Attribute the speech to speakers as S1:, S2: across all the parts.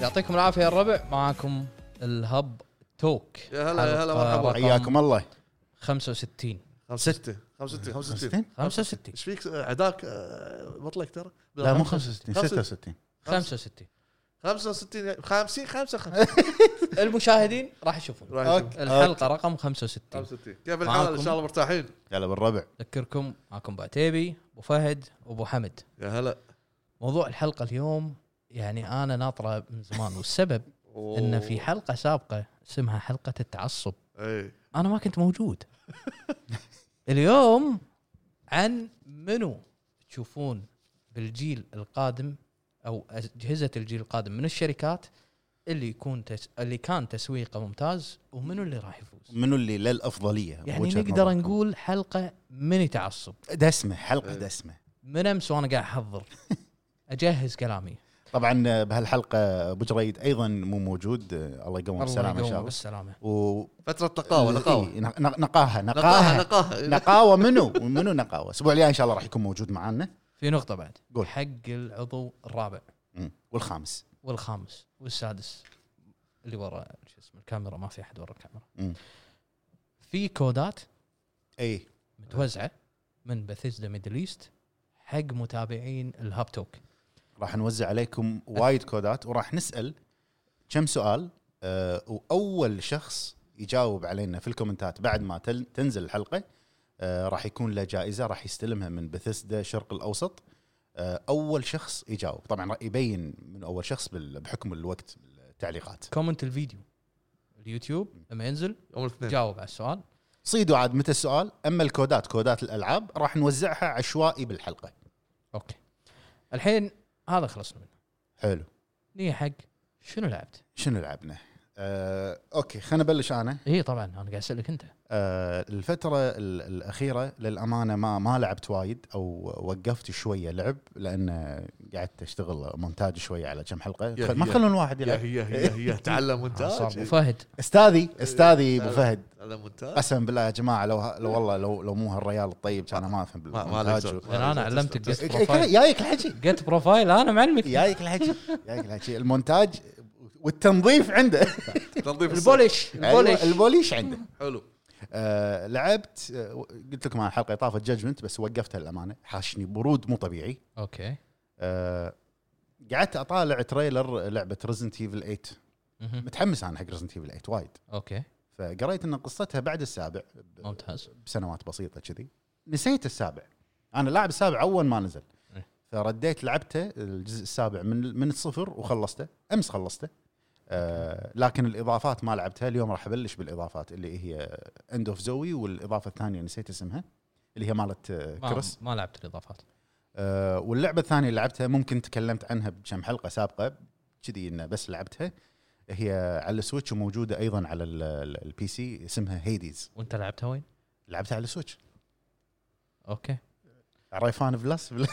S1: يعطيكم العافيه يا الربع معاكم الهب توك
S2: يا هلا- يا هلا،
S1: حلقة
S2: مرحبا.
S1: رقم
S3: حياكم الله
S1: 65
S2: 65
S3: آه،
S2: 65 65
S1: 65
S2: ايش فيك عداك آه، بطلك ترى؟
S3: لا مو 65 66
S1: 65
S2: 65 50 55
S1: المشاهدين راح يشوفون
S2: راح يشوف.
S3: أوكي.
S1: الحلقه رقم 65
S2: 65 كيف الحال
S1: معاكم.
S2: ان شاء الله مرتاحين؟
S3: هلا بالربع
S1: اذكركم معكم بعتيبي ابو فهد وابو حمد
S2: يا هلا
S1: موضوع الحلقه اليوم يعني انا ناطره من زمان والسبب ان في حلقه سابقه اسمها حلقه التعصب
S2: اي
S1: انا ما كنت موجود اليوم عن منو تشوفون بالجيل القادم او اجهزه الجيل القادم من الشركات اللي يكون تس... اللي كان تسويقه ممتاز ومنو اللي راح يفوز
S3: منو اللي للافضليه
S1: يعني
S3: بوجهة
S1: نقدر
S3: نظركم؟
S1: نقول حلقه من تعصب
S3: دسمه حلقه دسمه
S1: من امس وانا قاعد احضر اجهز كلامي
S3: طبعا بهالحلقه ابو جريد ايضا مو موجود آه، الله يقومه بالسلامه ان شاء الله
S1: بالسلامه
S3: و
S2: فترة نقاوة نقاوة
S3: إيه، نق- نق- نقاهه
S2: نقاهة
S3: نقاهه
S2: نقاهة
S3: نقاوه منو منو نقاوه الاسبوع الجاي ان شاء الله راح يكون موجود معانا
S1: في نقطه بعد
S3: قول.
S1: حق العضو الرابع
S3: مم. والخامس
S1: والخامس والسادس اللي ورا شو اسمه الكاميرا ما في احد ورا الكاميرا
S3: مم. إيه.
S1: في كودات
S3: اي
S1: متوزعه من بثيزدا ميدل ايست حق متابعين الهاب توك
S3: راح نوزع عليكم وايد كودات وراح نسال كم سؤال آه واول شخص يجاوب علينا في الكومنتات بعد ما تل- تنزل الحلقه آه راح يكون له جائزه راح يستلمها من بثسدا شرق الاوسط آه اول شخص يجاوب طبعا راح يبين من اول شخص بال- بحكم الوقت بالتعليقات
S1: كومنت الفيديو اليوتيوب لما ينزل
S2: يوم الاثنين
S1: جاوب على السؤال
S3: صيدوا عاد متى السؤال اما الكودات كودات الالعاب راح نوزعها عشوائي بالحلقه
S1: اوكي الحين هذا خلصنا منه
S3: حلو
S1: نية حق شنو لعبت؟
S3: شنو لعبنا آه اوكي خلينا ابلش انا
S1: اي طبعا انا إيه قاعد اسالك انت
S3: آه، الفترة ال- الأخيرة للأمانة ما ما لعبت وايد أو وقفت شوية لعب لأن قعدت أشتغل مونتاج شوية على كم حلقة
S2: يا
S3: ما
S2: هي.
S3: تخلون واحد
S2: يا
S3: يلعب
S2: هي هي هي تعلم
S3: آه،
S1: صار ابو
S2: مونتاج
S1: فهد
S3: أستاذي أستاذي أبو
S2: لا.
S3: فهد
S2: تعلم مونتاج
S3: قسم بالله يا جماعة لو ه- لو والله لو لو مو هالريال الطيب كان ما أفهم
S2: ما ما عليك
S3: بالمونتاج
S2: زود.
S3: و-
S2: ما عليك
S1: أنا
S2: زود.
S1: علمتك
S2: تست-
S1: قصة.
S3: إك- إك- جايك الحكي
S1: جت بروفايل انا معلمك
S3: جايك الحكي جايك الحكي المونتاج والتنظيف عنده
S2: تنظيف البولي
S1: البولش
S3: أيوة،
S1: البولش
S3: البوليش عنده
S2: حلو
S3: آه لعبت آه قلت لكم على الحلقة اللي طافت جادجمنت بس وقفتها للأمانة حاشني برود مو طبيعي
S1: اوكي
S3: آه، قعدت اطالع تريلر لعبه ريزنت ايفل 8
S1: مهم.
S3: متحمس انا حق ريزنت ايفل 8 وايد
S1: اوكي
S3: فقريت ان قصتها بعد السابع ب-
S1: ممتاز
S3: بسنوات بسيطه كذي نسيت السابع انا لاعب السابع اول ما نزل
S1: إيه.
S3: فرديت لعبته الجزء السابع من من الصفر وخلصته امس خلصته آه لكن الاضافات ما لعبتها اليوم راح ابلش بالاضافات اللي هي اند اوف زوي والاضافه الثانيه نسيت اسمها اللي هي مالت آه،
S1: ما,
S3: كريس
S1: ما لعبت الاضافات
S3: آه، واللعبه الثانيه اللي لعبتها ممكن تكلمت عنها بكم حلقه سابقه كذي انه بس لعبتها هي على السويتش وموجوده ايضا على ال- ال- البي سي اسمها هيديز
S1: وانت لعبتها وين؟
S3: لعبتها على السويتش
S1: اوكي
S3: ريفان بلس بل-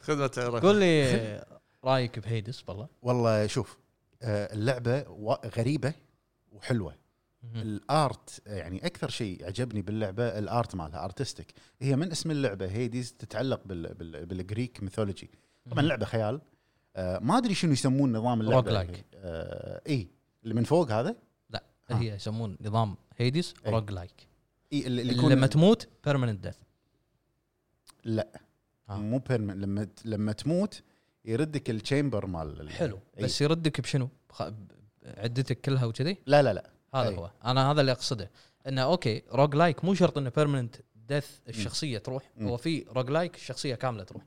S2: خدمة عراق.
S1: قول لي رايك بهيدس والله
S3: والله شوف آه، اللعبه وا- غريبه وحلوه الارت يعني اكثر شيء عجبني باللعبه الارت مالها ارتستيك هي من اسم اللعبه هيديز تتعلق بال بال بالجريك ميثولوجي طبعا لعبه خيال آه ما ادري شنو يسمون نظام اللعبه
S1: Roguelike.
S3: آه اي اللي من فوق هذا آه.
S1: هي يسمون نظام هيدس
S3: أي.
S1: روج لايك
S3: اي اللي اللي يكون
S1: لما تموت بيرمننت ديث
S3: لا
S1: آه.
S3: مو permanent. لما ت- لما تموت يردك الشامبر مال ال-
S1: حلو
S3: أي.
S1: بس يردك بشنو؟ بخ- ب- عدتك كلها وكذي
S3: لا لا لا
S1: هذا
S3: أي.
S1: هو انا هذا اللي اقصده انه اوكي روج لايك مو شرط انه بيرمننت ديث الشخصيه تروح
S3: مم.
S1: هو في روج لايك الشخصيه كامله تروح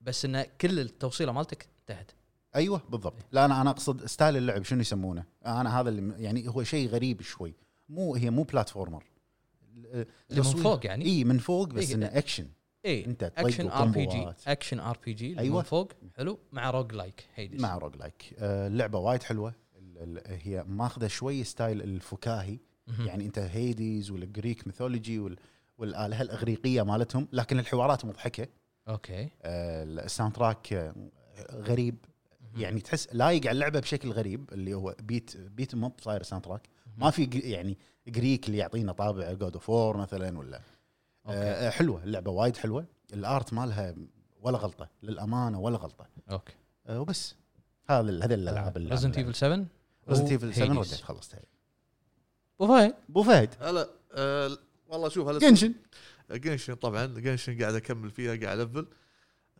S1: بس انه كل التوصيله مالتك انتهت
S3: ايوه بالضبط لا انا انا اقصد ستايل اللعب شنو يسمونه انا هذا اللي م- يعني هو شيء غريب شوي مو هي مو بلاتفورمر
S1: اللي من فوق يعني
S3: اي من فوق بس
S1: إي.
S3: انه اكشن
S1: اي
S3: انت تطق
S1: اكشن ار بي جي
S3: وكومبوات.
S1: اكشن ار بي جي
S3: أيوة.
S1: من فوق حلو مع روج لايك هيدس
S3: مع روج لايك آه، اللعبه وايد حلوه ال- ال- هي ماخذه شوي ستايل الفكاهي
S1: مهم.
S3: يعني انت هيديز والجريك ميثولوجي وال- والالهه الاغريقيه مالتهم لكن الحوارات مضحكه
S1: اوكي
S3: آه، الساوند تراك آه، غريب يعني تحس لايق على اللعبه بشكل غريب اللي هو بيت بيت مو صاير ساوند تراك ما في ج- يعني جريك اللي يعطينا طابع جود اوف وور مثلا ولا
S1: اوكي
S3: آه، حلوه اللعبه وايد حلوه الارت مالها ولا غلطه للامانه ولا غلطه
S1: اوكي
S3: آه، وبس هذا ال- هذا الالعاب اللي
S1: ريزنت ايفل 7
S3: ريزنت ايفل 7
S1: Hades.
S3: رديت خلصتها
S1: وفايد
S3: ابو فهد
S2: هلا آه، والله شوف هلا
S3: جنشن
S2: جنشن طبعا جنشن قاعد اكمل فيها قاعد الفل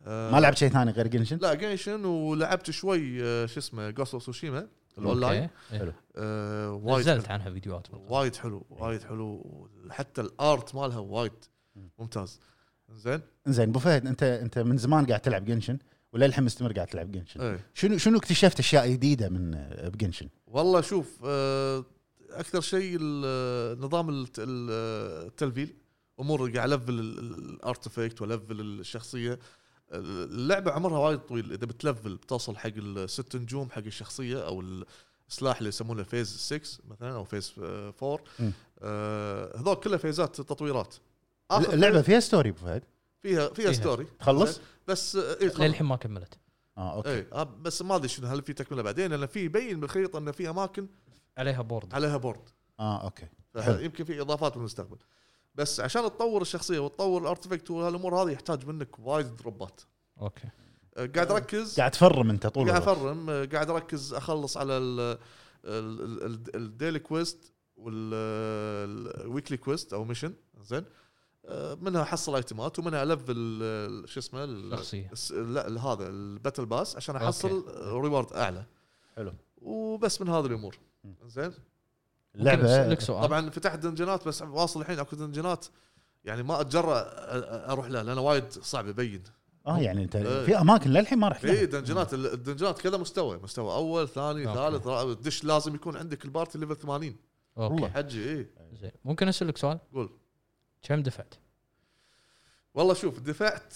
S2: آه،
S3: ما لعبت شيء ثاني غير جنشن
S2: لا جنشن ولعبت شوي آه، شو اسمه جوست اوف سوشيما الاونلاين
S3: حلو.
S2: آه، وايد
S1: نزلت
S2: حلو.
S1: عنها فيديوهات بالقناة.
S2: وايد حلو وايد حلو حتى الارت مالها وايد ممتاز زين
S3: زين ابو فهد انت انت من زمان قاعد تلعب جنشن وللحين مستمر قاعد تلعب جنشن
S2: ايه
S3: شنو شنو اكتشفت اشياء جديده من آه، بجنشن
S2: والله شوف آه، اكثر شيء ال- نظام الت- ال- التلفيل امور قاعد الفل الارتفكت والفل الشخصيه اللعبه عمرها وايد طويل اذا بتلفل بتوصل حق الست نجوم حق الشخصيه او السلاح اللي يسمونه فيز 6 مثلا او فيز 4
S3: مم.
S2: آه، هذول كلها فيزات تطويرات آخر
S3: اللعبه فيها ستوري ابو فهد
S2: فيها فيها
S1: فيها.
S3: إيه، نعم.
S2: ستوري
S3: تخلص؟
S2: بس آه، إيه، تخلص.
S1: للحين ما كملت
S3: اه اوكي
S2: ايه آه، بس ما ادري شنو هل في تكمله بعدين لان في يبين بالخريطه ان في اماكن
S1: عليها بورد
S2: عليها بورد
S3: اه اوكي حلو.
S2: يمكن في اضافات بالمستقبل بس عشان تطور الشخصيه وتطور الارتفكت وهالامور هذه يحتاج منك وايد دروبات
S1: اوكي
S2: أه، قاعد اركز
S3: آه، قاعد تفرم انت طول
S2: قاعد
S3: الوقت
S2: افرم أه، قاعد اركز اخلص على ال- ال- ال- ال- الديلي كويست والويكلي كويست او ميشن زين أه، منها احصل ايتمات ومنها الف ال- شو اسمه ال-
S1: شخصية.
S2: الس- لا ال- هذا الباتل باس عشان
S1: أوكي.
S2: احصل ريورد اعلى
S3: حلو.
S2: وبس من هذه الامور
S3: مم.
S2: زين
S1: ممكن أسألك
S3: اللعبه
S1: سؤال طبعا
S2: طبعا فتحت دنجنات بس واصل الحين اكو دنجنات يعني ما اتجرأ أ- اروح لها لانه وايد صعب ابين
S3: اه يعني انت
S2: إيه.
S3: في اماكن للحين ما رحت لها.
S2: في دنجنات ال- الدنجنات كذا مستوى مستوى اول ثاني
S1: أوكي.
S2: ثالث رابع دش لازم يكون عندك البارتي ليفل 80
S1: اوكي
S3: والله.
S2: حجي إيه. اي
S1: زين ممكن اسالك سؤال؟
S2: قول.
S1: كم دفعت؟
S2: والله شوف دفعت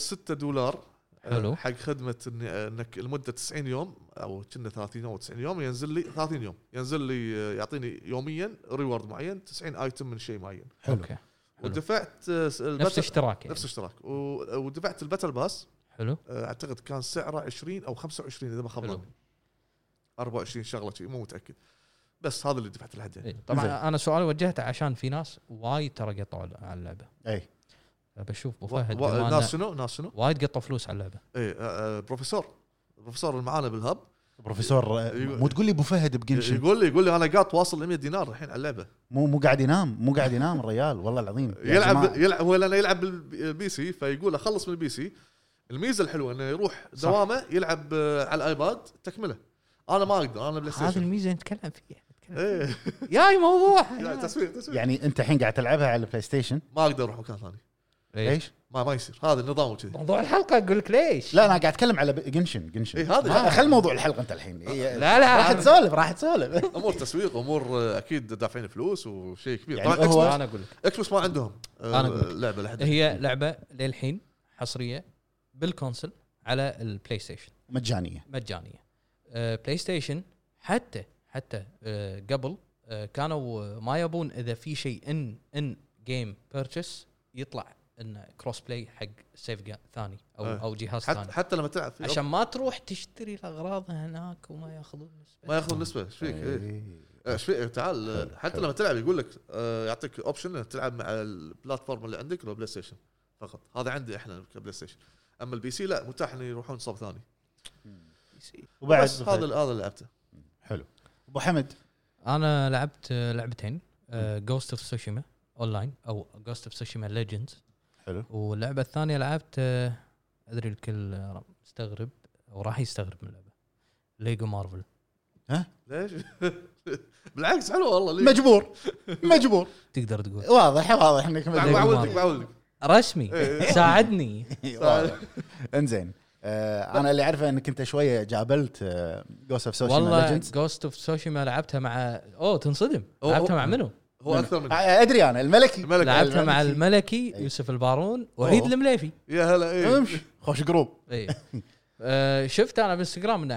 S2: 6 دولار آه،
S1: حلو.
S2: حق خدمه إني- آه، انك لمده 90 يوم او كنا 30 او 90 يوم ينزل لي 30 يوم ينزل لي آه، يعطيني يوميا ريورد معين 90 ايتم من شيء معين
S3: حلو
S1: اوكي حلو.
S2: ودفعت آه،
S1: نفس
S2: س- الباتل-
S1: اشتراك يعني.
S2: نفس اشتراك و- آه، ودفعت الباتل باس
S1: حلو
S2: آه، اعتقد كان سعره 20 او 25 اذا ما خاب
S1: حلو.
S2: ظني 24 شغله شيء مو متاكد بس هذا اللي دفعت لحد
S1: إيه.
S2: الحد
S1: طبعا
S3: زين.
S1: انا سؤال وجهته عشان في ناس وايد ترى قطعوا على اللعبه
S3: اي
S1: بشوف ابو فهد بما إنه
S2: ناس شنو ناس شنو؟
S1: وايد قطوا فلوس على اللعبه
S2: اي بروفيسور البروفيسور اللي معانا بالهب
S3: بروفيسور آه،
S2: يقول-
S3: مو تقول لي ابو فهد بجنشن
S2: إيه. يقول لي يقول لي انا قاط واصل 100 دينار الحين على اللعبه
S3: مو مو قاعد ينام مو قاعد ينام الريال والله العظيم يا
S2: يلعب
S3: جماعة.
S2: يلعب هو لانه يلعب بالبي سي فيقول اخلص من البي سي الميزه الحلوه انه يروح
S1: صح.
S2: دوامه يلعب آه، على الايباد تكمله انا ما اقدر انا بلاي
S1: هذه
S2: ستيشن
S1: الميزه نتكلم فيها نتكلم فيها.
S2: ايه
S1: ياي موضوع
S2: لا، تسويق تسويق
S3: يعني انت الحين قاعد تلعبها على البلاي ستيشن
S2: ما اقدر اروح مكان ثاني
S1: ليش؟
S3: ليش؟
S2: ما ما يصير هذا النظام كذي
S1: إيه. موضوع الحلقه اقول لك ليش؟
S3: لا انا قاعد اتكلم على ب- جنشن جنشن
S2: إيه، هذا-
S3: ما- خل موضوع الحلقه انت الحين إيه،
S1: لا لا
S3: راح
S1: أنا-
S3: تسولف راح تسولف
S2: امور تسويق امور آه، اكيد دافعين فلوس وشيء كبير
S3: يعني
S2: طبعا
S3: هو-
S1: انا اقول لك
S2: اكس بوكس ما عندهم
S1: أنا أقول لك.
S2: آه، لعبه لحد
S1: هي لعبه للحين حصريه بالكونسل على البلاي ستيشن
S3: مجانيه
S1: مجانيه آه، بلاي ستيشن حتى حتى آه، قبل آه، كانوا آه، ما يبون اذا في شيء ان ان جيم بيرتشس يطلع ان كروس بلاي حق سيف جا- ثاني او
S2: آه.
S1: او جهاز
S2: حتى,
S1: ثاني
S2: حتى لما تلعب في
S1: عشان ما تروح تشتري الاغراض هناك وما ياخذون نسبة.
S2: ما ياخذون نسبه ايش فيك؟ إيه. ايش فيك تعال آه،
S3: حلو،
S2: حتى
S3: حلو.
S2: لما تلعب يقول لك آه، يعطيك اوبشن انك تلعب مع البلاتفورم اللي عندك لو بلاي ستيشن فقط هذا عندي احنا كبلاي ستيشن اما البي سي لا متاح انه يروحون صوب ثاني
S3: وبعد
S2: بس هذا هذا اللي لعبته
S3: حلو ابو حمد
S1: انا لعبت آه، لعبتين جوست اوف سوشيما اونلاين او جوست اوف سوشيما ليجندز
S3: حلو
S1: واللعبه الثانيه لعبت آه، ادري الكل آه، مستغرب او راح يستغرب من اللعبه ليجو مارفل
S2: ليش؟ بالعكس حلو والله ليه؟
S3: مجبور مجبور
S1: تقدر تقول
S3: واضح واضح انك
S2: مع-
S3: مجبور
S2: مع
S1: Lego
S2: ولدك مع ولدك
S1: رسمي
S2: إيه.
S1: ساعدني
S3: واضح. انزين آه، انا اللي اعرفه انك انت شويه جابلت آه، جوست اوف سوشيال
S1: والله
S3: ليجندز
S1: جوست اوف سوشيما لعبتها مع اوه تنصدم
S2: أوه،
S1: لعبتها
S2: أوه.
S1: مع منو؟
S2: هو اكثر من
S3: ادري انا الملكي
S2: الملك
S1: لعبتها مع
S3: الملكي.
S1: الملكي
S2: أيوه.
S3: إيه.
S1: يوسف البارون وعيد
S3: أوه.
S1: المليفي
S2: يا هلا ايه
S3: امشي خوش جروب
S2: إيه.
S1: اي آه، شفت انا بالانستغرام ان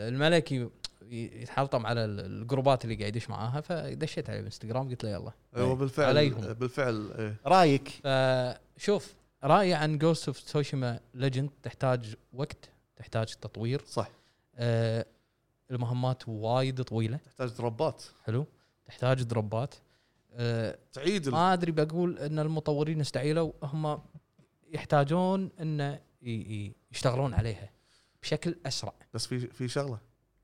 S1: الملكي يتحلطم على ال- الجروبات اللي قاعد يدش معاها فدشيت عليه بالانستغرام قلت له يلا
S2: هو أيوة، بالفعل
S1: عليهم.
S2: بالفعل ايه
S3: رايك
S1: فشوف رايي عن جوست اوف سوشيما ليجند تحتاج وقت تحتاج تطوير
S2: صح
S1: آه، المهمات وايد طويله
S2: تحتاج دربات
S1: حلو تحتاج دروبات أه
S2: تعيد ال-
S1: ما ادري بقول ان المطورين استعيلوا هم يحتاجون ان ي- ي- يشتغلون عليها بشكل اسرع
S2: بس في في شغله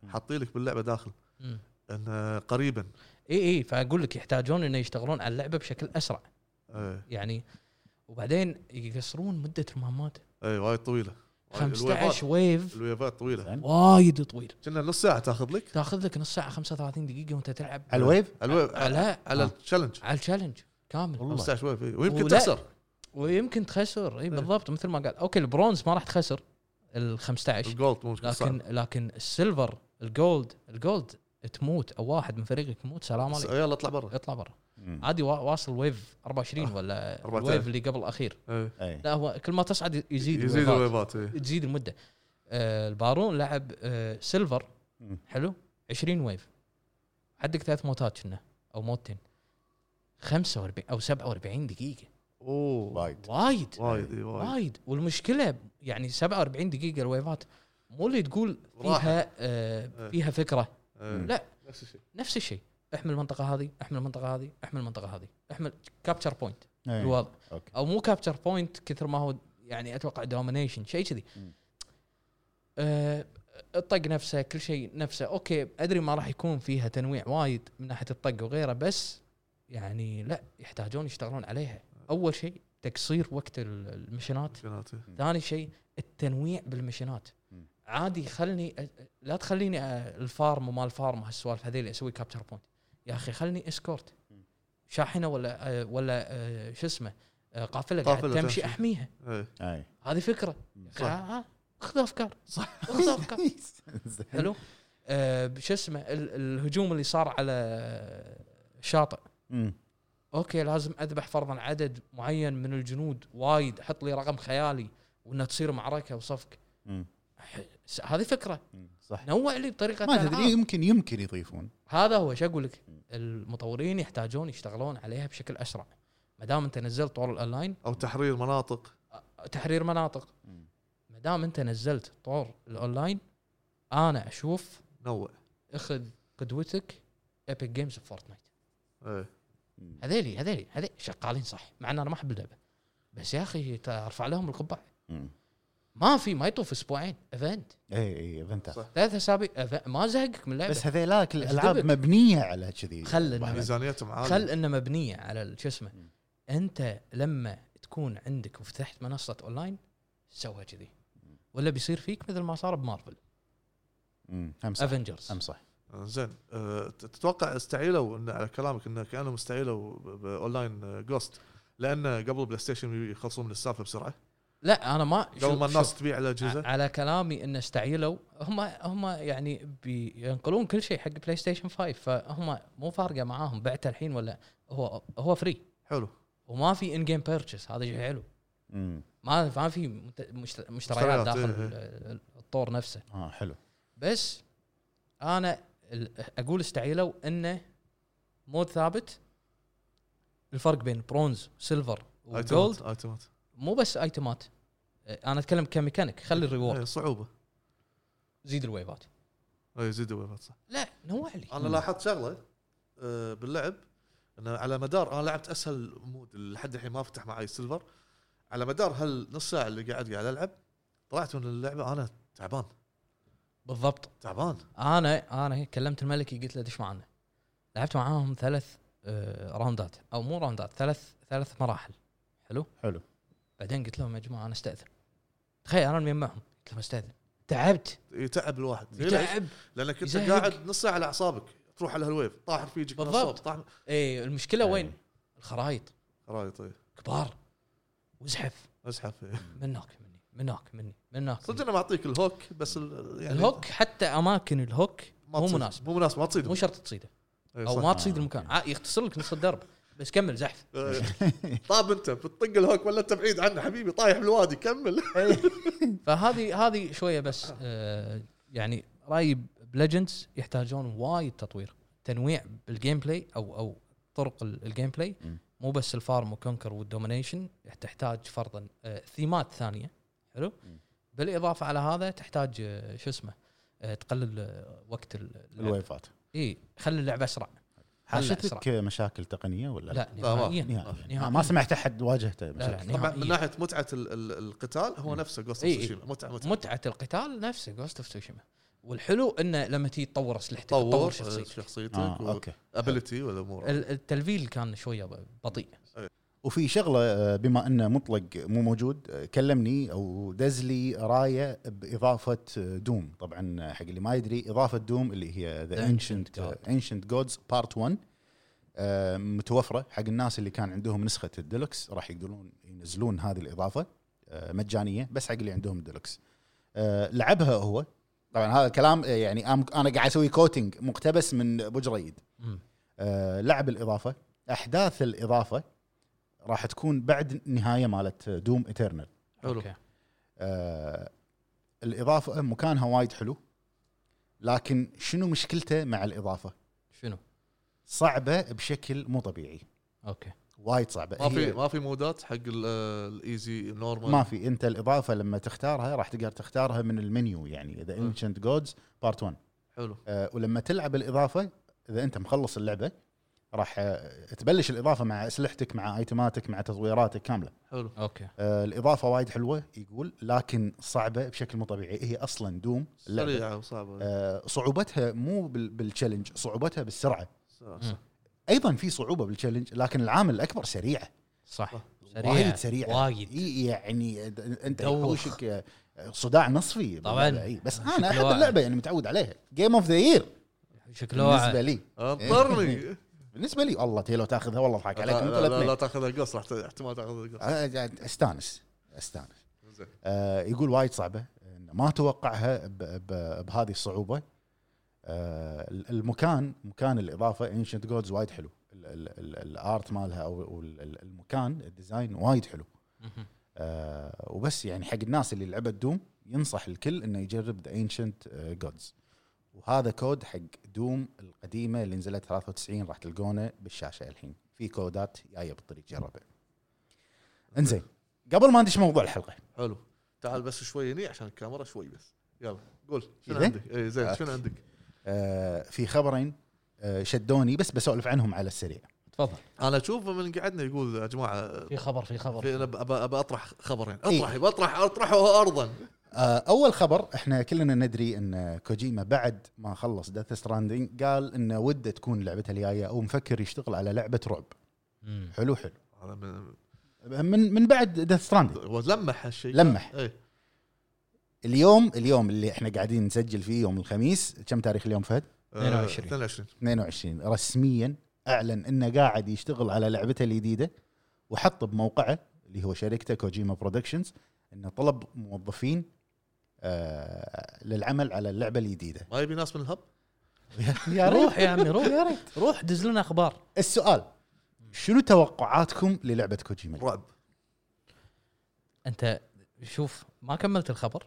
S2: حاطين لك باللعبه داخل
S1: مم.
S2: ان آه، قريبا
S1: اي اي فاقول لك يحتاجون انه يشتغلون على اللعبه بشكل اسرع
S2: اي
S1: يعني وبعدين يقصرون مده المهمات
S2: اي إيه، وايد طويله وايد- الويفات-
S1: 15 ويف
S2: الويفات طويله
S3: زين
S1: وايد طويل
S2: كنا نص ساعه تاخذ لك
S1: تاخذ لك نص ساعه 35 دقيقه وانت تلعب
S3: على الويف
S2: الويف على
S1: على
S2: على التشالنج
S1: على التشالنج كامل
S3: والله.
S2: 15 ويف إي. ويمكن
S1: ولا-
S2: تخسر
S1: ويمكن تخسر اي بالضبط مثل ما قال اوكي البرونز ما راح تخسر ال 15
S2: الجولد مو مشكلة،
S1: لكن
S2: صعب.
S1: لكن السيلفر الجولد الجولد تموت او واحد من فريقك يموت سلام
S2: بس
S1: عليك
S2: يلا اطلع برا
S1: اطلع برا
S3: مم.
S1: عادي وا- واصل ويف 24 ولا
S2: 4000.
S1: الويف اللي قبل الاخير
S2: إي.
S3: اي
S1: لا هو كل ما تصعد يزيد
S2: إيه. يزيد إيه.
S1: الويفات.
S2: الويفات إي.
S1: تزيد المده آه، البارون لعب آه، سيلفر
S3: مم.
S1: حلو 20 ويف حدك ثلاث موتات كنا او موتين 45 او 47 دقيقه
S2: اوه
S3: وايد
S1: وايد
S2: وايد إي، وايد
S1: وايد والمشكله يعني 47 دقيقه الويفات مو اللي تقول فيها
S2: راحة.
S1: آه
S2: إيه.
S1: فيها فكره
S2: إي.
S1: لا.
S2: نفس الشيء
S1: نفس الشيء احمل المنطقه هذه احمل المنطقه هذه احمل المنطقه هذه احمل كابتشر بوينت
S3: إي.
S1: الوضع
S3: إيه. أوكي.
S1: او مو كابتشر بوينت كثر ما هو يعني اتوقع دومينيشن شيء كذي
S3: مم.
S1: آه، الطق نفسه كل شيء نفسه اوكي ادري ما راح يكون فيها تنويع وايد من ناحيه الطق وغيره بس يعني لا يحتاجون يشتغلون عليها اول شيء تقصير وقت ال- المشنات
S2: مشكلات، إي.
S1: ثاني شيء التنويع بالمشينات
S3: مم.
S1: عادي خلني أ- أ- لا تخليني أ- الفارم وما الفارم هالسوالف هذيل اسوي كابتشر بوينت يا اخي خلني اسكورت
S3: مم.
S1: شاحنه ولا أ- ولا أ، شو اسمه أ، قافله
S2: قافلة
S1: قاعد تمشي
S2: تمشي.
S1: احميها
S2: إي.
S3: اي
S1: هذه فكره
S2: صح.
S1: آه، آه، خذ افكار صح خذ افكار
S3: زين.
S1: حلو أ، شو اسمه ال- الهجوم اللي صار على الشاطئ
S3: مم.
S1: اوكي لازم اذبح فرضا عدد معين من الجنود وايد حط لي رقم خيالي وانها تصير معركه وصفق
S3: مم.
S1: س- هذه فكره
S3: مم. صح
S1: نوع لي بطريقه
S3: ما
S1: ألعاب.
S3: تدري يمكن يمكن يضيفون
S1: آه. هذا هو شو اقول لك المطورين يحتاجون يشتغلون عليها بشكل اسرع ما دام انت نزلت طور الاونلاين
S2: او تحرير مناطق
S1: أ- تحرير مناطق
S3: مم.
S1: ما دام انت نزلت طور الاونلاين انا اشوف
S2: نوع
S1: اخذ قدوتك ابيك جيمز فورتنايت
S2: إي.
S3: مم.
S1: هذيلي هذيلي هذيلي شغالين صح مع ان انا ما احب اللعبه بس يا اخي تا- ارفع لهم القبعه
S3: مم.
S1: ما في ما يطوف اسبوعين ايفنت
S3: اي اي ايفنتات
S2: صح.
S1: ثلاث اسابيع إيفنت. ما زهقك من اللعبه
S3: بس هذيلاك الالعاب
S1: أجدبك.
S3: مبنيه على كذي
S1: خل
S3: أبو أحمد.
S1: الميزان.
S2: ميزانيتهم عاليه
S1: خل انه مبنيه على ال- شو اسمه
S3: مم.
S1: انت لما تكون عندك وفتحت منصه اونلاين سوها كذي ولا بيصير فيك مثل ما صار بمارفل
S3: مم. هم صح
S1: افنجرز
S3: هم صح
S2: زين أه، تتوقع استعيلوا إن على كلامك انه كانهم استعيلوا ب- باونلاين جوست لان قبل بلاي ستيشن يخلصون من السالفه بسرعه
S1: لا انا ما
S2: قبل
S1: شوف-
S2: ما الناس
S1: شوف،
S2: تبيع الاجهزه
S1: ع- على كلامي ان استعيلوا هم هم يعني بينقلون كل شيء حق بلاي ستيشن 5 فهم مو فارقه معاهم بعته الحين ولا هو هو فري
S2: حلو
S1: وما في ان جيم بيرتشس هذا شيء حلو
S3: مم.
S1: ما ما في منت- مشت- مشتريات
S2: مشتريات،
S1: داخل
S2: إيه، إيه.
S1: ال- ال- الطور نفسه
S3: اه حلو
S1: بس انا ال- اقول استعيلوا انه مود ثابت الفرق بين برونز سيلفر وجولد
S2: ايتمات ايتمات
S1: مو بس ايتمات انا اتكلم كميكانيك خلي الريورد
S2: إيه، صعوبه
S1: زيد الويفات
S2: اي زيد ويفات إيه، صح
S1: لا نوع لي
S2: انا لاحظت شغله أه، باللعب انه على مدار انا لعبت اسهل مود لحد الحين ما فتح معي سيلفر على مدار هالنص ساعه اللي قاعد قاعد العب طلعت من اللعبه انا تعبان
S1: بالضبط
S2: تعبان
S1: انا انا كلمت الملكي قلت له دش معنا لعبت معاهم ثلاث آه، راوندات او مو راوندات ثلاث ثلاث مراحل حلو
S3: حلو
S1: بعدين قلت لهم يا جماعه انا استاذن تخيل انا مجمعهم قلت لهم استاذن تعبت
S2: يتعب إيه، الواحد ليش؟
S1: تعب
S2: لانك انت
S1: يزهق.
S2: قاعد نص ساعه على اعصابك تروح على هالويف طاح رفيجك من
S1: بالضبط.
S2: الصوب، طاح
S1: اي المشكله
S3: أي.
S1: إيه، وين الخرائط
S2: رايط إيه.
S1: كبار وزحف
S2: ازحف إيه.
S1: من هناك مني من هناك مني من هناك
S2: صدق
S1: مني.
S2: انا معطيك الهوك بس ال- يعني
S1: الهوك حتى اماكن الهوك
S2: ما
S1: مو
S2: تصيد.
S1: مناسب.
S2: مو مناسب ما تصيد
S1: مو شرط تصيده
S2: إيه،
S1: او
S2: صح.
S1: ما تصيد
S3: آه،
S1: المكان ع- يختصر لك نص الدرب بس كمل زحف
S2: إيه. طاب انت بتطق الهوك ولا انت بعيد عنه حبيبي طايح بالوادي كمل
S1: فهذه هذه شويه بس آه يعني رايي بليجندز يحتاجون وايد تطوير تنويع بالجيم بلاي او او طرق ال- الجيم بلاي
S3: مم.
S1: مو بس الفارم وكونكر والدومينيشن تحتاج فرضا آه ثيمات ثانيه حلو
S3: مم.
S1: بالاضافه على هذا تحتاج آه شو اسمه آه تقلل آه، وقت ال-
S3: الويفات
S1: اي خلي اللعبه اسرع حل
S3: حاشتك
S1: اسرع
S3: مشاكل تقنيه ولا لا؟
S1: لا
S2: لا، ما-
S1: نهائيا
S3: نهائي.
S1: نهائياً.
S3: ما سمعت احد واجهته
S1: لا،
S3: مشاكل
S2: طبعا
S1: نهائياً.
S2: من ناحيه متعه ال- ال- القتال هو نفسه جوست
S3: إيه،
S1: إي إي.
S2: متعه متعه
S1: متعه القتال نفسه جوست اوف تسوشيما والحلو انه لما تيجي تطور اسلحتك
S2: تطور
S1: تطور شخصيتك
S2: شخصيتك
S3: آه، اوكي
S2: ابيلتي والامور
S1: ال- التلفيل كان شويه بطيء
S3: وفي شغله آه، بما انه مطلق مو موجود آه، كلمني او دز لي رايه باضافه آه، دوم طبعا آه، حق اللي ما يدري اضافه دوم اللي هي آه، ذا
S1: Ancient
S3: انشنت انشنت جودز بارت 1 آه، متوفره حق الناس اللي كان عندهم نسخه الديلوكس راح يقدرون ينزلون هذه الاضافه آه، مجانيه بس حق اللي عندهم الديلوكس آه، لعبها هو طبعا هذا الكلام آه، يعني أم- انا قاعد اسوي كوتنج مقتبس من ابو جريد
S1: مم.
S3: آه، لعب الاضافه احداث الاضافه راح تكون بعد النهايه مالت دوم ايترنال
S2: حلو
S1: أوكي.
S3: آه الاضافه مكانها وايد حلو لكن شنو مشكلته مع الاضافه
S1: شنو؟
S3: صعبه بشكل مو طبيعي
S1: اوكي
S3: وايد صعبه
S2: ما
S3: هي-
S2: في ما في مودات حق ال- الايزي نورمال
S3: ما في انت الاضافه لما تختارها راح تقدر تختارها من المنيو يعني ذا
S2: م.
S3: انشنت جودز بارت 1
S2: حلو
S3: آه، ولما تلعب الاضافه اذا انت مخلص اللعبه راح آه، تبلش الاضافه مع اسلحتك مع ايتماتك مع تطويراتك كامله
S2: حلو
S1: اوكي
S3: آه، الاضافه وايد حلوه يقول لكن صعبه بشكل مو طبيعي هي اصلا دوم اللعبة.
S2: سريعه وصعبه
S3: آه، صعوبتها مو بال- بالتشالنج صعوبتها بالسرعه
S2: صح-
S1: مم.
S2: صح.
S3: ايضا في صعوبه بالتشالنج لكن العامل الاكبر سريعه
S1: صح
S2: صح.
S1: سريع
S3: وايد سريعه
S1: وايد
S3: إي يعني د- انت
S1: دوخ.
S3: يحوشك آه، صداع نصفي
S1: طبعاً.
S3: باللعبة، إي، بس انا احب
S1: شكلها
S3: اللعبه يعني متعود عليها جيم اوف ذا يير
S1: إيه.
S3: بالنسبه
S1: شكله
S3: لي
S2: آه، انطرني
S3: بالنسبه لي والله تي لو تاخذها والله اضحك عليك
S2: لا,
S3: انت
S2: لا, لا,
S3: الاثنين.
S2: لا تاخذها قص راح ت- احتمال تاخذها قص
S3: آه، آه، استانس استانس
S2: زين
S3: آه، يقول وايد صعبه إنه ما توقعها ب- ب- بهذه الصعوبه آه، المكان مكان الاضافه انشنت جودز وايد حلو ال- ال- ال- الارت مالها او أو ال- ال- المكان الديزاين وايد حلو
S1: مهم.
S3: آه، وبس يعني حق الناس اللي لعبت دوم ينصح الكل انه يجرب ذا انشنت جودز وهذا كود حق دوم القديمه اللي نزلت 93 راح تلقونه بالشاشه الحين في كودات جايه بالطريق جربها انزين قبل ما ندش موضوع الحلقه
S2: حلو تعال بس شوي هني عشان الكاميرا شوي بس يلا قول شنو
S3: إذا؟
S2: عندك؟ اي زين شنو
S3: إيه؟ أوكي.
S2: عندك؟
S3: آه، في خبرين آه، شدوني بس بسولف عنهم على السريع
S1: تفضل
S2: انا اشوف من قعدنا يقول يا جماعه
S1: في خبر في
S2: في
S1: خبر
S2: انا ابى ابى اطرح خبرين
S3: إي.
S2: اطرح اطرح اطرحه ارضا
S3: آه، اول خبر احنا كلنا ندري ان كوجيما بعد ما خلص ديث ستراندنج قال انه وده تكون لعبته الجايه او مفكر يشتغل على لعبه رعب
S1: مم.
S3: حلو حلو
S2: أنا من-
S3: من من بعد ديث ستراندنج
S2: هو لمح هالشيء إيه.
S3: لمح
S2: اي
S3: اليوم اليوم اللي احنا قاعدين نسجل فيه يوم الخميس كم تاريخ اليوم فهد
S2: آه،
S1: 22.
S2: 22
S3: 22 رسميا اعلن انه قاعد يشتغل على لعبته الجديده وحط بموقعه اللي هو شركته كوجيما برودكشنز انه طلب موظفين آه للعمل على اللعبه الجديده
S2: ما يبي ناس من الهب
S3: يا
S1: روح يا عمي روح يا ريت روح دز لنا اخبار
S3: السؤال شنو توقعاتكم للعبه كوجيما؟
S2: رعب
S1: انت شوف ما كملت الخبر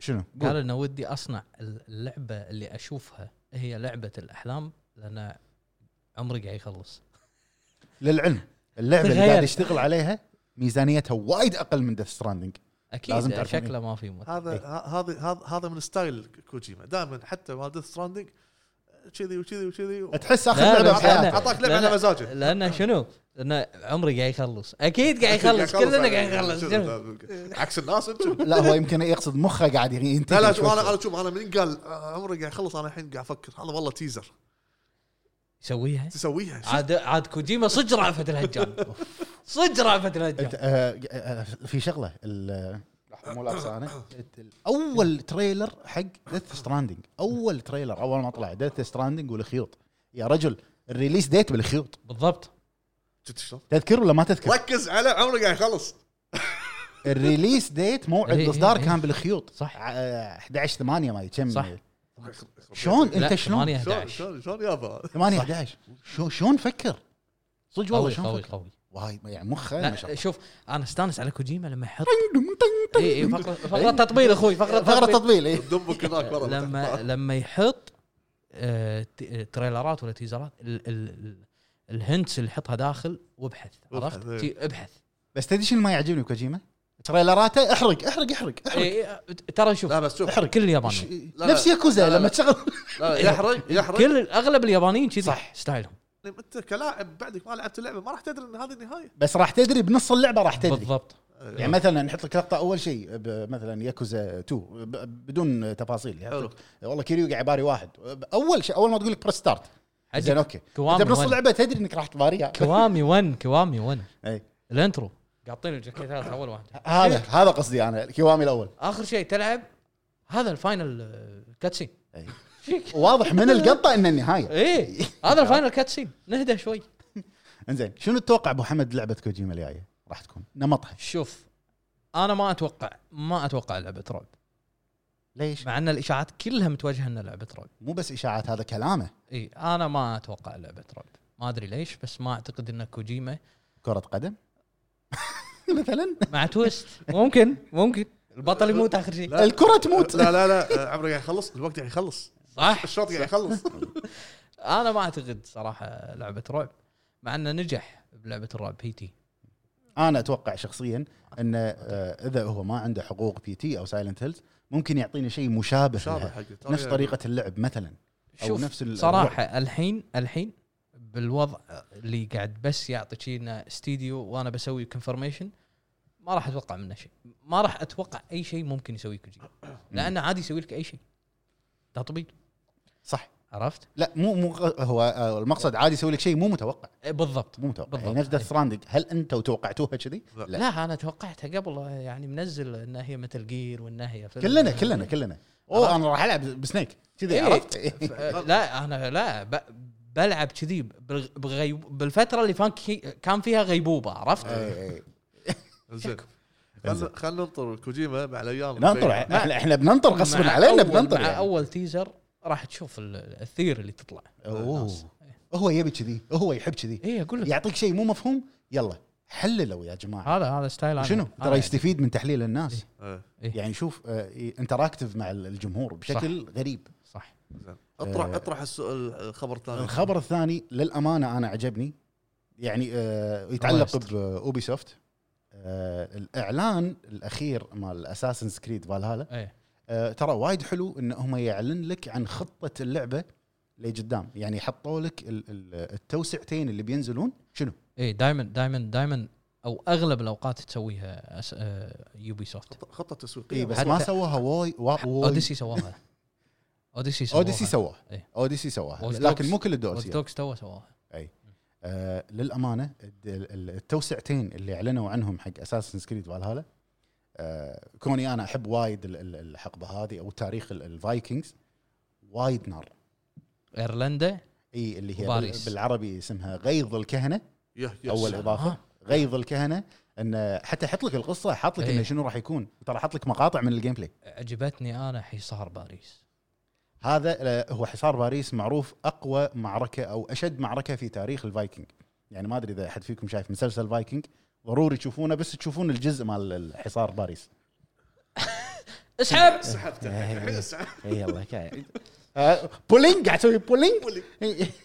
S3: شنو؟
S1: قال انه ودي اصنع اللعبه اللي اشوفها هي لعبه الاحلام لان عمري قاعد يخلص
S3: للعلم اللعبه اللي
S1: تخيل.
S3: قاعد يشتغل عليها ميزانيتها وايد اقل من ديث ستراندنج
S1: اكيد
S3: لازم
S1: لازم
S3: تعرفون
S1: شكله ما في مت...
S2: هذا ه- هذا هذا هذا من ستايل كوجيما دائما حتى مع ديث ستراندنج كذي وكذي وكذي و-
S3: تحس اخر
S1: لا،
S3: لعبه
S1: بس أنا-
S3: بحياتك
S2: اعطاك لعبه
S1: لا، لا.
S2: على مزاجه
S1: لانه شنو؟ لانه عمري قاعد يخلص اكيد قاعد يخلص كلنا قاعد يخلص شنو؟
S2: يخلص عكس الناس انتم
S3: لا هو يمكن يقصد مخه قاعد ينتج
S2: لا لا شوف انا انا شوف انا من قال آه، عمري قاعد اخلص انا الحين قاعد افكر هذا والله تيزر
S1: يسويها
S2: تسويها شوف.
S1: عاد عاد كوجيما صدق رأفة الهجان صدق رأفة
S3: انت
S1: الهجان
S3: آه آه، في شغله ال- مو لابسه انا اول تريلر حق ديث ستراندنج اول تريلر اول ما طلع ديث ستراندنج والخيوط يا رجل الريليس ديت بالخيوط
S1: بالضبط
S2: شفت شلون؟
S3: تذكر ولا ما تذكر؟
S2: ركز على عمري قاعد يخلص
S3: الريليس ديت موعد
S1: إيه،
S3: الاصدار
S1: إيه،
S3: كان بالخيوط
S1: صح.
S3: آه، 11 8 ما كم
S1: صح.
S3: شلون
S1: لا،
S3: انت شلون
S1: 8
S2: شلون
S1: 11
S2: شلون شلون يابا
S3: 8 11 شو- شلون فكر صدق والله
S1: قوي
S3: شلون
S1: قوي
S3: فكر
S1: قوي
S3: وايد يعني مخه
S1: لا
S3: ما شاء الله طيب.
S1: شوف انا استانس على كوجيما لما يحط اي اي فقره فقره تطبيل اخوي فقره
S3: فقره
S1: تطبيل
S3: تطبيل إيه.
S2: دبك هناك برا
S3: طيب.
S1: لما لما يحط آه، ت- آه، تريلرات ولا تيزرات ال- ال- ال- الهنتس اللي يحطها داخل وابحث
S2: وابحث،
S1: عرفت؟
S2: إيه.
S1: تي- ابحث
S3: بس تدري شنو ما يعجبني بكوجيما؟ تريلراته احرق احرق احرق احرق
S1: إيه، إيه، ترى شوف
S2: لا بس شوف
S3: احرق
S1: كل اليابانيين
S2: لا،
S3: نفس ياكوزا
S2: لا، لا،
S3: لما تشغل
S2: لا،
S3: إيه.
S2: لا، يحرق يحرق
S1: كل اغلب اليابانيين كذي صح ستايلهم
S2: يعني انت كلاعب بعدك ما لعبت اللعبه ما راح تدري ان هذه النهايه
S3: بس راح تدري بنص اللعبه راح تدري
S1: بالضبط
S3: يعني مثلا نحط لك لقطه اول شيء ب- مثلا ياكوزا 2 ب- بدون تفاصيل يعني
S2: حلو
S3: والله كيريو قاعد باري واحد اول شيء اول ما تقول لك بريس ستارت
S1: عجب.
S3: زين اوكي انت
S1: كوامي
S3: بنص
S1: 1
S3: اللعبه تدري انك راح تباريها
S1: كوامي 1 كوامي 1
S3: إي.
S1: الانترو قاطين الجاكيتات اول واحده
S3: هذا
S2: إيه.
S3: هذا قصدي انا الكيوامي الاول
S1: اخر شيء تلعب هذا الفاينل كاتسين
S3: واضح من القطه ان النهايه
S1: ايه هذا الفاينل كاتسين نهدى شوي
S3: انزين شنو تتوقع ابو حمد لعبه كوجيما الجايه راح تكون نمطها
S1: شوف انا ما اتوقع ما اتوقع لعبه رعب
S3: ليش
S1: مع ان الاشاعات كلها متوجهه انها لعبه رعب
S3: مو بس اشاعات هذا كلامه
S1: اي انا ما اتوقع لعبه رعب ما ادري ليش بس ما اعتقد ان كوجيما
S3: كره قدم مثلا
S1: مع تويست ممكن ممكن البطل يموت اخر شيء
S2: لا.
S3: الكره تموت
S2: لا لا لا عمره قاعد يخلص الوقت قاعد يخلص
S1: صح
S2: الشوط قاعد يخلص
S1: انا ما اعتقد صراحه لعبه رعب مع انه نجح بلعبه الرعب بي تي
S3: انا اتوقع شخصيا ان آه، اذا هو ما عنده حقوق بي تي او سايلنت هيلز ممكن يعطينا شيء مشابه
S2: شابه
S3: لها
S2: حقه
S3: نفس طريقه اللعب مثلا أو
S1: شوف
S3: نفس ال-
S1: صراحه الحين الحين بالوضع اللي قاعد بس يعطي شينا استديو وانا بسوي كونفرميشن ما راح اتوقع منه شيء ما راح اتوقع اي شيء ممكن يسويه كوجيما لانه عادي يسوي لك اي شيء ده طبيعي
S3: صح
S1: عرفت
S3: لا مو مو هو آه، المقصد عادي يسوي لك شيء مو متوقع
S1: إيه، بالضبط
S3: مو متوقع
S1: بالضبط.
S3: يعني نفس ديث ستراندنج هل انتوا توقعتوها كذي؟
S2: لا.
S1: لا. لا انا توقعتها قبل يعني منزل انها هي مثل جير وانها هي فيلم.
S3: كلنا كلنا كلنا اوه انا راح العب بسنيك كذي
S1: إيه.
S3: عرفت؟
S1: أه، لا انا لا ب... بلعب كذي بالغ- بغيب... بالفتره اللي فان كي... كان فيها غيبوبه عرفت؟
S3: إيه.
S2: زين خلنا خلنا ننطر كوجيما مع الايام
S3: ننطر
S2: الجاية.
S3: احنا احنا بننطر غصبا علينا بننطر
S1: مع يعني.
S3: يعني.
S1: اول تيزر راح تشوف ال- الثير اللي تطلع
S3: أوه. هو يبي كذي هو يحب كذي
S1: اي اقول لك
S3: يعطيك شيء مو مفهوم يلا حللوا يا جماعه
S1: هذا هذا ستايل أنا- آه،
S3: شنو
S1: أنا
S3: ترى يستفيد من تحليل الناس
S2: إيه،
S3: يعني شوف انتراكتيف مع الجمهور بشكل غريب
S1: صح
S2: زين. اطرح
S3: آه.
S2: اطرح السؤال الخبر الثاني
S3: الخبر الثاني للامانه انا عجبني يعني آه، يتعلق باوبي سوفت الاعلان الاخير مال اساسن كريد فالهالا
S1: اي
S3: آه، ترى وايد حلو ان هم يعلن لك عن خطه اللعبه لقدام يعني حطوا لك ال- ال- التوسعتين اللي بينزلون شنو
S1: اي دائما دائما دائما او اغلب الاوقات تسويها أس... آه، يوبي سوفت
S2: خطة- خطه تسويقيه
S3: اي إيه، بس
S1: حتى-
S3: ما سووها واي وا- واي
S1: اوديسي سواها اوديسي سواها
S3: اوديسي سواه
S1: إيه.
S3: اوديسي سواه
S1: Watch Dogs.
S3: لكن مو كل
S1: Watch
S3: الدول
S1: Dogs تو سواها
S3: آه للامانه الد- ال- التوسعتين اللي اعلنوا عنهم حق اساسن كريد فالهالا آه كوني انا احب وايد ال- ال- الحقبه هذه او تاريخ ال- الفايكنجز وايد نار
S1: ايرلندا
S3: اي اللي هي
S1: وباريس.
S3: بال- بالعربي اسمها غيظ الكهنه
S2: يه- يه.
S3: اول اضافه
S1: آه.
S3: غيظ الكهنه ان حتى حط لك القصه حط لك
S1: إيه.
S3: انه شنو راح يكون ترى حط لك مقاطع من الجيم بلاي
S1: عجبتني انا حصار باريس
S3: هذا آه، هو حصار باريس معروف اقوى معركه او اشد معركه في تاريخ الفايكنج يعني ما ادري اذا احد فيكم شايف مسلسل فايكنج ضروري تشوفونه بس تشوفون الجزء مال حصار باريس
S1: اسحب
S2: سحبت
S3: إيه،
S2: الحين اسحب
S3: اي يلا آه، بولينج قاعد اسوي بولينج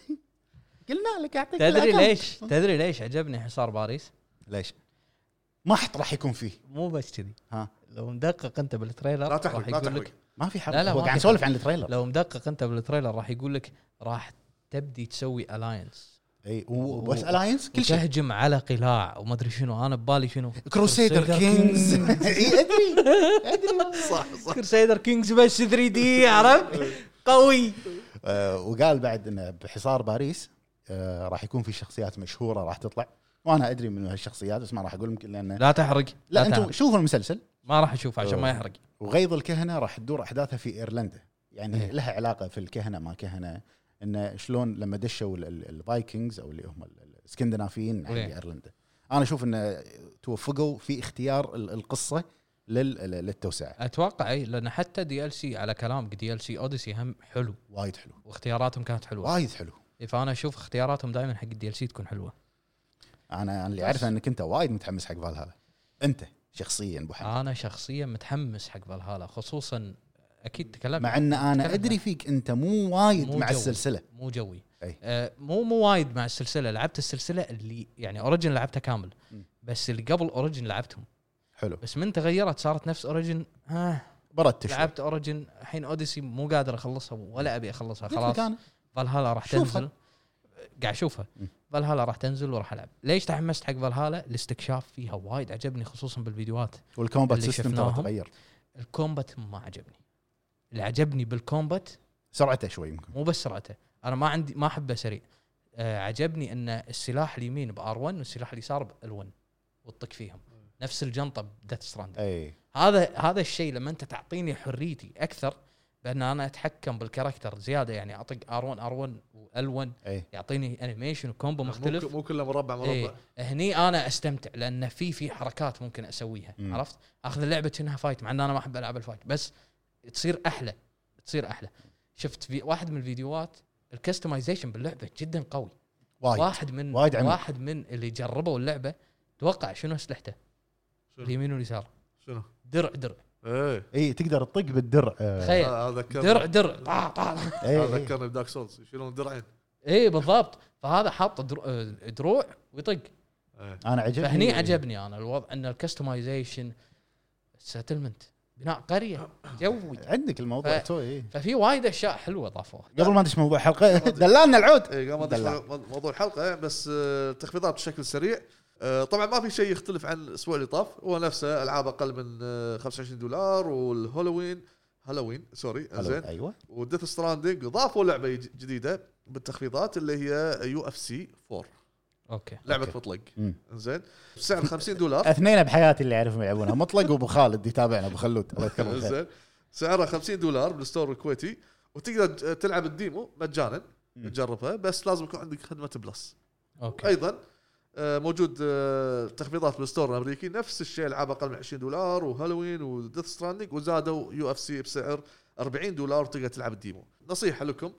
S3: قلنا لك اعطيك
S1: تدري
S3: الأكل.
S1: ليش تدري ليش عجبني حصار باريس
S3: ليش ما حط راح يكون فيه
S1: مو بس كذي
S3: ها
S1: لو مدقق انت بالتريلر
S2: لا
S1: راح
S2: تحرق لا
S1: يقول
S2: تحرق
S1: لك
S3: ما في حرب
S1: لا، لا،
S3: هو
S1: ما
S3: قاعد
S1: في
S3: نسولف عن التريلر
S1: لو مدقق انت بالتريلر راح يقول لك راح تبدي تسوي الاينس
S3: اي وبس الاينس كل شيء
S1: تهجم على قلاع وما ادري شنو انا ببالي شنو
S3: كروسيدر كينجز اي ادري ادري
S2: صح صح
S1: كروسيدر كينجز بس 3 دي عرفت قوي
S3: آه، وقال بعد انه بحصار باريس آه، راح يكون في شخصيات مشهوره راح تطلع وانا ادري من هالشخصيات بس ما راح اقول يمكن لان لا,
S1: لا تحرق
S3: لا
S1: لا,
S3: انتم
S1: تحرق
S3: شوفوا المسلسل
S1: ما راح اشوف عشان ما يحرق
S3: وغيظ الكهنه راح تدور احداثها في ايرلندا يعني
S1: إيه.
S3: لها علاقه في الكهنه ما كهنه انه شلون لما دشوا ال- ال- الفايكنجز او اللي هم ال- الاسكندنافيين عند
S1: إيه.
S3: ايرلندا انا اشوف انه توفقوا في اختيار ال- القصه لل- لل- للتوسعه
S1: اتوقع اي لان إيه، حتى دي ال سي على كلامك دي ال سي اوديسي هم حلو
S3: وايد حلو
S1: واختياراتهم كانت حلوه
S3: وايد حلو
S1: فانا اشوف اختياراتهم دائما حق الدي ال سي تكون حلوه
S3: انا أنا اللي اعرفه انك انت وايد متحمس حق فالهالا انت شخصيا ابو حمد
S1: انا شخصيا متحمس حق فالهالا خصوصا اكيد تكلمت
S3: مع ان انا
S1: تكلمنا.
S3: ادري فيك انت مو وايد
S1: طيب. مو
S3: مع
S1: جوي.
S3: السلسله
S1: مو جوي
S3: أي.
S1: آه مو مو وايد مع السلسله لعبت السلسله اللي يعني اوريجن لعبتها كامل
S3: مم.
S1: بس اللي قبل اوريجن لعبتهم
S3: حلو
S1: بس من تغيرت صارت نفس اوريجن ها
S3: بردت شوي
S1: لعبت اوريجن الحين اوديسي مو قادر اخلصها ولا ابي اخلصها
S3: مثل
S1: خلاص
S3: كان.
S1: فالهالا راح
S3: شوفها.
S1: تنزل قاعد اشوفها
S3: مم.
S1: فالهالا راح تنزل وراح العب ليش تحمست حق فالهالا الاستكشاف فيها وايد عجبني خصوصا بالفيديوهات
S3: والكومبات
S1: اللي
S3: سيستم ترى
S1: شفناهم.
S3: تغير
S1: الكومبات ما عجبني اللي عجبني بالكومبات
S3: سرعته شوي يمكن
S1: مو بس سرعته انا ما عندي ما احبه سريع آه عجبني ان السلاح اليمين بار 1 والسلاح اليسار بال 1 وتطق فيهم نفس الجنطه بدات ستراند
S3: اي
S1: هذا هذا الشيء لما انت تعطيني حريتي اكثر بان انا اتحكم بالكاركتر زياده يعني اطق ار 1 ار 1 وال 1
S3: اي
S1: يعطيني انيميشن وكومبو
S2: مو,
S1: مختلف
S2: مو كله مربع مربع
S1: إيه. هني انا استمتع لان في في حركات ممكن اسويها
S3: مم.
S1: عرفت اخذ اللعبه كأنها فايت مع ان انا ما احب العب الفايت بس تصير احلى تصير احلى شفت في واحد من الفيديوهات الكستمايزيشن باللعبه جدا قوي
S3: وايد
S1: واحد من
S3: وايد عميق.
S1: واحد من اللي جربوا اللعبه توقع شنو اسلحته
S2: شنو؟
S1: اليمين واليسار
S2: شنو؟
S1: درع درع
S2: ايه
S3: اي إيه، تقدر تطق بالدرع إيه. آه،
S1: تخيل
S2: آه، ذكرني
S1: إيه. درع درع طع طع
S3: إي،
S2: آه،
S3: إي.
S2: ذكرني بدارك سولز يشيلون درعين
S1: اي إيه، بالضبط فهذا حاط درو- دروع ويطق
S2: إيه.
S3: انا عجبني
S1: فهني عجبني انا الوضع ان الكستمايزيشن سيتلمنت بناء قريه جوي
S3: عندك الموضوع
S1: ف-
S3: توي إي.
S1: ففي وايد اشياء حلوه ضافوها
S3: قبل ما ندش موضوع حلقه دلالنا العود
S2: اي قبل ما
S3: دلع.
S2: ادخل إيه، مو- موضوع الحلقه بس آه، تخفيضات بشكل سريع آه، طبعا ما في شيء يختلف عن الاسبوع اللي طاف هو نفسه العاب اقل من آه، 25 دولار والهالوين هالوين سوري زين
S3: ايوه
S2: وديث ستراندنج ضافوا لعبه ج- جديده بالتخفيضات اللي هي يو اف سي 4
S1: اوكي
S2: لعبه
S3: أوكي.
S2: مطلق
S3: مم.
S2: زين بسعر 50 دولار
S3: اثنين بحياتي اللي اعرفهم يلعبونها مطلق وابو خالد يتابعنا ابو خلود الله يذكره بالخير
S2: زين سعرها 50 دولار بالستور الكويتي وتقدر ت- تلعب الديمو مجانا
S3: مم.
S2: تجربها بس لازم يكون عندك خدمه بلس
S1: اوكي
S2: ايضا آه، موجود آه، تخفيضات بالستور الامريكي نفس الشيء العاب اقل من 20 دولار وهالوين وديث ستراندنج وزادوا يو اف سي بسعر 40 دولار وتقدر تلعب الديمو نصيحه لكم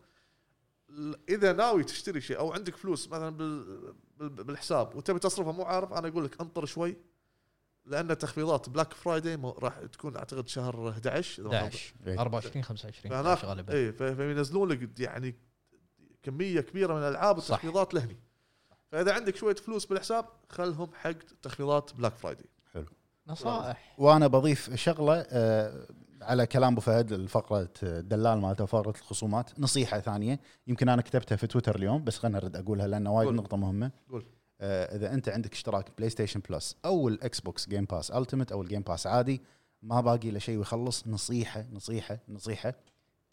S2: ل- اذا ناوي تشتري شيء او عندك فلوس مثلا بال- بال- بالحساب وتبي تصرفها مو عارف انا اقول لك انطر شوي لان تخفيضات بلاك فرايداي راح تكون اعتقد شهر 11 إذا ما خاب-
S1: 11 24 25
S2: فهناك إيه.
S1: غالبا
S2: اي فبينزلون لك يعني كميه كبيره من الالعاب
S1: صح.
S2: التخفيضات لهني فاذا عندك شويه فلوس بالحساب خلهم حق تخفيضات بلاك فرايدي
S1: نصائح
S3: وانا بضيف شغله آه، على كلام ابو فهد آه، الفقره الدلال مالته فقره الخصومات نصيحه ثانيه يمكن انا كتبتها في تويتر اليوم بس خلنا ارد اقولها لان وايد
S2: قول.
S3: نقطه مهمه
S2: قول.
S3: آه، اذا انت عندك اشتراك بلاي ستيشن بلس او الاكس بوكس جيم باس التيمت او الجيم باس عادي ما باقي الا شيء ويخلص نصيحه نصيحه نصيحه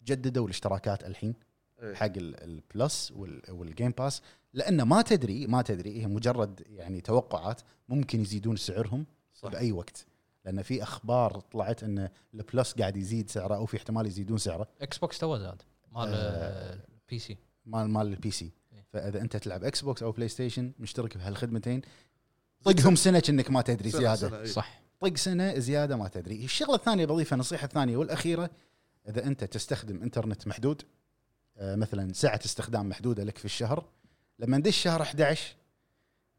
S3: جددوا الاشتراكات الحين
S2: إيه.
S3: حق ال- البلس وال- والجيم باس لانه ما تدري ما تدري هي مجرد يعني توقعات ممكن يزيدون سعرهم
S2: صح.
S3: باي وقت لان في اخبار طلعت ان البلس قاعد يزيد سعره او في احتمال يزيدون سعره
S1: اكس بوكس تو زاد مال
S3: آه.
S1: بي سي
S3: مال مال البي سي
S1: إيه.
S3: فاذا انت تلعب اكس بوكس او بلاي ستيشن مشترك بهالخدمتين طقهم سنه كأنك ما تدري
S2: سنة-
S3: زياده
S2: سنة، إيه.
S1: صح
S3: طق سنه زياده ما تدري الشغله الثانيه بضيفها النصيحه الثانيه والاخيره اذا انت تستخدم انترنت محدود آه، مثلا ساعه استخدام محدوده لك في الشهر لما ندش شهر 11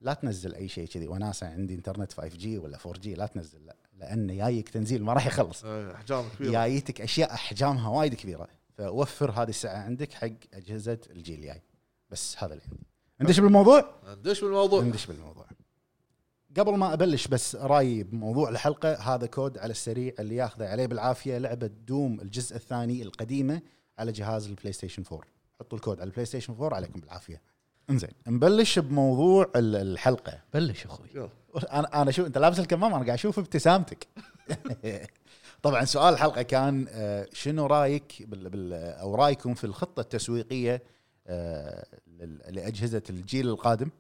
S3: لا تنزل اي شيء كذي وناسه عندي انترنت 5 جي ولا 4 جي لا تنزل لا لان جايك تنزيل ما راح يخلص
S2: إيه، احجام كبيره
S3: جايتك اشياء احجامها وايد كبيره فوفر هذه الساعه عندك حق اجهزه الجيل الجاي بس هذا اللي عندي ندش بالموضوع
S2: ندش بالموضوع
S3: ندش بالموضوع قبل ما ابلش بس رايي بموضوع الحلقه هذا كود على السريع اللي ياخذه عليه بالعافيه لعبه دوم الجزء الثاني القديمه على جهاز البلاي ستيشن 4 حطوا الكود على البلاي ستيشن 4 عليكم بالعافيه انزين نبلش بموضوع ال- الحلقه
S1: بلش اخوي
S2: يلا
S3: انا انا شو انت لابس الكمام انا قاعد اشوف ابتسامتك طبعا سؤال الحلقه كان آه، شنو رايك بال بال او رايكم في الخطه التسويقيه آه، لل- لاجهزه الجيل القادم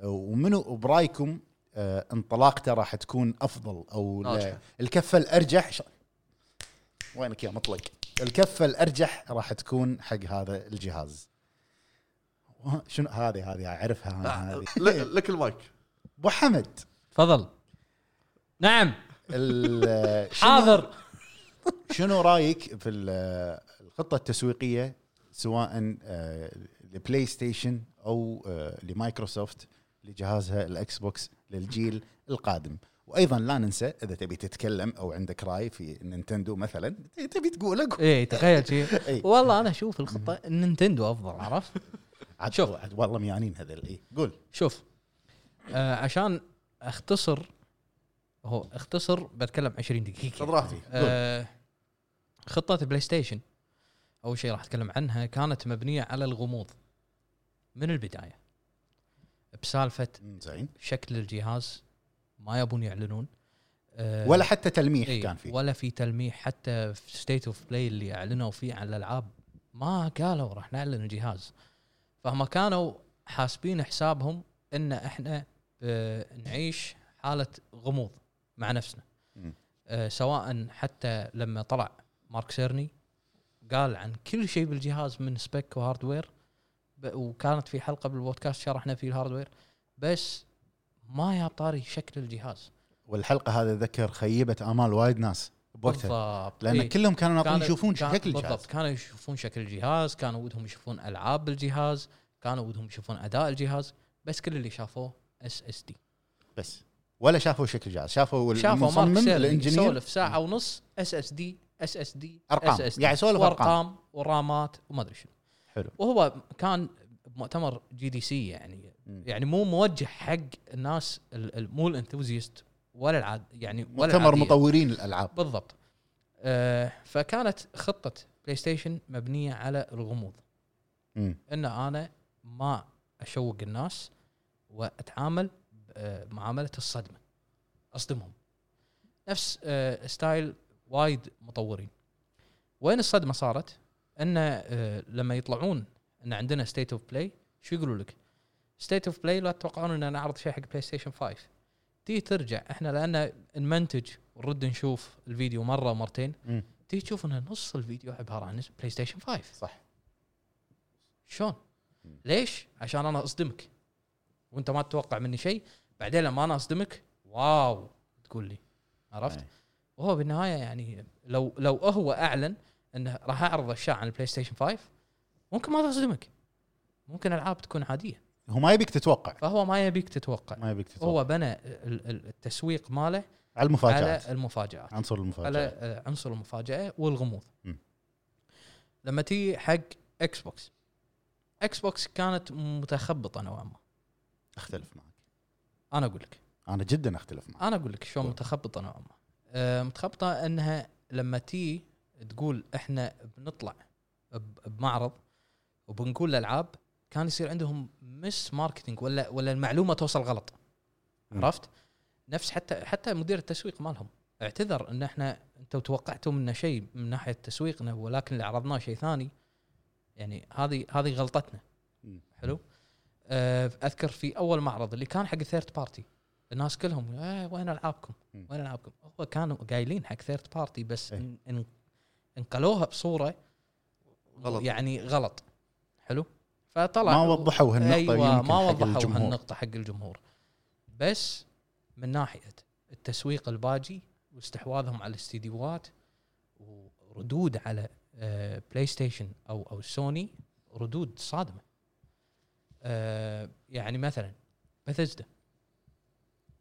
S3: آه، ومنو برايكم آه، انطلاقته راح تكون افضل او لا-
S2: ناجحة.
S3: الكفه الارجح ش- وينك يا مطلق الكفه الارجح راح تكون حق هذا الجهاز شنو هذه هذه اعرفها أنا آه، هذه
S2: آه، ل- لك المايك
S3: ابو حمد
S1: تفضل نعم
S3: ال- شنو-
S1: حاضر
S3: شنو رايك في ال- الخطه التسويقيه سواء آه، لبلاي ستيشن او آه، لمايكروسوفت لجهازها الاكس بوكس للجيل القادم وايضا لا ننسى اذا تبي تتكلم او عندك راي في نينتندو مثلا تبي تقوله قول. إيه.
S1: اي إيه، تخيل شيء
S3: إي.
S1: والله انا اشوف الخطه نينتندو افضل عرفت
S3: عاد-
S1: شوف.
S3: عاد والله إيه. ميانين هذول اي قول
S1: شوف آه عشان اختصر هو اختصر بتكلم 20 دقيقه
S2: خذ راحتي قول.
S1: آه، خطه بلاي ستيشن اول شيء راح اتكلم عنها كانت مبنيه على الغموض من البدايه بسالفه
S3: مم، زين
S1: شكل الجهاز ما يبون يعلنون آه،
S3: ولا حتى تلميح
S1: إيه،
S3: كان فيه
S1: ولا في تلميح حتى في ستيت اوف بلاي اللي اعلنوا فيه عن الالعاب ما قالوا راح نعلن الجهاز فهم كانوا حاسبين حسابهم ان احنا آه، نعيش حاله غموض مع نفسنا
S3: مم.
S1: آه، سواء حتى لما طلع مارك سيرني قال عن كل شيء بالجهاز من سبيك وهاردوير ب- وكانت في حلقه بالبودكاست شرحنا فيه الهاردوير بس ما يا طاري شكل الجهاز
S3: والحلقه هذا ذكر خيبت امال وايد ناس بوقتها
S1: بالضبط
S3: لان
S1: إيه.
S3: كلهم كانوا ناطرين
S1: كانوا-
S3: يشوفون
S1: كان-
S3: شكل
S1: بالضبط
S3: الجهاز
S1: كانوا يشوفون شكل الجهاز كانوا ودهم يشوفون العاب بالجهاز كانوا ودهم يشوفون اداء الجهاز بس كل اللي شافوه اس اس دي
S3: بس ولا شافوا شكل الجهاز شافوا
S1: شافوا مارك
S3: المصمم
S1: سيرلي
S3: الانجنيير
S1: يسولف ساعه ونص اس اس دي اس اس دي
S3: أرقام. قاعد يسولف أرقام.
S1: وارقام ورامات وما ادري شنو
S3: حلو
S1: وهو كان مؤتمر جي دي سي يعني
S3: مم.
S1: يعني مو موجه حق الناس ال- ال- مو الانثوزيست ولا العاد يعني ولا
S3: مؤتمر
S1: العادية.
S3: مطورين الالعاب
S1: بالضبط آه فكانت خطه بلاي ستيشن مبنيه على الغموض
S3: مم.
S1: ان انا ما اشوق الناس واتعامل آه، معامله الصدمه اصدمهم نفس آه، ستايل وايد مطورين وين الصدمه صارت ان آه، لما يطلعون ان عندنا ستيت اوف بلاي شو يقولوا لك ستيت اوف بلاي لا تتوقعون ان نعرض شيء حق بلاي ستيشن 5 تي ترجع احنا لان نمنتج ونرد نشوف الفيديو مره ومرتين
S3: مم.
S1: تي تشوف ان نص الفيديو عباره عن بلاي ستيشن 5
S3: صح
S1: شلون؟
S3: مم.
S1: ليش؟ عشان انا اصدمك وانت ما تتوقع مني شيء بعدين لما انا اصدمك واو تقول لي عرفت؟
S3: أي.
S1: وهو بالنهايه يعني لو لو هو اعلن انه راح اعرض اشياء عن البلاي ستيشن 5 ممكن ما تصدمك ممكن العاب تكون عاديه
S3: هو ما يبيك تتوقع
S1: فهو ما يبيك تتوقع
S3: ما يبيك تتوقع
S1: هو بنى ال- ال- التسويق ماله
S3: على المفاجات
S1: على المفاجات
S3: عنصر المفاجات
S1: على آه، عنصر المفاجاه والغموض
S3: مم.
S1: لما تيجي حق اكس بوكس اكس بوكس كانت متخبطه نوعا ما
S3: اختلف معك
S1: انا اقول لك
S3: انا جدا اختلف معك
S1: انا اقول لك شلون
S3: قول.
S1: متخبطه نوعا ما آه، متخبطه انها لما تي تقول احنا بنطلع ب- بمعرض وبنقول الالعاب كان يصير عندهم مس ماركتينج ولا ولا المعلومه توصل غلط
S3: مم.
S1: عرفت؟ نفس حتى حتى مدير التسويق مالهم اعتذر ان احنا انتم توقعتوا منا شيء من ناحيه التسويق إنه- ولكن اللي عرضناه شيء ثاني يعني هذه هذه غلطتنا
S3: مم.
S1: حلو آه، اذكر في اول معرض اللي كان حق الثيرد بارتي الناس كلهم آه وين العابكم؟
S3: مم.
S1: وين العابكم؟ هو كانوا قايلين حق ثيرد بارتي بس
S3: إيه.
S1: ان ان انقلوها بصوره
S2: غلط.
S1: يعني غلط حلو فطلع
S3: ما وضحوا هالنقطه
S1: ايوه
S3: يمكن
S1: ما
S3: حق
S1: وضحوا
S3: الجمهور.
S1: هالنقطه حق الجمهور بس من ناحيه التسويق الباجي واستحواذهم على الاستديوهات وردود على آه، بلاي ستيشن او او سوني ردود صادمه آه، يعني مثلا بثزدا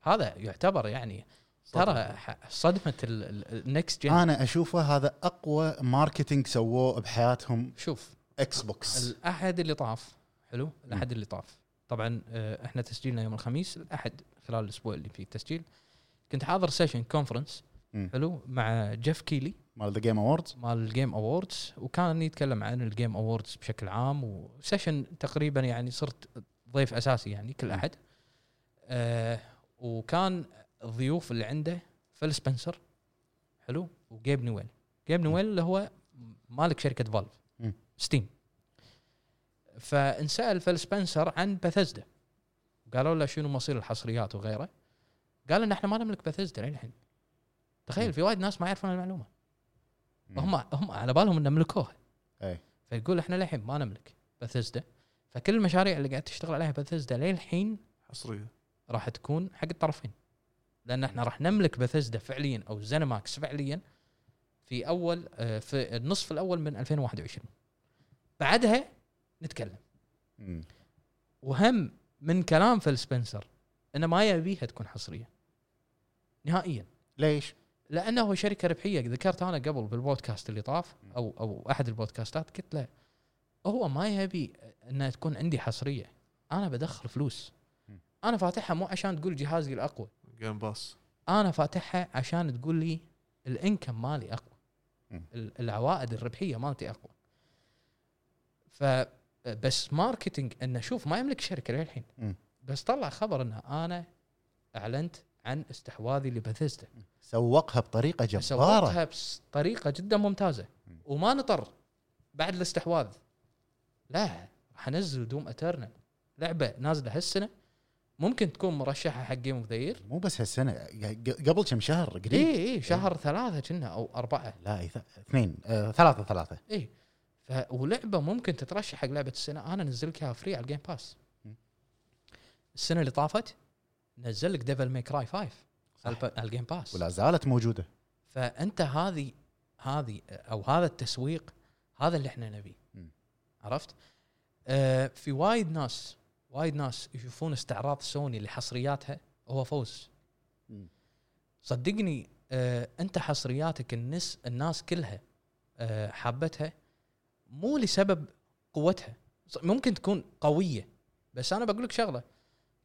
S1: هذا يعتبر يعني ترى ح- صدمه النكست جن
S3: انا اشوفه هذا اقوى ماركتينج سووه بحياتهم
S1: شوف
S3: اكس بوكس
S1: الاحد اللي طاف حلو الاحد اللي طاف طبعا آه، احنا تسجيلنا يوم الخميس الاحد خلال الاسبوع اللي فيه تسجيل كنت حاضر سيشن كونفرنس
S3: مم.
S1: حلو مع جيف كيلي
S3: مال ذا جيم اووردز
S1: مال الجيم اووردز وكان يتكلم عن الجيم اووردز بشكل عام وسيشن تقريبا يعني صرت ضيف اساسي يعني كل احد آه وكان الضيوف اللي عنده فيل سبنسر حلو وجيب نويل جيب نويل اللي هو مالك شركه فالف
S3: مم.
S1: ستيم فانسال فيل سبنسر عن بثزدا قالوا له شنو مصير الحصريات وغيره قال ان احنا ما نملك بثزدا للحين
S3: مم.
S1: تخيل في وايد ناس ما يعرفون المعلومه
S3: مم.
S1: هم هم على بالهم ان ملكوها
S3: أي.
S1: فيقول احنا للحين ما نملك بثزدا فكل المشاريع اللي قاعد تشتغل عليها بثزدا للحين
S2: حصريه
S1: راح تكون حق الطرفين لان احنا راح نملك بثزدا فعليا او زينماكس فعليا في اول آه، في النصف الاول من 2021 بعدها نتكلم
S3: مم.
S1: وهم من كلام فيل سبنسر انه ما يبيها تكون حصريه نهائيا
S3: ليش؟
S1: لانه شركه ربحيه ذكرت انا قبل بالبودكاست اللي طاف او او احد البودكاستات قلت له هو ما يبي انها تكون عندي حصريه انا بدخل فلوس انا فاتحها مو عشان تقول جهازي الاقوى
S2: جيم باس
S1: انا فاتحها عشان تقول لي الانكم مالي اقوى
S3: مم.
S1: ال- العوائد الربحيه مالتي اقوى فبس ماركتينج انه شوف ما يملك شركه للحين
S3: مم.
S1: بس طلع خبر ان انا اعلنت عن استحواذي لبثيستا
S3: سوقها بطريقه جباره
S1: سوقتها بطريقه جدا ممتازه
S3: مم.
S1: وما نطر بعد الاستحواذ لا راح انزل دوم اترنال لعبه نازله هالسنه ممكن تكون مرشحه حق جيم اوف ذا يير
S3: مو بس هالسنه ق- قبل كم شهر قريب إيه.
S1: اي اي إيه، شهر ثلاثه كنا او اربعه
S3: لا إي، ث- اثنين آه، ثلاثه ثلاثه
S1: اي ف... ولعبه ممكن تترشح حق لعبه السنه انا نزلك اياها فري على الجيم باس
S3: م.
S1: السنه اللي طافت نزل لك ديفل ماي كراي 5 على الب- على الجيم باس
S3: ولا زالت موجوده
S1: فانت هذه هذه او هذا التسويق هذا اللي احنا نبيه
S3: مم.
S1: عرفت؟ آه في وايد ناس وايد ناس يشوفون استعراض سوني لحصرياتها هو فوز
S3: مم.
S1: صدقني آه انت حصرياتك الناس الناس كلها آه حابتها مو لسبب قوتها ص- ممكن تكون قويه بس انا بقول لك شغله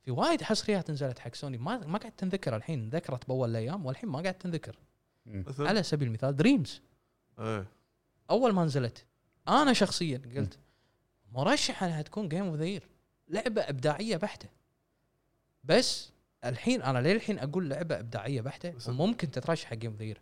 S1: في وايد حصريات نزلت حق سوني ما ما قاعد تنذكر الحين ذكرت باول الايام والحين ما قاعد تنذكر
S2: مثلا
S1: على سبيل المثال دريمز
S2: ايه
S1: اول ما نزلت انا شخصيا قلت مرشح انها تكون جيم اوف ذا لعبه ابداعيه بحته بس الحين انا للحين اقول لعبه ابداعيه بحته
S2: بس-
S1: وممكن تترشح جيم اوف ذا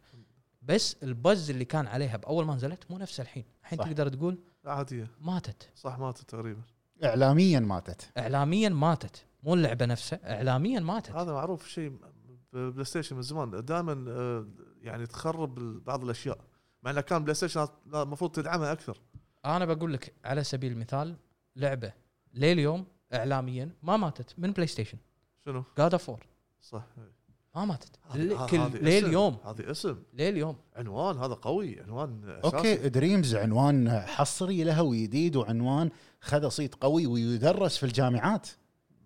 S1: بس البز اللي كان عليها باول ما نزلت مو نفسه الحين الحين
S3: صح.
S1: تقدر تقول
S2: عاديه
S1: ماتت
S2: صح ماتت تقريبا
S3: اعلاميا ماتت
S1: اعلاميا ماتت مو اللعبه نفسها اعلاميا ماتت
S2: هذا معروف شيء بلاي ستيشن من زمان دائما آه، يعني تخرب ال- بعض الاشياء مع انه كان بلاي ستيشن المفروض تدعمها اكثر
S1: انا بقول لك على سبيل المثال لعبه لليوم اعلاميا ما ماتت من بلاي ستيشن
S2: شنو؟
S1: جاد اوف
S2: صح إيه.
S1: ما ماتت
S2: هذه-
S1: ال-
S2: ه-
S1: كل
S2: هذه
S1: ليه
S2: اسم.
S1: اليوم
S2: هذه اسم
S1: ليه اليوم
S2: عنوان هذا قوي عنوان اساسي
S3: اوكي دريمز عنوان حصري لها وجديد وعنوان خذ صيت قوي ويدرس في الجامعات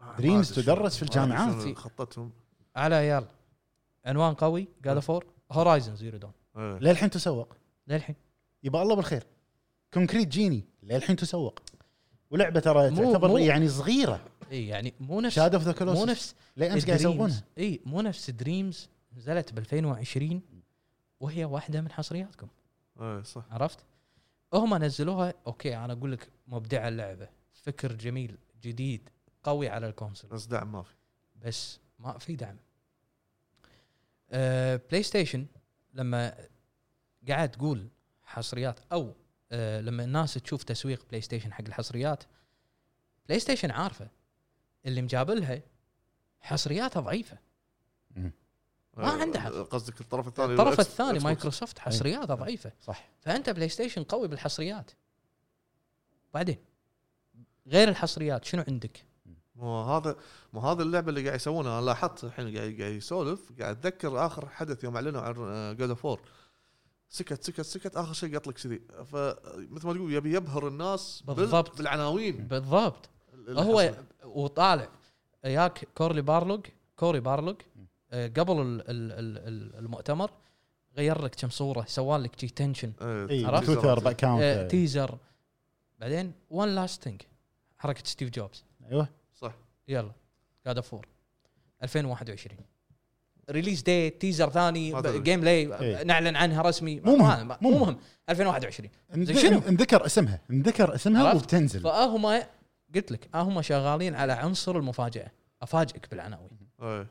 S2: ما- ما
S3: دريمز
S2: أدري
S3: تدرس في
S2: شلون- ما أدري
S3: الجامعات.
S2: شلون خطتهم
S1: على يلا عنوان قوي جاد فور هورايزن زيرو دون
S2: إيه.
S3: للحين تسوق
S1: للحين
S3: يبقى الله بالخير كونكريت جيني للحين تسوق ولعبه ترى
S1: مو-
S3: تعتبر
S1: مو-
S3: يعني صغيره
S1: اي يعني مو نفس
S3: شاد اوف ذا
S1: مو
S3: كلوسس
S1: نفس
S3: ليه امس قاعد يسوقونها
S1: اي مو نفس دريمز نزلت ب 2020 وهي واحده من حصرياتكم
S2: ايه صح
S1: عرفت؟ هم نزلوها اوكي انا اقول لك مبدعه اللعبه فكر جميل جديد قوي على الكونسول
S2: بس دعم ما في
S1: بس ما في دعم أه بلاي ستيشن لما قاعد تقول حصريات او أه لما الناس تشوف تسويق بلاي ستيشن حق الحصريات بلاي ستيشن عارفه اللي مجابلها حصرياتها ضعيفه ما
S2: إيه،
S1: عنده حظ.
S2: قصدك الطرف الثاني
S1: الطرف
S2: الإكس-
S1: الثاني
S2: الإكس طيب، بوكس.
S1: مايكروسوفت حصرياتها ضعيفه
S3: صح
S1: فانت بلاي ستيشن قوي بالحصريات بعدين غير الحصريات شنو عندك
S2: مو هذا مو هذا اللعبه اللي قاعد يسوونها انا لاحظت الحين قاعد قاعد يسولف قاعد اتذكر اخر حدث يوم اعلنوا عن آه، جود اوف 4 سكت سكت سكت اخر شيء قط لك كذي فمثل ما تقول يبي يبهر الناس بال-
S1: بالضبط.
S2: بالعناوين
S1: بالضبط
S2: اللي
S1: هو
S2: حصلت.
S1: وطالع ياك كورلي بارلوج كوري بارلوج
S3: مم.
S1: آه، قبل ال- ال- ال- ال- المؤتمر غير لك كم صوره سوى لك شي تنشن
S2: إيه،
S3: اي
S1: عرفت؟
S3: تويتر
S1: آه،
S3: باكاونت
S1: تيزر بعدين وان لاست ثينج حركه ستيف جوبز
S3: ايوه
S2: صح
S1: يلا قاعد فور 2021 ريليز دي تيزر ثاني
S2: ما تدري.
S1: جيم بلاي
S3: إيه.
S1: نعلن عنها رسمي
S3: مو مهم،
S1: ما- ما-
S3: مو
S1: مو
S3: مهم.
S1: مهم 2021 زين شنو؟
S3: شنو؟ انذكر اسمها انذكر اسمها
S1: عرفت؟
S3: وبتنزل
S1: فاهما قلت لك اهما شغالين على عنصر المفاجاه افاجئك بالعناوين
S2: إيه.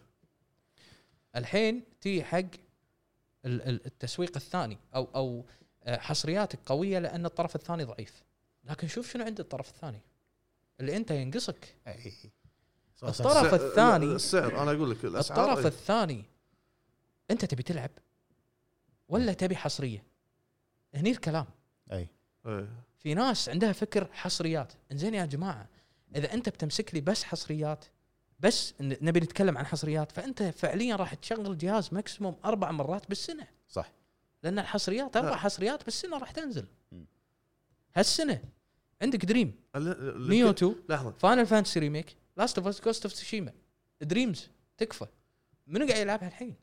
S1: الحين تي حق ال- ال- التسويق الثاني او او آه، حصرياتك قويه لان الطرف الثاني ضعيف لكن شوف شنو عند الطرف الثاني اللي انت ينقصك
S3: إي. صح، صح، صح.
S1: الطرف
S2: السعر-
S1: الثاني-
S2: السعر انا اقول لك الاسعار
S1: الطرف
S2: إيه.
S1: الثاني انت تبي تلعب ولا تبي حصريه هني الكلام
S3: اي
S2: إيه.
S1: في ناس عندها فكر حصريات انزين يا جماعه اذا انت بتمسك لي بس حصريات بس ن- نبي نتكلم عن حصريات فانت فعليا راح تشغل الجهاز ماكسيموم اربع مرات بالسنه
S3: صح
S1: لان الحصريات اربع
S2: لا.
S1: حصريات بالسنه راح تنزل
S3: مم.
S1: هالسنه عندك دريم
S2: ال- ال-
S1: نيو 2
S2: لحظه
S1: فاينل فانتسي ريميك لاست اوف اس جوست اوف تسوشيما دريمز تكفى منو قاعد يلعبها الحين؟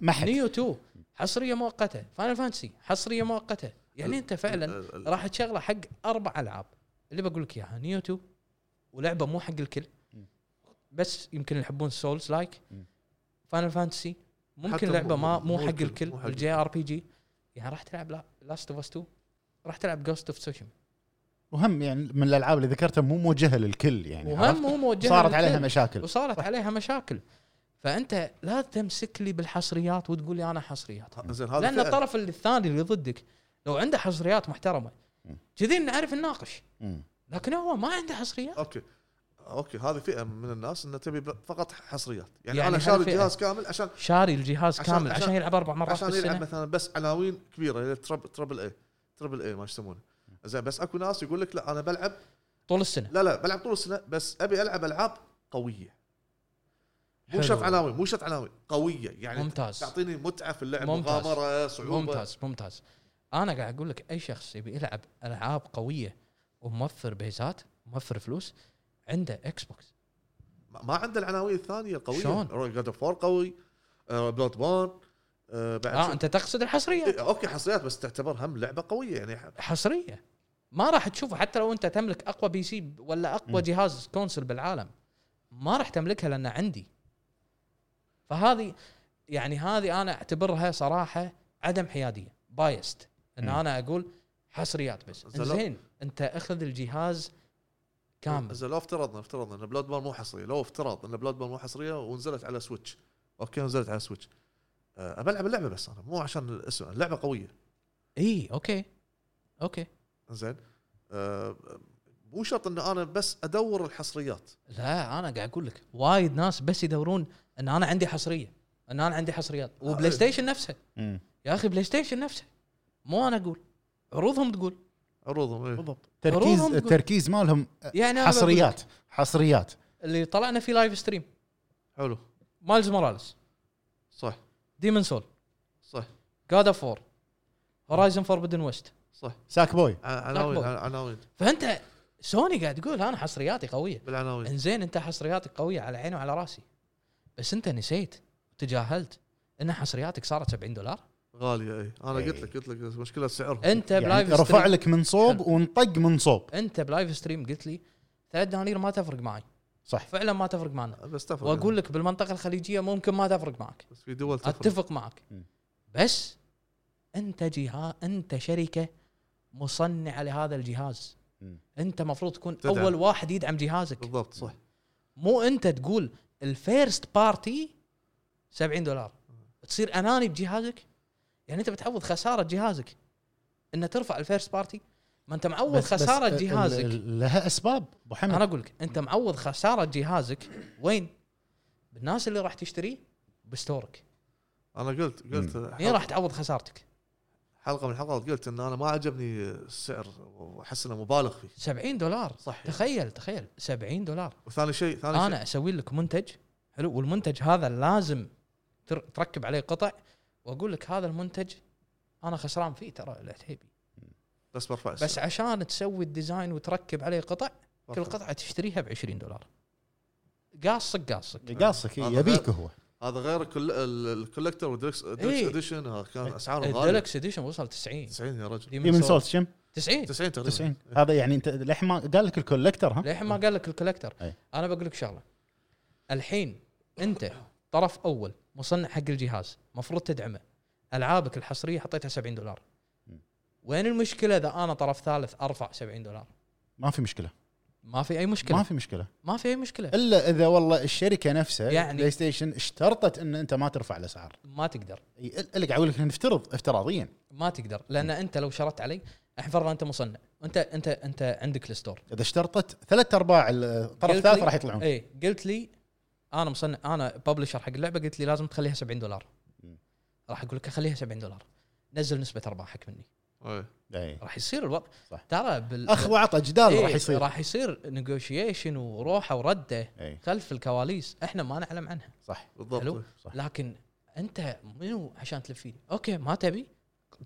S3: ما حد
S1: نيو 2 حصريه مؤقته فاينل فانتسي حصريه مؤقته يعني انت فعلا
S2: ال- ال-
S1: راح تشغله حق اربع العاب اللي بقول لك اياها نيو 2 ولعبه مو حق الكل
S3: مم.
S1: بس يمكن اللي يحبون السولز لايك
S3: مم.
S1: فاينل فانتسي
S2: حتى
S1: ممكن لعبه
S2: مو-
S1: ما
S2: مو
S1: مو حق
S2: الكل،
S1: الكل
S2: مو حق
S1: الجي ار بي جي يعني راح تلعب لاست اوف اس 2 راح تلعب جوست اوف سوشيما
S3: وهم يعني من الالعاب اللي ذكرتها مو موجهه للكل يعني
S1: وهم
S3: عرفت؟
S1: مو موجهه
S3: صارت
S1: للكل.
S3: عليها مشاكل
S1: وصارت عليها مشاكل فانت لا تمسك لي بالحصريات وتقول لي انا حصريات
S2: زين هذا
S1: لان
S2: فئة.
S1: الطرف الثاني اللي ضدك لو عنده حصريات محترمه
S3: مم.
S1: كذي نعرف نناقش
S3: مم.
S1: لكن هو ما عنده حصريات
S2: اوكي اوكي هذه فئه من الناس انه تبي ب- فقط حصريات يعني,
S1: يعني
S2: انا
S1: هالفئة.
S2: شاري الجهاز كامل عشان
S1: شاري الجهاز
S2: عشان-
S1: كامل عشان,
S2: عشان-
S1: يلعب اربع مرات
S2: عشان
S1: بالسنه
S2: يلعب مثلا بس عناوين كبيره اللي ترب تربل اي تربل اي ما يسمونه زين بس اكو ناس يقول لك لا انا بلعب
S1: طول السنه
S2: لا لا بلعب طول السنه بس ابي العب العاب قويه مو
S1: حلو.
S2: شرط عناوين مو شرط عناوين قويه يعني
S1: ممتاز.
S2: تعطيني متعه في اللعب
S1: ممتاز.
S2: مغامره صعوبه
S1: ممتاز ممتاز انا قاعد اقول لك اي شخص يبي يلعب العاب قويه وموفر بيزات موفر فلوس عنده اكس بوكس
S2: ما ما عنده العناوين الثانيه القويه
S1: شلون؟
S2: جاد اوف قوي بلاد بورن بعد
S1: اه
S2: شو-
S1: انت تقصد الحصريه
S2: إيه، اوكي حصريات بس تعتبر هم لعبه قويه يعني ح-
S1: حصريه ما راح تشوفه حتى لو انت تملك اقوى بي سي ولا
S3: مم.
S1: اقوى جهاز كونسل بالعالم ما راح تملكها لان عندي فهذه يعني هذه انا اعتبرها صراحه عدم حياديه بايست ان
S3: مم.
S1: انا اقول حصريات بس
S2: زلو-
S1: زين انت اخذ الجهاز كامل
S2: زين لو افترضنا افترضنا ان بلاد بورن مو حصريه لو افترض ان بلاد بورن مو حصريه ونزلت على سويتش اوكي نزلت على سويتش آه، ابى العب اللعبه بس انا مو عشان الاسم اللعبه قويه
S1: اي اوكي اوكي
S2: زين آه، مو شرط ان انا بس ادور الحصريات
S1: لا انا قاعد اقول لك وايد ناس بس يدورون ان انا عندي حصريه ان انا عندي حصريات وبلاي ستيشن نفسها
S3: مم.
S1: يا اخي بلاي ستيشن نفسها مو انا اقول عروضهم تقول
S2: عروضهم إيه.
S1: بالضبط
S3: تركيز
S1: ضرورهم تقول-
S3: التركيز مالهم
S1: يعني أنا بقول
S3: حصريات حصريات
S1: لك، اللي طلعنا في لايف ستريم
S2: حلو
S1: مايلز موراليس
S2: صح
S1: ديمون سول
S2: صح
S1: جاد اوف 4 هورايزن فوربدن ويست
S2: صح
S3: ساك بوي
S2: ع- عناوين
S1: أكبر.
S2: ع- عناوين
S1: فانت سوني قاعد تقول انا حصرياتي قويه
S2: بالعناوين
S1: انزين انت حصرياتك قويه على عيني وعلى راسي بس انت نسيت تجاهلت ان حصرياتك صارت 70 دولار
S2: غاليه اي انا
S3: إيه.
S2: قلت لك قلت لك مشكله سعرهم
S1: انت
S3: يعني
S1: بلايف
S3: رفع
S1: ستريم
S3: لك من صوب وانطق من صوب
S1: انت بلايف ستريم قلت لي ثلاث دنانير ما تفرق معي
S3: صح
S1: فعلا ما تفرق معنا
S2: بس تفرق يعني.
S1: واقول لك بالمنطقه الخليجيه ممكن ما تفرق معك
S2: بس في دول تفرق
S1: اتفق معك
S3: مم.
S1: بس انت جهاز انت شركه مصنعه لهذا الجهاز
S3: مم.
S1: انت مفروض تكون
S2: تدعم.
S1: اول واحد يدعم جهازك
S2: بالضبط صح
S1: مو انت تقول الفيرست بارتي 70 دولار تصير اناني بجهازك يعني انت بتعوض خساره جهازك ان ترفع الفيرست بارتي ما انت معوض
S3: بس- بس
S1: خساره
S3: ال- ال-
S1: جهازك
S3: لها اسباب ابو
S1: انا
S3: حمد
S1: اقول لك انت معوض خساره جهازك وين؟ بالناس اللي راح تشتريه بستورك
S2: انا قلت قلت
S1: هي
S2: حلقه,
S1: راح تعوض خسارتك
S2: حلقة من الحلقات قلت ان انا ما عجبني السعر واحس انه مبالغ فيه
S1: 70 دولار
S2: صح
S1: تخيل تخيل 70 دولار
S2: وثاني شيء ثاني شيء
S1: انا اسوي لك منتج حلو والمنتج هذا لازم تر- تركب عليه قطع واقول لك هذا المنتج انا خسران فيه ترى العتيبي
S2: بس برفع السعر
S1: بس عشان تسوي الديزاين وتركب عليه قطع كل
S2: برفع.
S1: قطعه تشتريها ب 20 دولار قاصك قاصك
S3: قاصك
S2: هذا
S3: يبيك
S2: غير-
S3: هو
S2: هذا غير الكل- ال- الكولكتر والديلكس
S1: إيه.
S2: اديشن كان اسعارهم غاليه
S1: الديلكس اديشن وصل 90
S2: 90 يا رجل
S3: ديمن سولز كم؟
S1: 90
S2: 90 تقريبا
S3: 90 هذا يعني انت للحين ما قال لك الكولكتر ها؟
S1: للحين ما قال لك الكولكتر
S3: أي.
S1: انا بقول لك شغله الحين انت طرف اول مصنع حق الجهاز مفروض تدعمه العابك الحصريه حطيتها 70 دولار
S3: م.
S1: وين المشكله اذا انا طرف ثالث ارفع 70 دولار
S3: ما في مشكله
S1: ما في اي مشكله
S3: ما
S1: ما في,
S3: في مشكله
S1: ما في اي مشكله
S3: الا اذا والله الشركه نفسها
S1: يعني-
S3: بلاي ستيشن اشترطت ان انت ما ترفع الاسعار
S1: ما تقدر
S3: إي، اللي قاعد اقول لك نفترض افتراضيا
S1: ما تقدر لان انت لو شرطت علي الحين فرضا انت مصنع انت انت انت عندك الستور
S3: اذا اشترطت ثلاث ارباع الطرف
S1: قلت
S3: الثالث
S1: لي-
S3: راح يطلعون
S1: اي إيه، قلت لي انا مصنع انا ببلشر حق اللعبه قلت لي لازم تخليها 70 دولار
S3: م.
S1: راح اقول لك اخليها 70 دولار نزل نسبه ارباحك مني
S2: إيه.
S3: إي.
S1: راح يصير الوضع
S3: صح.
S1: ترى بال
S3: اخ وعطى جدال
S1: إيه،
S3: راح يصير
S1: راح يصير نيغوشيشن وروحه ورده
S3: اي
S1: خلف الكواليس احنا ما نعلم عنها
S3: صح
S2: بالضبط
S1: حلو.
S3: صح.
S1: لكن انت منو عشان تلف فيني اوكي ما تبي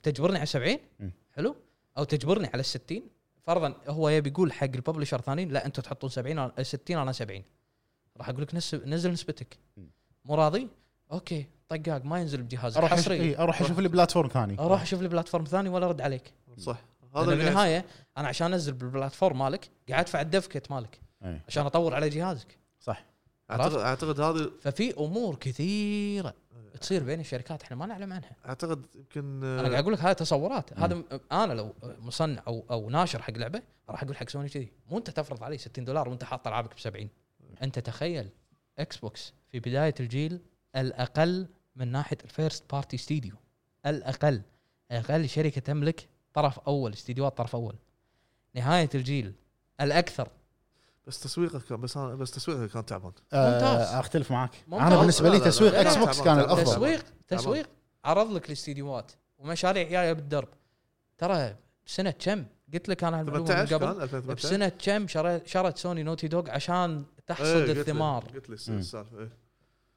S1: تجبرني على 70
S3: مم.
S1: حلو او تجبرني على 60 فرضا هو يبي يقول حق الببلشر ثانيين لا انتم تحطون 70 أنا- 60 انا 70 راح اقول لك نس- نزل نسبتك
S3: مم.
S1: مو راضي اوكي طقاق ما ينزل بجهازك
S3: اروح أش...
S1: حصري
S3: إي، اروح اشوف لي بلاتفورم ثاني
S1: اروح اشوف لي بلاتفورم ثاني ولا ارد عليك
S2: صح
S1: هذا
S2: هذا اللي قاعد-
S1: بالنهايه انا عشان انزل بالبلاتفورم مالك قاعد ادفع الديف كيت مالك
S3: إي،
S1: عشان اطور على جهازك
S3: صح
S2: اعتقد اعتقد هذه
S1: ففي امور كثيره تصير بين الشركات احنا ما نعلم عنها
S2: اعتقد يمكن
S1: انا قاعد اقول لك هاي تصورات هذا م- انا لو مصنع او او ناشر حق لعبه راح اقول حق سوني كذي مو انت تفرض علي 60 دولار وانت حاط العابك ب 70 انت تخيل اكس بوكس في بدايه الجيل الاقل من ناحيه الفيرست بارتي ستوديو الاقل اقل شركه تملك طرف اول استديوهات طرف اول نهايه الجيل الاكثر
S2: بس تسويقه كان بس أنا بس تسويقه كان تعبان
S1: ممتاز.
S3: آه، اختلف معاك
S1: ممتاز.
S3: انا بالنسبه لي
S2: لا، لا، لا.
S3: تسويق
S1: لا، لا،
S3: اكس بوكس
S2: تعبان،
S3: كان
S2: تعبان.
S3: الافضل
S1: تسويق تسويق عرض لك الاستديوهات ومشاريع جايه بالدرب ترى بسنه كم قلت لك انا هالمعلومه من
S2: 18
S1: قبل
S2: كان 2018
S1: بسنه كم شرت شرت سوني نوتي دوغ عشان تحصد
S2: إيه، قلت لي-
S1: الثمار
S2: قلت لي الس-
S3: مم.
S2: السالفه إيه.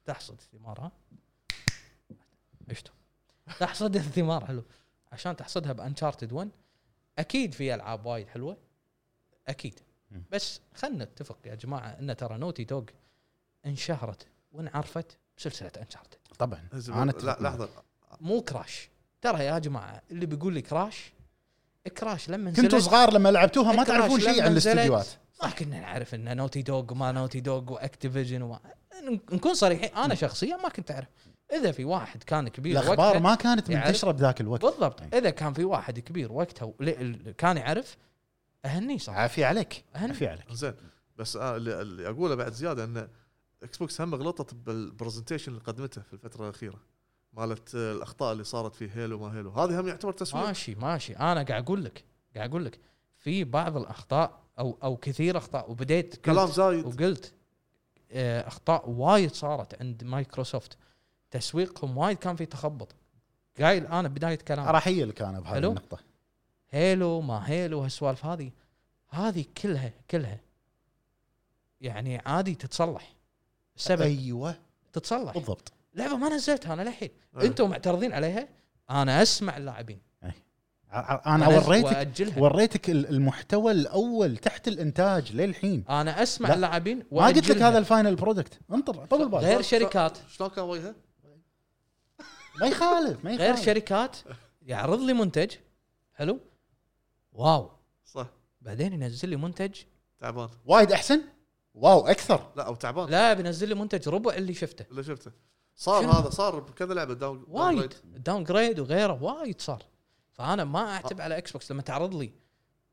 S1: تحصد الثمار ها عشتوا تحصد الثمار حلو عشان تحصدها بانشارتد 1 اكيد في العاب وايد حلوه اكيد
S3: مم.
S1: بس خلنا نتفق يا جماعه ان ترى نوتي دوغ انشهرت وانعرفت بسلسله انشارتد
S3: طبعا
S2: هز-
S3: انا
S2: لا
S3: أتفق معك.
S2: لحظه
S1: مو كراش ترى يا جماعه اللي بيقول لي كراش كراش لما نزلت
S3: كنتوا صغار لما لعبتوها ما
S1: كراش
S3: تعرفون شيء
S1: لما
S3: عن
S1: نزلت
S3: الاستديوهات
S1: ما كنا نعرف ان نوتي دوغ وما نوتي دوغ واكتيفيجن وما نكون صريحين انا شخصيا ما كنت اعرف اذا في واحد كان كبير
S3: الاخبار
S1: وقتها- يعني
S3: ما إيه. كانت
S1: يعرف.
S3: منتشره بذاك الوقت
S1: بالضبط اذا كان في واحد كبير وقتها ول- ال- كان يعرف اهني صح
S3: عافيه عليك
S1: أهم.
S3: عافيه عليك
S2: زين بس آه اللي, اللي اقوله بعد زياده ان اكس بوكس هم غلطت بالبرزنتيشن اللي قدمته في الفتره الاخيره مالت آه، الاخطاء اللي صارت في هيلو ما هيلو هذه هم يعتبر تسويق
S1: ماشي ماشي انا قاعد اقول لك قاعد اقول لك في بعض الاخطاء او او كثير اخطاء وبديت قلت-
S2: كلام زايد
S1: وقلت آه، اخطاء وايد صارت عند مايكروسوفت تسويقهم وايد كان في تخبط قايل انا بدايه كلامي
S3: راح لك انا بهذه
S1: حلو.
S3: النقطه
S1: هيلو ما هيلو هالسوالف هذه هذه كلها كلها يعني عادي تتصلح السبب أي.
S3: ايوه
S1: تتصلح
S3: بالضبط أه.
S1: لعبه ما نزلتها انا للحين
S2: أي.
S1: انتم معترضين عليها انا اسمع اللاعبين
S3: ع- ع- انا وريتك
S1: واجلها
S3: وريتك ال- المحتوى الاول تحت الانتاج للحين
S1: انا اسمع
S3: لا.
S1: اللاعبين
S3: ما قلت لك
S1: وأجلها.
S3: هذا الفاينل برودكت انطر طول بالك
S1: غير شركات
S2: شلون كان وجهه؟
S3: ما يخالف ما
S1: غير
S3: يخالف
S1: شركات يعرض لي منتج حلو واو
S2: صح
S1: بعدين ينزل لي منتج
S2: تعبان
S3: وايد احسن واو اكثر
S2: لا او تعبان
S1: لا بينزل لي منتج ربع اللي شفته
S2: اللي شفته صار
S1: شنو؟
S2: هذا صار بكذا لعبه داون
S1: وايد
S2: داونجريد.
S1: داون جريد وغيره وايد صار فانا ما اعتب على اكس بوكس لما تعرض لي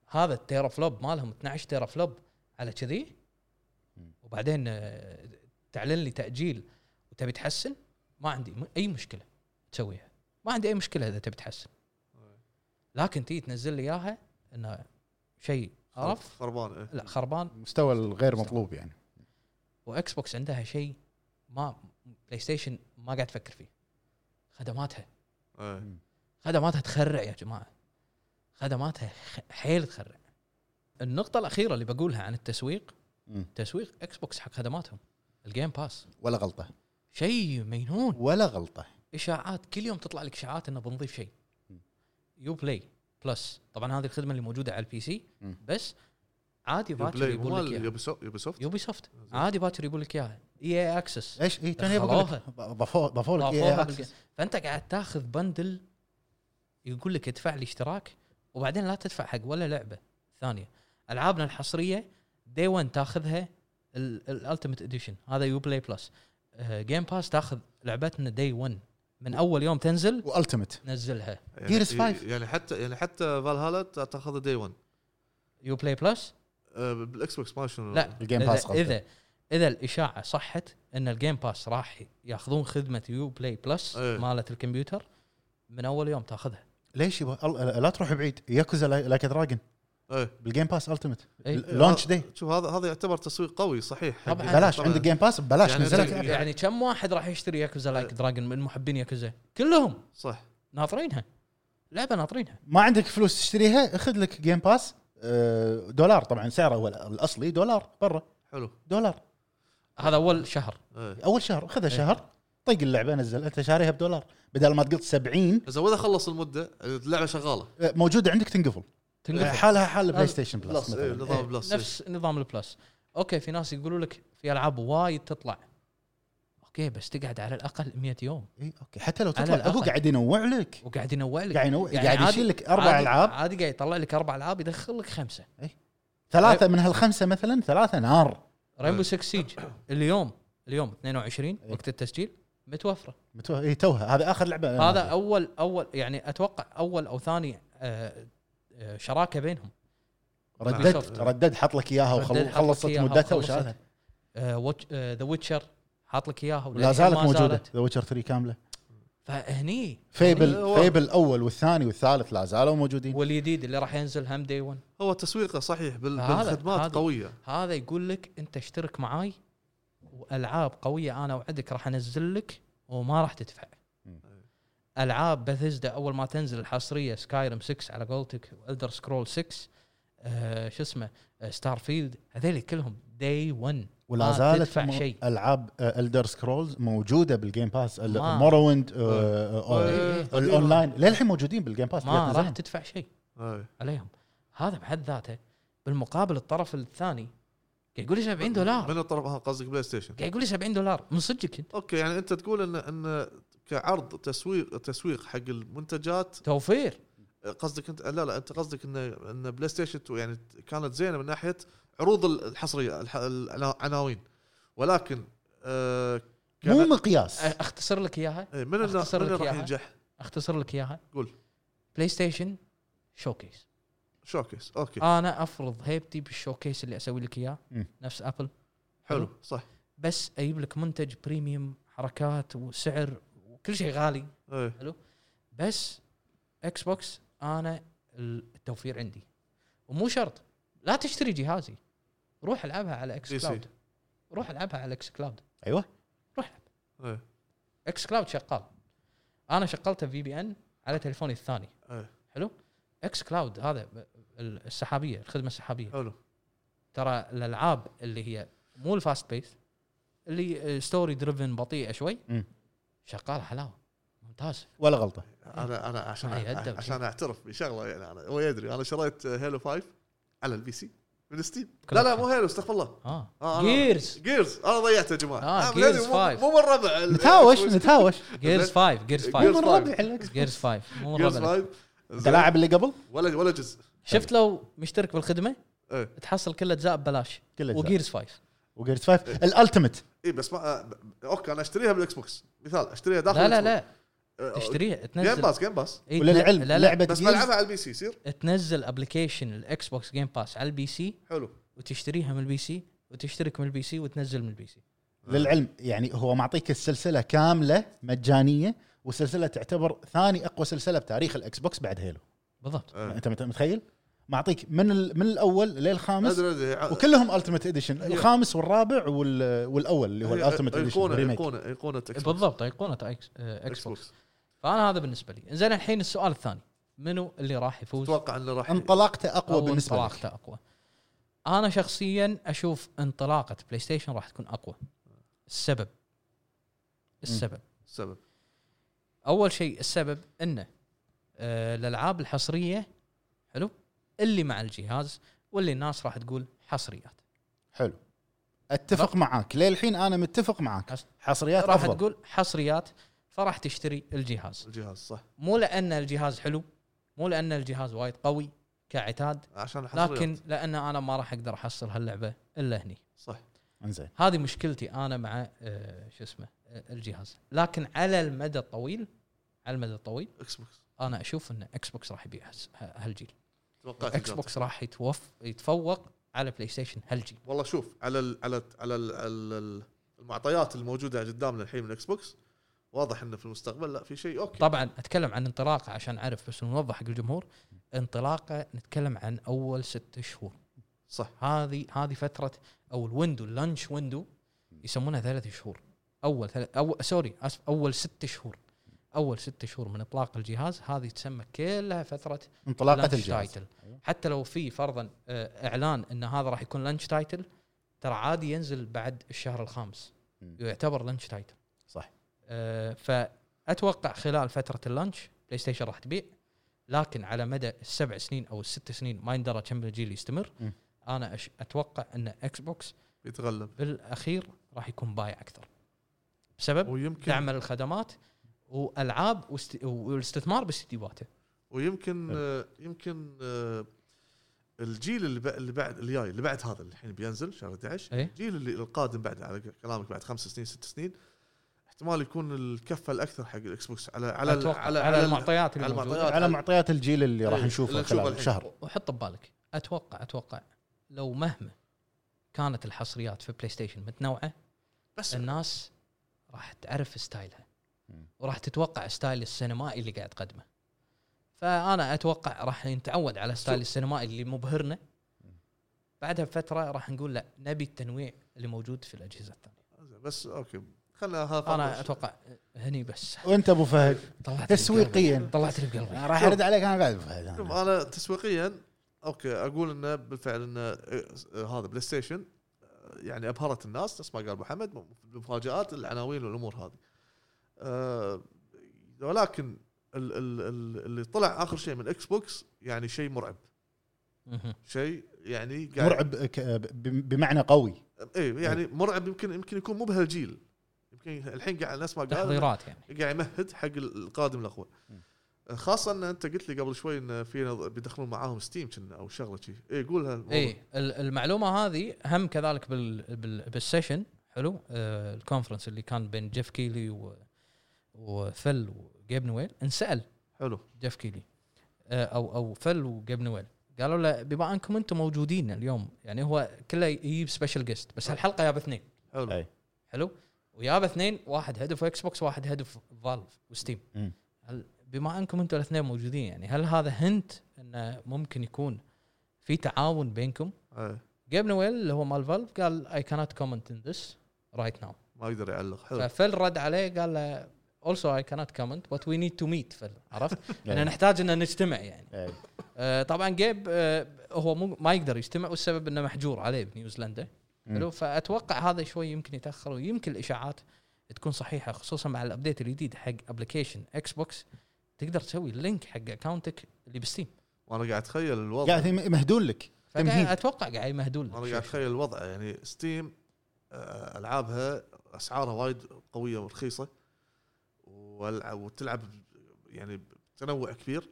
S1: هذا التيرا فلوب مالهم 12 تيرا فلوب على كذي وبعدين آه، تعلن لي تاجيل وتبي تحسن ما عندي م- اي مشكله تسويها ما عندي اي مشكله اذا تبي تحسن لكن تيجي تنزل لي اياها انه شيء قرف
S2: خربان إيه.
S1: لا خربان
S3: مستوى الغير مطلوب يعني
S1: واكس بوكس عندها شيء ما بلاي ستيشن ما قاعد تفكر فيه خدماتها
S2: إيه.
S1: خدماتها تخرع يا جماعه خدماتها خ- حيل تخرع النقطة الأخيرة اللي بقولها عن التسويق
S3: مم.
S1: تسويق اكس بوكس حق خدماتهم الجيم باس
S3: ولا غلطه
S1: شيء مجنون
S3: ولا غلطه
S1: إشاعات كل يوم تطلع لك إشاعات إنه بنضيف شيء
S3: مم.
S1: يو بلاي بلس طبعا هذه الخدمة اللي موجودة على البي سي
S3: مم.
S1: بس عادي باكر
S2: يوبلاي
S1: يقول لك
S2: مال
S1: إياها آه،
S2: يوبي سوفت يوبي سوفت
S1: يوبي سوفت عادي باكر يقول لك إياها E اي اكسس
S3: ايش اي إيه، توني بقول لك ضافوا ضافوا لك
S1: ضافوها
S3: إيه
S1: بالج-
S3: access.
S1: فانت قاعد تاخذ بندل يقول لك ادفع لي اشتراك وبعدين لا تدفع حق ولا لعبه ثانيه العابنا الحصريه دي 1 تاخذها الالتيميت اديشن هذا يو بلاي بلس جيم باس تاخذ لعبتنا دي 1 من اول يوم تنزل
S3: والتمت
S1: نزلها
S2: يعني-
S3: Gears five.
S2: يعني حتى يعني حتى فالهالا تاخذها دي 1
S1: يو بلاي بلس
S2: بالاكس بوكس آه، ما شنو
S1: لا
S3: الجيم
S1: إذا-
S3: باس قصدك.
S1: اذا اذا الاشاعه صحت ان الجيم باس راح ياخذون خدمه يو بلاي بلس
S2: إيه.
S1: مالت الكمبيوتر من اول يوم تاخذها
S3: ليش يبا ال- لا تروح بعيد ياكوزا لا- لايك دراجون
S2: إيه.
S3: بالجيم باس التمت
S1: إيه. آه.
S3: لونش دي
S2: شوف هذا هذا يعتبر تسويق قوي صحيح
S1: طبعاً.
S3: بلاش عندك جيم باس ببلاش
S2: يعني
S3: نزلت
S2: يعني-
S3: لعبة.
S1: يعني كم واحد راح يشتري ياكوزا لايك دراجون من محبين ياكوزا كلهم
S2: صح
S1: ناطرينها لعبه ناطرينها
S3: ما عندك فلوس تشتريها اخذ لك جيم باس آه، دولار طبعا سعره هو الاصلي دولار برا
S2: حلو
S3: دولار
S1: هذا اول شهر
S2: إيه.
S3: اول شهر خذها
S1: إيه.
S3: شهر طق اللعبه نزل انت شاريها بدولار بدل ما تقط 70
S2: زين واذا خلص المده اللعبه شغاله
S3: آه، موجوده عندك تنقفل آه،
S1: تنقفل
S3: حالها حال بلاي ستيشن بلس
S2: بلس إيه،
S3: مثلا
S2: نظام بلس إيه.
S1: نفس نظام البلس اوكي في ناس يقولوا لك في العاب وايد تطلع اوكي بس تقعد على الاقل 100 يوم
S3: إيه، اوكي حتى لو
S1: على
S3: تطلع هو
S1: الأقل.
S3: قاعد ينوع لك
S1: وقاعد ينوع لك
S3: قاعد ينوع
S1: يعني
S3: قاعد
S1: عادي-
S3: يشيل لك اربع
S1: عادي-
S3: العاب
S1: عادي قاعد يطلع لك اربع العاب يدخل لك خمسه
S3: ثلاثه من هالخمسه مثلا ثلاثه نار
S1: ريمبو 6 سيج اليوم اليوم 22 وقت التسجيل متوفره
S3: متوه... اي إيه، توها هذا اخر لعبه أنا
S1: هذا
S3: ألعبها.
S1: اول اول يعني اتوقع اول او ثاني آه، آه، شراكه بينهم
S3: ردد
S1: Ubisoft.
S3: ردد حط لك اياها
S1: ردد حط لك
S3: وخلصت
S1: إياها
S3: مدتها
S1: وخلصت. يعني آه،
S3: وشالها
S1: ذا ويتشر حاط لك اياها
S3: لا زالت
S1: ما
S3: موجوده ذا ويتشر 3 كامله
S1: فهني
S3: فيبل
S2: هو-
S3: فيبل الاول والثاني والثالث لا زالوا موجودين
S1: والجديد اللي راح ينزل هم دي 1
S2: هو تسويقه صحيح بال-
S1: هذا- هذا.
S2: بالخدمات قويه
S1: هذا يقول لك انت اشترك معاي والعاب قويه انا اوعدك راح انزل لك وما راح تدفع
S3: مم.
S1: العاب بثزدا اول ما تنزل الحصريه سكايرم 6 على قولتك والدر سكرول 6 آه شو اسمه ستار فيلد هذول كلهم داي 1
S3: ولا
S1: ما
S3: زالت
S1: آه، تدفع
S3: مو- آه،
S1: شيء.
S3: العاب الدر سكرولز موجوده بالجيم باس
S1: ما-
S3: مورويند
S2: آه.
S3: آه،
S1: إيه.
S3: الاونلاين للحين موجودين بالجيم باس لا
S1: ما راح
S3: تنزلهم.
S1: تدفع شيء
S2: إيه.
S1: عليهم هذا بحد ذاته بالمقابل الطرف الثاني قاعد يقول لي 70 دولار
S2: من الطرف هذا قصدك بلاي ستيشن
S1: قاعد يقول لي 70 دولار من صدقك انت
S2: اوكي يعني انت تقول ان ان كعرض تسويق تسويق حق المنتجات
S1: توفير
S2: قصدك انت لا لا انت قصدك ان ان بلاي ستيشن 2 يعني كانت زينه من ناحيه عروض الحصريه الح- العناوين ولكن آه كان-
S3: مو مقياس
S1: اختصر لك اياها
S2: إيه، من النا-
S1: اختصر
S2: من
S1: لك
S2: اللي راح
S1: إياها.
S2: ينجح
S1: اختصر لك اياها
S2: قول.
S1: بلاي ستيشن شوكيس
S2: شوكيس اوكي
S1: انا افرض هيبتي بالشوكيس اللي اسوي لك اياه
S3: مم.
S1: نفس ابل
S2: حلو صح
S1: بس اجيب لك منتج بريميوم حركات وسعر وكل شيء غالي
S2: ايه
S1: بس اكس بوكس انا التوفير عندي ومو شرط لا تشتري جهازي روح العبها على اكس
S2: دي سي.
S1: كلاود روح العبها على اكس كلاود
S3: ايوه
S2: ايه
S1: اكس كلاود شغال انا شغلته في بي ان على تليفوني الثاني
S2: ايه
S1: حلو اكس كلاود هذا ال- السحابيه الخدمه السحابيه
S2: حلو
S1: ترى الالعاب اللي هي مو الفاست بيس اللي ستوري دريفن بطيئه شوي
S3: مم.
S1: شغاله حلاوه ممتاز
S3: ولا غلطه
S2: انا انا عشان
S1: ما يأدب.
S2: عشان اعترف بشغله يعني انا هو يدري انا شريت هيلو 5 على البي سي من ستيم لا لا مو هيلو استغفر الله
S1: اه,
S2: آه، أنا-
S1: جيرز
S2: جيرز انا ضيعته يا جماعه
S1: آه،
S2: أنا
S1: Gears
S2: مدري، مو-
S1: 5.
S2: مو من ربع ال-
S3: نتهاوش نتهاوش
S1: جيرز 5 جيرز
S3: مو
S1: 5
S3: من ربع الأكس.
S1: جيرز 5 مو
S2: Gears
S1: ربع.
S2: 5.
S3: انت لاعب اللي قبل
S2: ولا ولا جزء
S1: شفت لو مشترك بالخدمه
S2: ايه
S1: تحصل كل اجزاء ببلاش
S3: كله وجيرز
S1: وجيرز 5
S3: وجيرز 5 الالتيميت
S2: اي بس ما آه، ب- اوكي انا اشتريها بالاكس بوكس مثال اشتريها داخل
S1: لا لا
S2: الإكس
S1: لا
S2: بوكس. آه،
S1: تشتريها
S2: جيم
S1: تنزل
S2: باس جيم باس
S1: إيه،
S3: وللعلم
S1: لا لا
S3: لعبه
S2: بس
S3: جيرز
S2: بلعبها على البي سي يصير
S1: تنزل ابلكيشن الاكس بوكس جيم باس على البي سي
S2: حلو
S1: وتشتريها من البي سي وتشترك من البي سي وتنزل من البي سي
S3: للعلم يعني هو معطيك السلسله كامله مجانيه والسلسله تعتبر ثاني اقوى سلسله بتاريخ الاكس بوكس بعد هيلو
S1: بالضبط
S2: آه.
S3: انت مت- متخيل معطيك من ال- من الاول للخامس
S2: أدري- أدري. ع-
S3: وكلهم التيمت اديشن
S2: أيوه.
S3: الخامس والرابع وال... والاول اللي
S2: هي
S3: هو الالتيمت اديشن
S2: ايقونه
S3: ريميك
S2: ايقونه ايقونه إكس بوكس.
S1: بالضبط ايقونه اكس آه، اكس بوكس فانا هذا بالنسبه لي زين الحين السؤال الثاني منو اللي راح يفوز
S2: اتوقع انه راح
S3: انطلاقته اقوى
S1: أو
S3: بالنسبه لك
S1: انطلاقته اقوى انا شخصيا اشوف انطلاقه بلاي ستيشن راح تكون اقوى السبب السبب
S2: السبب
S1: اول شيء السبب انه آه، الالعاب الحصريه حلو اللي مع الجهاز واللي الناس راح تقول حصريات
S3: حلو اتفق معاك للحين انا متفق معاك
S1: حص-
S3: حصريات
S1: راح
S3: افضل
S1: تقول حصريات فراح تشتري الجهاز
S2: الجهاز صح
S1: مو لان الجهاز حلو مو لان الجهاز وايد قوي كعتاد
S2: عشان الحصريات.
S1: لكن لان انا ما راح اقدر احصل هاللعبه الا هني
S2: صح
S3: انزين
S1: هذه مشكلتي انا مع آه، شو اسمه آه، الجهاز لكن على المدى الطويل على المدى الطويل
S2: اكس بوكس
S1: انا اشوف ان اكس بوكس راح يبيع هس- ه- هالجيل
S2: توقعت
S1: اكس
S2: الجواب.
S1: بوكس راح يتوف يتفوق على بلاي ستيشن هالجيل
S2: والله شوف على ال على ال على ال على ال- المعطيات الموجوده قدامنا الحين من اكس بوكس واضح انه في المستقبل لا في شيء اوكي
S1: طبعا اتكلم عن انطلاقه عشان اعرف بس نوضح حق الجمهور انطلاقه نتكلم عن اول ست شهور
S2: صح
S1: هذه هذه فتره او الويندو اللانش ويندو يسمونها ثلاث شهور اول ثلاث أو سوري اسف اول ست شهور اول ست شهور من اطلاق الجهاز هذه تسمى كلها فتره
S3: انطلاقه
S1: لانش
S3: الجهاز
S1: تايتل
S3: أيوة.
S1: حتى لو في فرضا آه، اعلان ان هذا راح يكون لانش تايتل ترى عادي ينزل بعد الشهر الخامس
S3: مم.
S1: يعتبر لانش تايتل
S3: صح.
S1: آه، فاتوقع خلال فتره اللانش بلاي ستيشن راح تبيع لكن على مدى السبع سنين او الست سنين ما يندرى كم الجيل يستمر
S3: مم.
S1: انا أش... اتوقع ان اكس بوكس
S2: يتغلب
S1: بالاخير راح يكون بايع اكثر بسبب
S2: ويمكن
S1: تعمل الخدمات والعاب واست... والاستثمار باستديواته
S2: ويمكن
S1: نعم.
S3: حلو.
S2: آه، يمكن آه، الجيل اللي بع- اللي بعد اللي جاي اللي بعد هذا اللي الحين بينزل شهر 11
S1: إيه.
S2: الجيل اللي القادم بعد على كلامك بعد خمس سنين ست سنين احتمال يكون الكفه الاكثر حق الاكس بوكس على على
S1: على, على, على المعطيات اللي
S2: على
S1: موجودة.
S2: المعطيات.
S3: على معطيات الجيل اللي راح
S2: إيه،
S3: نشوفه
S2: اللي نشوفه
S3: خلال
S2: الحين.
S3: شهر
S1: وحط ببالك اتوقع اتوقع لو مهما كانت الحصريات في بلاي ستيشن متنوعه
S2: بس
S1: الناس راح تعرف ستايلها
S3: مم.
S1: وراح تتوقع ستايل السينمائي اللي قاعد تقدمه فانا اتوقع راح نتعود على ستايل السينمائي اللي مبهرنا بعدها بفتره راح نقول لا نبي التنويع اللي موجود في الاجهزه الثانيه
S2: بس اوكي خلنا هذا
S1: انا اتوقع هني بس
S3: وانت ابو فهد
S1: طلعت لي
S3: تسويقيا
S1: بقلبي. طلعت لي بقلبي
S3: راح ارد عليك انا بعد ابو فهد
S2: شوف
S3: أنا.
S2: انا تسويقيا اوكي اقول انه بالفعل انه آه، آه، هذا بلاي ستيشن آه، يعني ابهرت الناس نفس ما قال ابو حمد المفاجات العناوين والامور هذه آه، ولكن ال- ال- ال- اللي طلع اخر شيء من اكس بوكس يعني شيء مرعب
S1: مهم.
S2: شيء يعني قاعد-
S3: مرعب ك- ب- بمعنى قوي
S2: ايه يعني مرعب يمكن يمكن يكون مو بهالجيل يمكن الحين قاعد ناس ما قال
S1: تحضيرات يعني
S2: قاعد يمهد حق القادم الاقوى خاصه ان انت قلت لي قبل شوي ان في نظ- بيدخلون معاهم ستيم كنا او شغله شي إيه، اي قولها الموضوع.
S1: اي المعلومه إيه، هذه هم كذلك بال بال بالسيشن حلو آه الكونفرنس اللي كان بين جيف كيلي و وفل وجيب نويل انسال
S2: حلو
S1: جيف كيلي آه او او فل وجيب نويل قالوا له بما انكم انتم موجودين اليوم يعني هو كله يجيب سبيشل جيست بس هالحلقه جاب اثنين
S2: حلو
S3: أي.
S1: حلو وياب اثنين واحد هدف اكس بوكس واحد هدف فالف وستيم
S3: مم.
S1: هل بما انكم انتم الاثنين موجودين يعني هل هذا هنت انه ممكن يكون في تعاون بينكم
S2: أي.
S1: جيب نويل اللي هو مال فالف قال اي كانت كومنت ان ذس رايت ناو
S2: ما يقدر يعلق حلو
S1: ففل رد عليه قال له اولسو اي كانت كومنت بت وي نيد تو ميت فل عرفت؟
S3: نعم.
S1: لان نحتاج ان نجتمع يعني
S3: إيه.
S1: آه، طبعا جيب آه، هو مو ما يقدر يجتمع والسبب انه محجور عليه بنيوزيلندا
S3: مم.
S1: حلو فاتوقع هذا شوي يمكن يتاخر ويمكن الاشاعات تكون صحيحه خصوصا مع الابديت الجديد حق ابلكيشن اكس بوكس تقدر تسوي لينك حق اكونتك اللي بستيم
S2: وانا قاعد اتخيل الوضع
S3: قاعد يمهدون لك
S1: فقاعد
S3: تمهيد.
S1: اتوقع قاعد يمهدون
S2: انا قاعد اتخيل الوضع يعني ستيم آه، العابها اسعارها وايد قويه ورخيصه والع- وتلعب يعني بتنوع كبير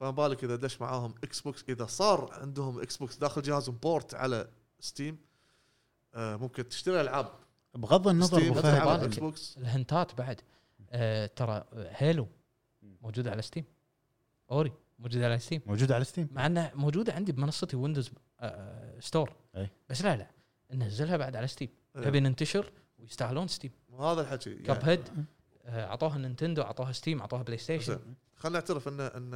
S2: فما بالك اذا دش معاهم اكس بوكس اذا صار عندهم اكس بوكس داخل جهازهم بورت على ستيم آه، ممكن تشتري العاب
S3: بغض النظر
S2: ستيم
S3: ابو
S1: بغض النظر.
S3: فهد
S2: تلعب
S1: فهد.
S2: اكس بوكس
S1: الهنتات بعد آه ترى هيلو موجوده على ستيم اوري موجوده على ستيم
S3: موجود على ستيم
S1: مع انها موجوده عندي بمنصتي ويندوز آه ستور
S3: أي.
S1: بس لا لا ننزلها بعد على ستيم
S2: أيوة.
S1: تبي ننتشر ويستاهلون ستيم
S2: هذا الحكي يعني.
S1: كاب هيد آه، اعطوها نينتندو اعطوها ستيم اعطوها بلاي ستيشن
S2: زين. خلنا نعترف ان ان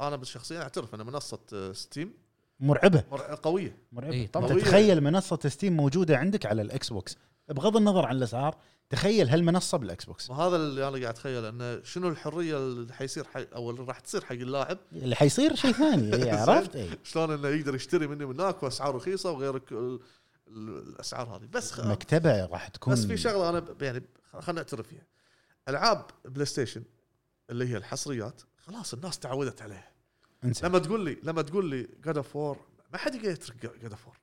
S2: انا شخصيا اعترف ان منصه آه، ستيم
S3: مرعبه
S2: مر- قويه
S3: مرعبه
S1: إيه، طبعاً.
S3: طبعا تخيل منصه ستيم موجوده عندك على الاكس بوكس بغض النظر عن الاسعار تخيل هالمنصه بالاكس بوكس
S2: وهذا اللي انا قاعد اتخيله انه شنو الحريه اللي حيصير حق او اللي راح تصير حق اللاعب
S3: اللي حيصير شيء ثاني إيه، عرفت اي
S2: شلون انه يقدر يشتري مني من هناك واسعار رخيصه وغير ال- ال- الاسعار هذه بس خ...
S3: مكتبه راح تكون
S2: بس في شغله انا ب- يعني خلينا نعترف فيها العاب بلاي ستيشن اللي هي الحصريات خلاص الناس تعودت عليها
S3: انسى
S2: لما تقول لي لما تقول لي جاد اوف وور ما حد يقدر يترك جاد اوف وور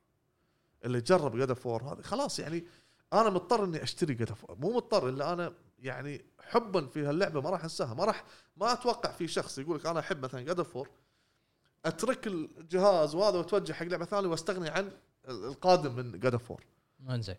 S2: اللي جرب جاد اوف وور هذه خلاص يعني انا مضطر اني اشتري جاد اوف وور مو مضطر الا انا يعني حبا في هاللعبه ما راح انساها ما راح ما اتوقع في شخص يقول لك انا احب مثلا جاد اوف وور اترك الجهاز وهذا واتوجه حق لعبه ثانيه واستغني عن ال- القادم من جاد اوف وور
S1: انزين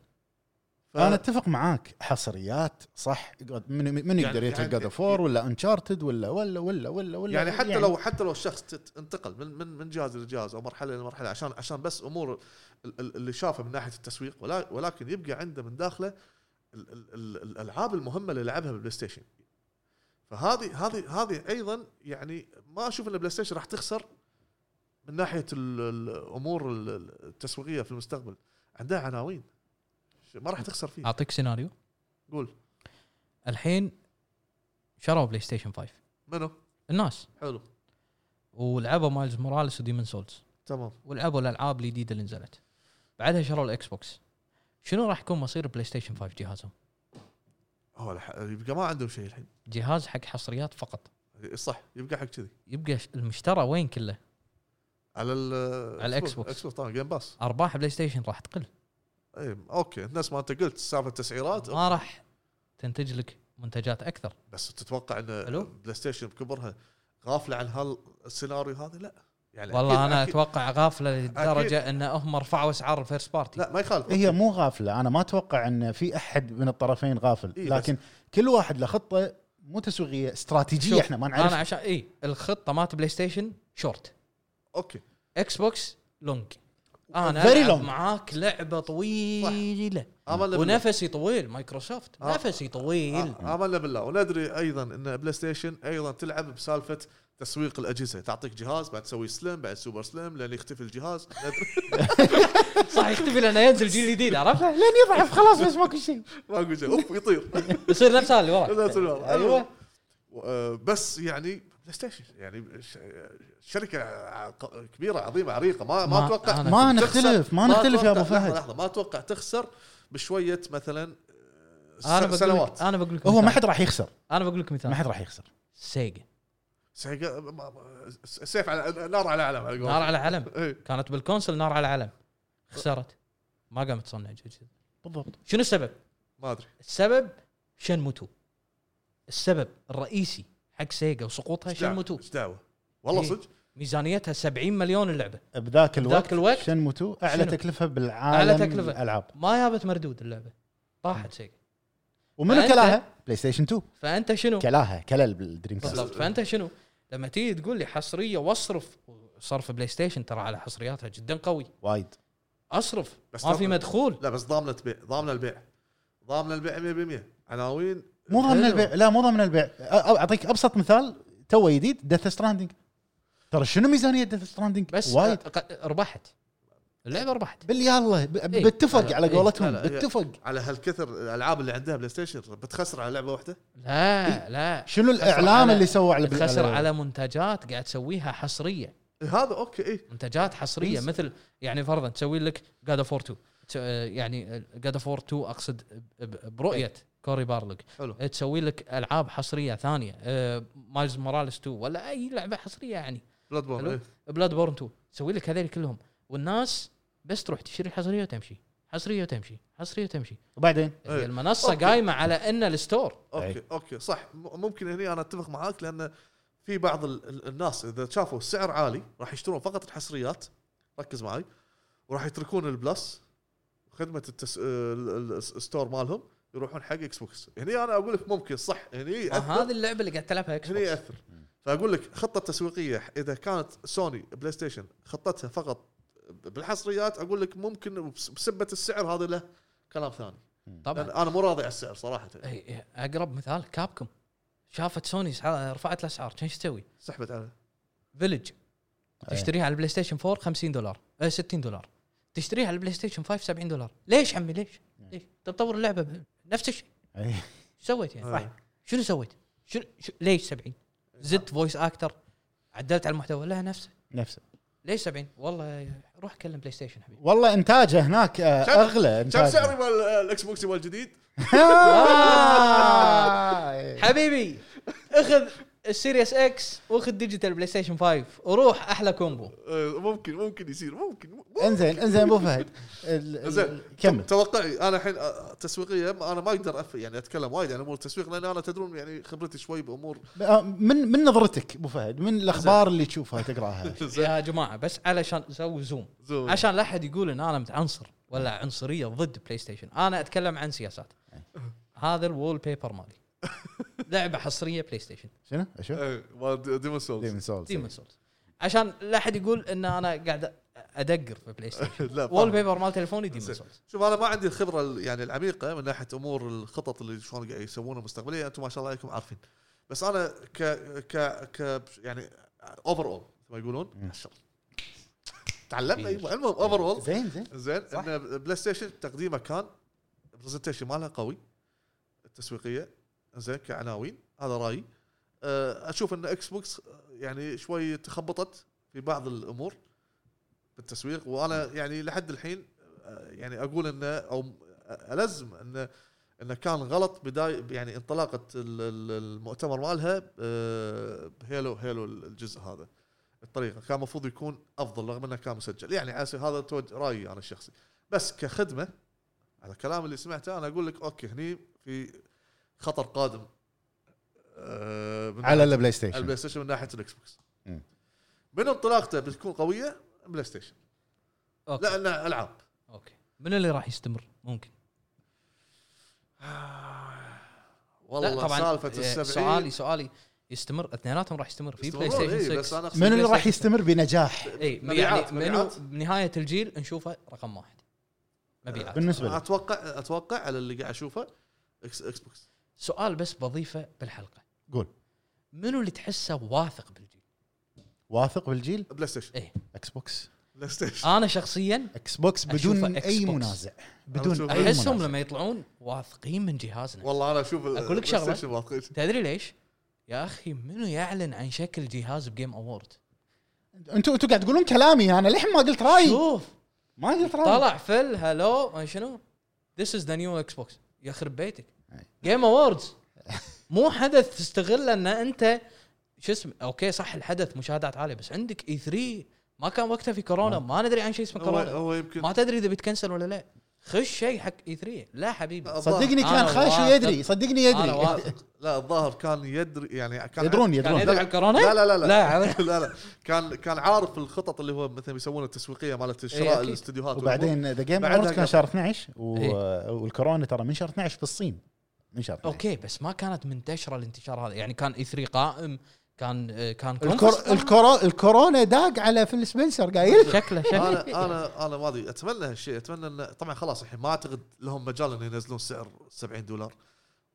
S2: ف...
S3: انا اتفق معاك حصريات صح God- من من يقدر
S2: يعني-
S3: يترك
S2: يعني-
S3: جاد اوف ولا انشارتد ولا ولا ولا ولا ولا
S2: يعني حتى لو حتى لو الشخص تت- انتقل من من من جهاز لجهاز او مرحله لمرحله عشان عشان بس امور ال- ال- اللي شافها من ناحيه التسويق ولا- ولكن يبقى عنده من داخله ال- ال- ال- الالعاب المهمه اللي لعبها بالبلاي ستيشن فهذه هذه هذه ايضا يعني ما اشوف ان البلاي ستيشن راح تخسر من ناحيه ال- الامور ال- ال- التسويقيه في المستقبل عندها عناوين ش- ما راح تخسر فيه
S1: اعطيك سيناريو
S2: إيه. قول
S1: الحين شروا بلاي ستيشن 5
S2: منو
S1: الناس
S2: حلو
S1: ولعبوا مايلز موراليس وديمن سولز
S2: تمام
S1: ولعبوا الالعاب الجديده اللي نزلت بعدها شروا الاكس بوكس شنو راح يكون مصير بلاي ستيشن 5 جهازهم؟
S2: هو الح- يبقى ما عندهم شيء الحين
S1: جهاز حق حصريات فقط
S2: صح يبقى حق كذي
S1: يبقى ش- المشترى وين كله؟
S2: على ال
S1: على الإكس بوكس.
S2: اكس بوكس طبعا جيم باس
S1: ارباح بلاي ستيشن راح تقل
S2: اي اوكي نفس إيه، ما انت قلت سالفه التسعيرات
S1: ما راح تنتج لك منتجات اكثر
S2: بس تتوقع ان
S1: حلو.
S2: بلاي ستيشن بكبرها غافله عن هالسيناريو هذا لا يعني
S1: والله
S2: أكيد-
S1: انا
S2: أكيد-
S1: اتوقع غافله لدرجه ان هم رفعوا اسعار الفيرست بارتي
S2: لا ما يخالف
S1: إيه.
S3: هي مو غافله انا ما اتوقع ان في احد من الطرفين غافل
S2: إيه،
S3: لكن كل واحد له خطه مو تسويقيه استراتيجيه
S1: شوف،
S3: احنا ما
S1: انا
S3: نعرف
S1: عشان اي الخطه مالت بلاي ستيشن شورت
S2: اوكي
S1: اكس بوكس لونج انا
S3: Very
S1: ألعب
S3: long.
S1: معاك لعبه طويله
S2: امنا بالله
S1: ونفسي طويل مايكروسوفت
S2: آه.
S1: نفسي طويل
S2: آه، امنا بالله وندري ايضا ان بلاي ستيشن ايضا تلعب بسالفه تسويق الاجهزه تعطيك جهاز بعد تسوي سلم بعد سوبر سلم لين يختفي الجهاز ندري
S1: صح يختفي لانه ينزل جيل جديد عرفت
S3: لين يضعف خلاص بس ماكو شيء
S2: ما اقول شيء اوف يطير
S1: يصير نفس اللي
S3: أيوة.
S2: لا
S1: ورا
S2: تنور.
S1: ايوه
S2: أيوة. آه، بس يعني بلاي ستيشن يعني ش- شركه ق- كبيره عظيمه عريقه ما ما
S1: ما-
S2: اتوقع
S1: أنا-
S3: ما
S2: تخسر-
S3: نختلف ما نختلف يا
S2: أتوقع-
S3: ابو
S2: لحظة-
S3: فهد
S2: لحظه ما اتوقع تخسر بشويه مثلا آه،
S1: انا
S2: س-
S1: بقول
S2: سنوات
S1: لك انا بقول لك
S3: هو ما
S1: مثال.
S3: حد راح يخسر
S1: انا بقول لك مثال
S3: ما حد راح يخسر
S1: سيجا
S2: سيجا- ما- ما- س- سيف على نار على علم على
S1: نار
S2: قولتهم.
S1: على علم
S2: إيه.
S1: كانت بالكونسل نار على علم خسرت ما قامت تصنع جديد
S3: بالضبط
S1: شنو السبب؟
S2: ما ادري
S1: السبب شنموتو السبب الرئيسي حق سيجا وسقوطها
S2: إيش دعوة؟
S1: شنموتو
S2: إيش دعوه والله
S1: إيه.
S2: صدق
S1: ميزانيتها 70 مليون اللعبه
S3: بذاك الوقت,
S1: ذاك الوقت
S3: شنموتو اعلى
S1: شنو؟
S3: تكلفه بالعالم
S1: أعلى تكلفة.
S3: الالعاب
S1: ما جابت مردود اللعبه طاحت سيجا
S3: ومنو
S1: فأنت-
S3: كلاها؟ بلاي ستيشن 2
S1: فانت شنو؟
S3: كلاها كلل بالدريم كاست
S1: بالضبط فانت شنو؟ لما تيجي تقول لي حصريه واصرف صرف بلاي ستيشن ترى على حصرياتها جدا قوي
S3: وايد
S1: اصرف
S2: بس
S1: ما
S2: طب-
S1: في مدخول
S2: لا بس ضامنه بيع ضامنه البيع ضامنه البيع 100% عناوين
S3: مو ضامن
S1: حلو.
S3: البيع لا مو ضامن البيع أ- أ- اعطيك ابسط مثال تو جديد ديث ستراندنج ترى شنو ميزانيه ديث ستراندنج؟
S1: بس
S3: وايد
S1: أق- ربحت اللعبه ربحت
S3: باليلا ب-
S1: إيه.
S3: باتفق
S1: لا،
S3: على
S1: إيه.
S3: قولتهم
S2: لا، لا، هي-
S3: باتفق
S2: على هالكثر الالعاب اللي عندها بلاي ستيشن بتخسر على لعبه واحده
S1: لا لا
S3: شنو الاعلام
S1: على-
S3: اللي سوى على
S1: خسر على منتجات قاعد تسويها حصريه
S2: إيه، هذا اوكي اي
S1: منتجات حصريه
S3: بس.
S1: مثل يعني فرضا تسوي لك جاد اوف 2 تس- آه، يعني جاد اوف 2 اقصد ب- ب- برؤيه
S3: إيه.
S1: كوري بارلوك
S2: حلو
S1: تسوي لك العاب حصريه ثانيه آه، مايلز موراليس 2 ولا اي لعبه حصريه يعني
S2: بلاد
S1: حلو.
S2: بورن
S1: بلاد بورن 2 تسوي لك هذول كلهم والناس بس تروح تشتري الحصريه وتمشي حصريه وتمشي حصريه وتمشي
S3: وبعدين
S1: هي
S2: إيه.
S1: المنصه
S2: أوكي.
S1: قايمه على ان الستور
S2: اوكي
S3: أي.
S2: اوكي صح م- ممكن هني انا اتفق معاك لان في بعض ال- ال- الناس اذا شافوا السعر عالي راح يشترون فقط الحصريات ركز معي وراح يتركون البلس خدمه التس... ال- ال- الستور مالهم يروحون حق اكس بوكس هني انا اقول لك ممكن صح هني يأثر-
S1: آه، هذه اللعبه اللي قاعد تلعبها اكس
S2: هني
S1: بوكس
S2: ياثر فاقول لك خطه تسويقيه اذا كانت سوني بلاي ستيشن خطتها فقط بالحصريات اقول لك ممكن بس- بسبه السعر هذا له كلام ثاني لأن
S1: طبعا
S2: انا مو راضي على السعر صراحه
S1: إي- إي، اقرب مثال كابكم شافت سوني سع- رفعت الاسعار كان ايش تسوي؟
S2: سحبت على
S1: فيلج
S2: إيه.
S1: تشتريها على البلاي ستيشن 4 50 دولار آه 60 دولار تشتريها على البلاي ستيشن 5 70 دولار ليش عمي ليش؟
S2: إيه.
S1: ليش؟ طب طور اللعبه ب- نفس الشيء
S3: إيه.
S1: ايش سويت يعني؟
S2: صح
S1: شنو سويت؟ شنو شو ليش 70؟
S2: إيه.
S1: زدت فويس اكتر عدلت على المحتوى لا نفسه
S3: نفسه
S1: ليش 70 والله روح كلم بلاي ستيشن حبيبي
S3: والله انتاجه هناك آه،
S2: شوف-
S3: اغلى
S2: كم
S3: إنتاجه.
S2: سعري مال الاكس بوكس مال الجديد؟
S1: آه.
S3: إيه.
S1: حبيبي اخذ السيريس اكس واخذ ديجيتال بلاي ستيشن 5 وروح احلى كومبو
S2: آه، ممكن ممكن يصير ممكن ممكن.
S3: انزين انزين ابو فهد ال- ال-
S2: زين.
S3: كمل
S2: توقعي انا الحين آه، تسويقيا انا ما اقدر أف- يعني اتكلم وايد عن امور التسويق لان انا تدرون يعني خبرتي شوي بامور
S3: آه، من من نظرتك ابو فهد من الاخبار اللي تشوفها تقراها
S2: زين
S1: يا جماعه بس علشان نسوي زوم
S2: زين.
S1: عشان لا احد يقول ان انا متعنصر ولا عنصريه ضد بلاي ستيشن انا اتكلم عن سياسات هذا الوول بيبر مالي لعبه حصريه بلاي ستيشن
S3: شنو اشوف
S2: إيه، مال ديمون سولز
S3: ديمون سولز
S1: ديمون سولز عشان لا احد يقول ان انا قاعد ادقر في بلاي ستيشن
S2: لا
S1: وول
S2: فاهم.
S1: بيبر مال تليفوني ديمون
S2: زين.
S1: سولز
S2: شوف انا ما عندي الخبره ال- يعني العميقه من ناحيه امور الخطط اللي شلون قاعد يسوونها مستقبليه انتم ما شاء الله عليكم عارفين بس انا ك ك ك يعني اوفر اول ما يقولون تعلمنا أيوة. المهم اوفر اول
S3: زين زين
S2: زين ان بلاي ستيشن تقديمه كان البرزنتيشن مالها قوي التسويقيه زين كعناوين هذا رايي أه، اشوف ان اكس بوكس أه، يعني شوي تخبطت في بعض الامور بالتسويق وانا يعني لحد الحين أه، يعني اقول انه او الزم انه انه كان غلط بدايه يعني انطلاقه ال- ال- المؤتمر مالها أه، بهيلو هيلو الجزء هذا الطريقه كان المفروض يكون افضل رغم انه كان مسجل يعني على أساس هذا توج- رايي انا الشخصي بس كخدمه على الكلام اللي سمعته انا اقول لك اوكي هني في خطر قادم آه، من
S3: على
S2: ناحية-
S3: البلاي ستيشن
S2: البلاي ستيشن من ناحيه الاكس بوكس
S3: مم.
S2: من انطلاقته بتكون قويه بلاي ستيشن
S1: اوكي
S2: لا لا العاب
S1: اوكي من اللي راح يستمر ممكن
S2: والله سالفه
S1: إيه،
S2: السبعين
S1: سؤالي سؤالي يستمر اثنيناتهم راح يستمر في بلاي
S2: يستمرون، إيه،
S1: ستيشن
S2: بس
S1: 6
S2: انا أقصد
S4: من اللي
S2: بلاي
S4: راح
S2: ستيشن.
S4: يستمر بنجاح
S1: اي
S2: مبيعات-
S1: يعني منو
S2: مبيعات.
S1: بنهايه الجيل نشوفه رقم واحد مبيعات
S4: بالنسبه لي
S2: اتوقع اتوقع على اللي قاعد اشوفه اكس اكس بوكس
S1: سؤال بس بضيفه بالحلقه
S3: قول
S1: منو اللي تحسه واثق بالجيل؟
S3: واثق بالجيل
S2: بلاي ستيشن
S1: إيه. آه.
S3: اكس بوكس
S2: بلاي ستيشن
S1: انا شخصيا
S3: اكس بوكس بدون
S1: أشوفه
S3: اي
S1: Xbox.
S3: منازع بدون
S2: أشوفه-
S3: اي
S1: احسهم
S3: منازع
S1: لما يطلعون واثقين من جهازنا
S2: والله انا اشوف ال-
S1: أقول لك
S2: بلاي
S1: شغلة.
S2: ستيشن واثقين.
S1: تدري ليش؟ يا اخي منو يعلن عن شكل جهاز بجيم اوورد؟
S4: انتوا انتوا قاعد تقولون كلامي انا للحين ما قلت رايي
S1: شوف
S4: ما قلت رايي
S1: طلع فل هلو ما شنو؟ ذيس از ذا نيو اكس بوكس يخرب بيتك
S3: أي.
S1: جيم اووردز مو حدث تستغله ان انت شو اسمه اوكي صح الحدث مشاهدات عاليه بس عندك اي 3 ما كان وقتها في
S3: آه.
S1: كورونا ما ندري عن شيء اسمه
S2: هو
S1: كورونا
S2: هو يمكن
S1: ما تدري اذا بيتكنسل ولا لا خش شيء حق اي 3 لا حبيبي
S2: لا،
S4: صدقني
S1: أنا
S4: كان خايش
S1: واثق.
S4: ويدري صدقني
S1: أنا
S4: يدري
S1: واثق.
S2: لا الظاهر كان يدري يعني كان
S4: يدرون
S1: كان
S4: يدرون
S1: يدري عن كورونا؟
S2: لا لا لا
S1: لا.
S2: لا لا, لا. كان كان عارف الخطط اللي هو مثلا يسوونها التسويقيه مالت
S1: إيه،
S2: شراء
S1: أكيد.
S2: الاستديوهات والأمور.
S3: وبعدين ذا جيم
S2: بعدها
S3: كان
S2: قبل.
S3: شهر 12 و...
S1: إيه.
S3: والكورونا ترى من شهر 12 في الصين من شهر 12
S1: اوكي بس ما كانت منتشره الانتشار هذا يعني كان اي 3 قائم كان آه، كان
S3: الكور... الكورو... الكورونا داق على فيل سبنسر قايل
S1: شكله شكله إيه،
S2: انا انا انا ما ادري اتمنى هالشيء اتمنى انه طبعا خلاص الحين ما اعتقد لهم مجال انه ينزلون سعر 70 دولار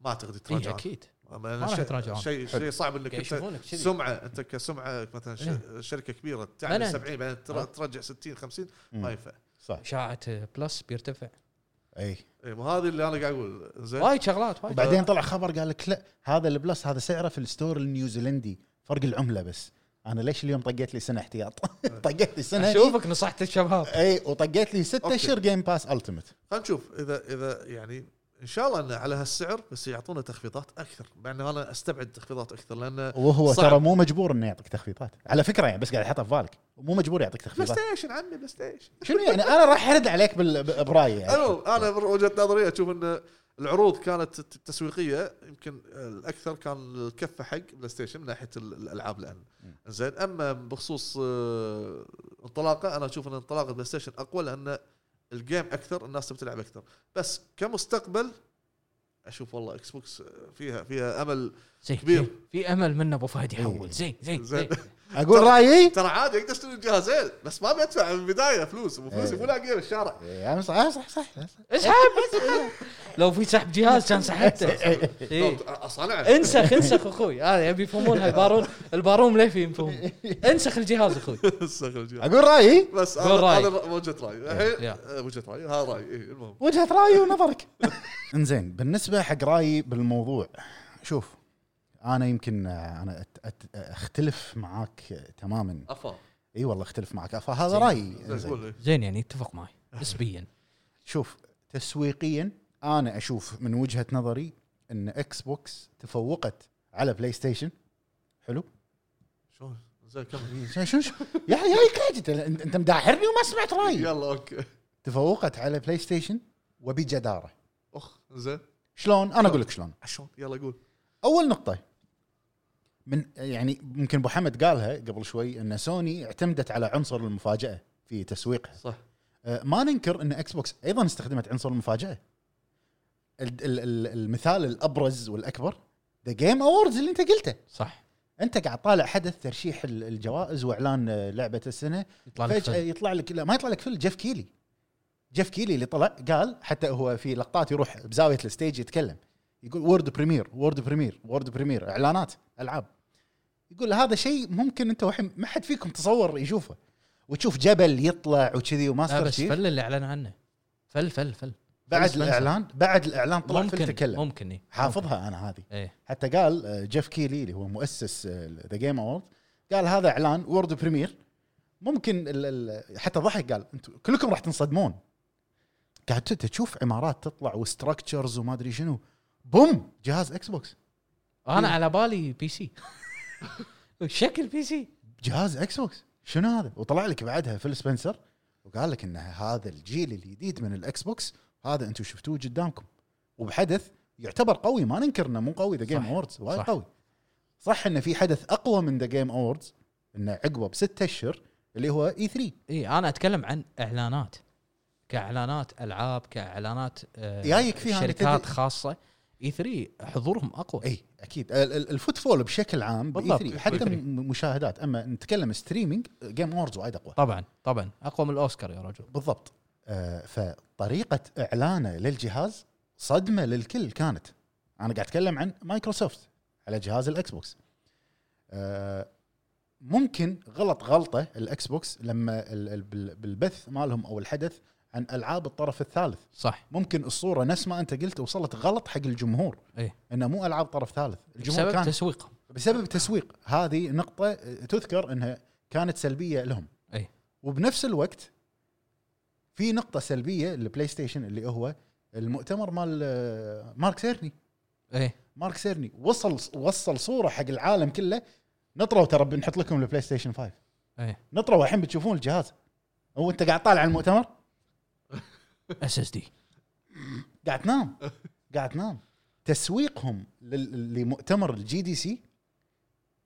S2: ما اعتقد
S1: إيه،
S2: يتراجعون
S1: اكيد
S2: أما
S1: ما راح
S2: شيء-
S1: يتراجعون.
S2: شيء شيء صعب انك انت
S1: يشوفونك كذي
S2: سمعه انت كسمعه مثلا ش- شركه كبيره تعلن
S1: بلد.
S2: 70 بعدين تر-
S1: إيه. آه.
S2: ترجع 60 50
S3: مم.
S2: ما ينفع
S3: صح
S1: شاعه آه، بلس بيرتفع
S3: اي
S2: اي ما إيه، هذه اللي انا قاعد اقول زين
S1: وايد شغلات وايد
S3: وبعدين طلع خبر قال لك لا هذا البلس هذا سعره في الستور النيوزيلندي فرق العمله بس انا ليش اليوم طقيت لي سنه احتياط طقيت لي سنه
S1: اشوفك نصحت الشباب
S3: اي وطقيت لي ستة
S2: أوكي.
S3: اشهر جيم باس التيمت
S2: خلينا نشوف اذا اذا يعني ان شاء الله انه على هالسعر بس يعطونا تخفيضات اكثر مع انه انا استبعد تخفيضات اكثر لان
S3: وهو
S2: صعب.
S3: ترى مو مجبور انه يعطيك تخفيضات على فكره يعني بس قاعد احطها في بالك مو مجبور يعطيك
S2: بلاي
S3: تخفيضات
S2: ستيشن عمي بلاي ستيشن
S3: شنو يعني انا راح ارد عليك بال- ب- برايي يعني.
S2: المهم انا من وجهه نظري اشوف ان العروض كانت الت- التسويقيه يمكن الاكثر كان الكفه حق بلاي ستيشن من ناحيه ال- الالعاب لان زين اما بخصوص آه، انطلاقه انا اشوف ان انطلاقه بلاي ستيشن اقوى لان الجيم اكثر الناس تبي تلعب اكثر بس كمستقبل اشوف والله اكس بوكس آه، فيها فيها امل
S1: زين
S2: كبير.
S1: زين. في امل منه ابو فهد يحول زين زين زين
S2: زين.
S3: اقول رايي
S2: ترى عادي اقدر اشتري الجهازين بس ما بدفع من البدايه فلوس وفلوسي
S3: إيه.
S2: مو لاقيها بالشارع
S3: يعني صح صح صح, صح.
S1: اسحب لو في سحب جهاز كان سحبته إيه.
S2: طب اصنعه
S1: انسخ انسخ اخوي هذا يبي يفهمونها البارون البارون ليه في يفهم انسخ الجهاز اخوي
S2: استغفر الله.
S3: اقول رايي
S2: بس
S1: قول
S2: انا
S1: رأيك.
S2: هذا وجهه رايي الحين
S1: يا.
S2: آه، وجهه رايي هذا رايي إيه، المهم
S3: وجهه رايي ونظرك انزين بالنسبه حق رايي بالموضوع شوف انا يمكن آه، انا أت أت اختلف معاك آه، تماما
S2: افا
S3: اي والله اختلف معاك فهذا
S1: زين.
S3: رايي
S2: إيه، زين
S3: إنزين.
S2: قول لي.
S1: زين يعني اتفق معي نسبيا
S3: شوف تسويقيا انا اشوف من وجهه نظري ان اكس بوكس تفوقت على بلاي ستيشن حلو
S2: شلون زين كمل
S3: شنو شنو شنو- يا يا يكاد أنت- انت أنت مداحرني وما سمعت رايي
S2: يلا اوكي
S3: تفوقت على بلاي ستيشن وبجداره
S2: اخ زين
S3: شلون انا اقول لك شلون
S2: عشان يلا قول
S3: اول نقطه من يعني يمكن ابو حمد قالها قبل شوي ان سوني اعتمدت على عنصر المفاجاه في تسويقها
S2: صح
S3: أه، ما ننكر ان اكس بوكس ايضا استخدمت عنصر المفاجاه ال- ال- ال- المثال الابرز والاكبر ذا جيم اووردز اللي انت قلته
S1: صح
S3: انت قاعد طالع حدث ترشيح ال- الجوائز واعلان أه، لعبه السنه
S1: يطلع لك
S3: فجاه
S1: فل.
S3: يطلع لك لا ما يطلع لك فيل جيف كيلي جيف كيلي اللي طلع قال حتى هو في لقطات يروح بزاويه الستيج يتكلم يقول وورد بريمير وورد بريمير وورد بريمير اعلانات العاب يقول هذا شيء ممكن انت وحين ما حد فيكم تصور يشوفه وتشوف جبل يطلع وكذي
S1: لا
S3: وماستر
S1: بس
S3: شيف
S1: فل اللي اعلن عنه فل فل فل
S3: بعد
S1: سبنسر.
S3: الاعلان بعد الاعلان طلع فيل
S1: ممكن
S3: تكلم
S1: ممكن إيه.
S3: حافظها انا هذه
S1: ممكن. ايه
S3: حتى قال آه، جيف كيلي اللي هو مؤسس آه، ذا جيم اوورد قال هذا اعلان وورد بريمير ممكن ال ال حتى ضحك قال انتم كلكم راح تنصدمون قاعد ت- تشوف عمارات تطلع وستركتشرز وما ادري شنو بوم جهاز اكس بوكس
S1: انا على بالي بي سي شكل بي سي
S3: جهاز اكس بوكس شنو هذا وطلع لك بعدها فيل سبنسر وقال لك ان هذا الجيل الجديد من الاكس بوكس هذا انتم شفتوه قدامكم وبحدث يعتبر قوي ما ننكر انه مو قوي ذا جيم
S1: صح.
S3: اووردز وايد
S1: صح.
S3: قوي صح انه في حدث اقوى من ذا جيم اووردز انه عقبه بستة اشهر اللي هو E اي 3
S1: اي انا اتكلم عن اعلانات كاعلانات العاب كاعلانات آه،
S3: جايك فيها أنا
S1: شركات
S3: تدري-
S1: خاصه اي 3 حضورهم اقوى
S3: اي اكيد ال- ال- الفوتفول بشكل عام باي
S1: بالضبط،
S3: 3 حتى
S1: E3.
S3: م- مشاهدات اما نتكلم ستريمينج جيم اورز وايد اقوى
S1: طبعا طبعا اقوى من الاوسكار يا رجل
S3: بالضبط آه، فطريقه اعلانه للجهاز صدمه للكل كانت انا قاعد اتكلم عن مايكروسوفت على جهاز الاكس بوكس آه، ممكن غلط غلطه الاكس بوكس لما ال- ال- بال- بالبث مالهم او الحدث عن العاب الطرف الثالث
S1: صح
S3: ممكن الصوره نفس ما انت قلت وصلت غلط حق الجمهور
S1: إيه.
S3: انه مو العاب طرف ثالث الجمهور
S1: بسبب
S3: كان
S1: تسويقهم
S3: بسبب تسويق هذه نقطة تذكر انها كانت سلبية لهم
S1: أي.
S3: وبنفس الوقت في نقطة سلبية للبلاي ستيشن اللي هو المؤتمر مال آه، مارك سيرني
S1: ايه
S3: مارك سيرني وصل وصل صورة حق العالم كله نطروا ترى بنحط لكم البلاي ستيشن 5
S1: أي.
S3: نطروا الحين بتشوفون الجهاز هو انت قاعد طالع المؤتمر
S1: اس اس دي
S3: قاعد تنام قاعد تنام تسويقهم لل- لمؤتمر الجي دي سي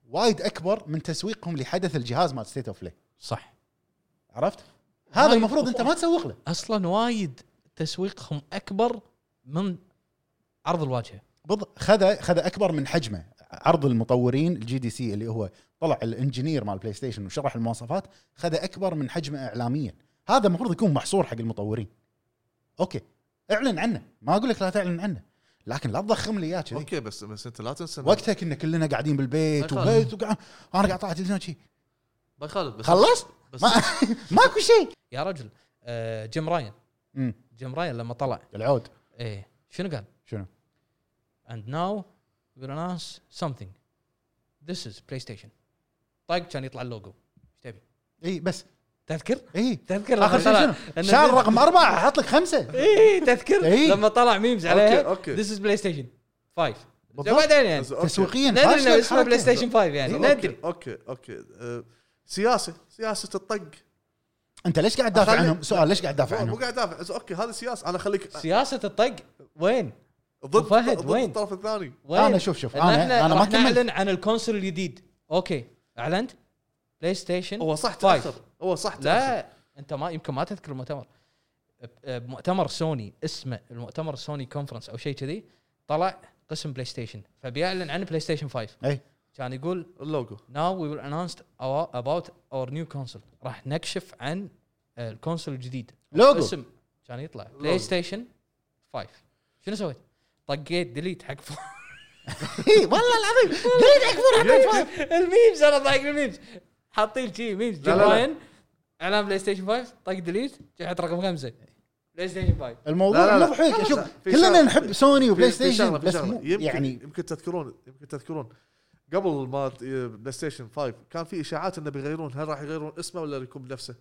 S3: وايد اكبر من تسويقهم لحدث الجهاز مال ستيت اوف بلاي
S1: صح
S3: عرفت؟ هذا
S1: وايد.
S3: المفروض انت ما تسوق له
S1: اصلا وايد تسويقهم اكبر من عرض الواجهه
S3: بالضبط خذ خذ اكبر من حجمه عرض المطورين الجي دي سي اللي هو طلع الانجينير مال بلاي ستيشن وشرح المواصفات خذ اكبر من حجمه اعلاميا هذا المفروض يكون محصور حق المطورين اوكي اعلن عنه ما اقول لك لا تعلن عنه لكن لا تضخم لي اياه كذي
S2: اوكي بس بس انت لا تنسى إن-
S3: وقتها كنا كلنا قاعدين بالبيت
S2: ما
S3: وبيت وقاعد انا قاعد طالع تلفزيون شي
S2: ما يخالف بس
S3: خلصت
S2: بس
S3: ما ماكو شيء
S1: يا رجل آه جيم راين
S3: مم.
S1: جيم راين لما طلع
S3: العود
S1: ايه شنو قال؟
S3: شنو؟
S1: and now we announce something this is بلاي ستيشن طق كان يطلع اللوجو ايش تبي؟
S3: اي بس
S1: تذكر؟
S3: اي
S1: تذكر لما
S3: اخر
S1: طلع
S3: شيء شنو
S1: إن
S3: شال
S1: this-
S3: رقم اربعه احط لك خمسه
S1: اي تذكر
S3: إي.
S1: لما طلع ميمز
S2: اوكي
S1: عليها
S2: اوكي
S1: ذيس از بلاي ستيشن 5
S3: بالضبط.
S1: بعدين يعني
S2: بس أوكي.
S3: تسويقيا
S1: ندري
S3: فاشلة
S1: انه اسمه
S3: الحركة. إيه،
S1: بلاي ستيشن 5 يعني ندري
S2: اوكي اوكي اوكي أه، سياسه سياسه الطق
S3: انت ليش قاعد تدافع
S2: أخلي-
S3: عنهم؟ سؤال ليش قاعد تدافع
S2: مو مو
S3: عنهم؟
S2: قاعد دافع اوكي هذا سياسه انا خليك
S1: سياسه الطق وين؟
S2: ضد
S1: وفهد
S2: ضد
S1: وين؟
S2: الطرف الثاني
S1: وين؟
S3: انا شوف شوف
S1: إن
S3: انا
S1: احنا
S3: انا ما
S1: راح
S3: كملت
S1: نعلن عن الكونسول الجديد اوكي اعلنت بلاي ستيشن
S2: هو صح
S1: فايف.
S2: تاثر هو صح تاثر
S1: لا انت ما يمكن ما تذكر المؤتمر ب- بمؤتمر سوني اسمه المؤتمر سوني كونفرنس او شيء كذي طلع قسم بلاي ستيشن فبيعلن عن بلاي ستيشن 5
S3: اي
S1: كان يقول
S2: اللوجو
S1: now we will announce our, about our new console راح نكشف عن آه، الكونسول الجديد
S3: لوجو.
S1: اسم كان يطلع بلاي
S2: لوجو.
S1: ستيشن 5 شنو سويت؟ طقيت ديليت حق فوق.
S3: إي، والله العظيم دليل اكبر حطيت فايف.
S1: الميمز انا طايق الميمز حاطين شي ميمز
S2: لا،
S1: جيم
S2: لا، لا.
S1: راين اعلان بلاي ستيشن 5 طق ديليت حط رقم خمسه بلاي ستيشن 5
S3: الموضوع
S2: لا، لا، لا.
S3: مضحك شوف
S2: في
S3: كلنا
S2: شغلة.
S3: نحب سوني وبلاي
S2: في- في
S3: ستيشن
S2: شغلة- في
S3: بس
S2: شغلة.
S3: مو
S2: يمكن
S3: يعني
S2: يمكن تذكرون يمكن تذكرون قبل ما ت- بلاي ستيشن 5 كان في اشاعات انه بيغيرون هل راح يغيرون اسمه ولا يكون بنفسه؟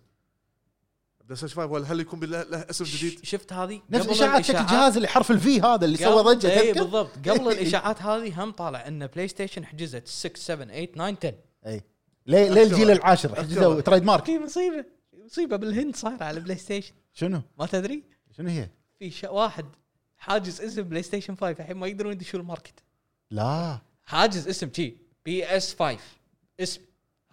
S2: بلاي ستيشن 5 ولا هل يكون بله- له اسم جديد؟
S1: شفت هذه
S3: نفس
S1: قبل
S3: اشاعات شكل
S1: الإشاعات-
S3: الجهاز اللي حرف الفي هذا اللي سوى
S1: قبل-
S3: ضجه
S1: اي
S3: تذكر؟
S1: إيه، بالضبط قبل الاشاعات هذه هم طالع ان بلاي ستيشن حجزت 6 7 8 9 10
S3: اي إيه. ليه ليه الجيل العاشر حجزوا
S2: أذكر.
S3: تريد مارك
S1: في مصيبه مصيبه بالهند صايره على بلاي ستيشن
S3: شنو؟
S1: ما تدري
S3: شنو هي؟
S1: في ش- واحد حاجز اسم بلاي ستيشن 5 الحين ما يقدرون يدشون الماركت
S3: لا
S1: حاجز اسم شي بي اس 5 اسم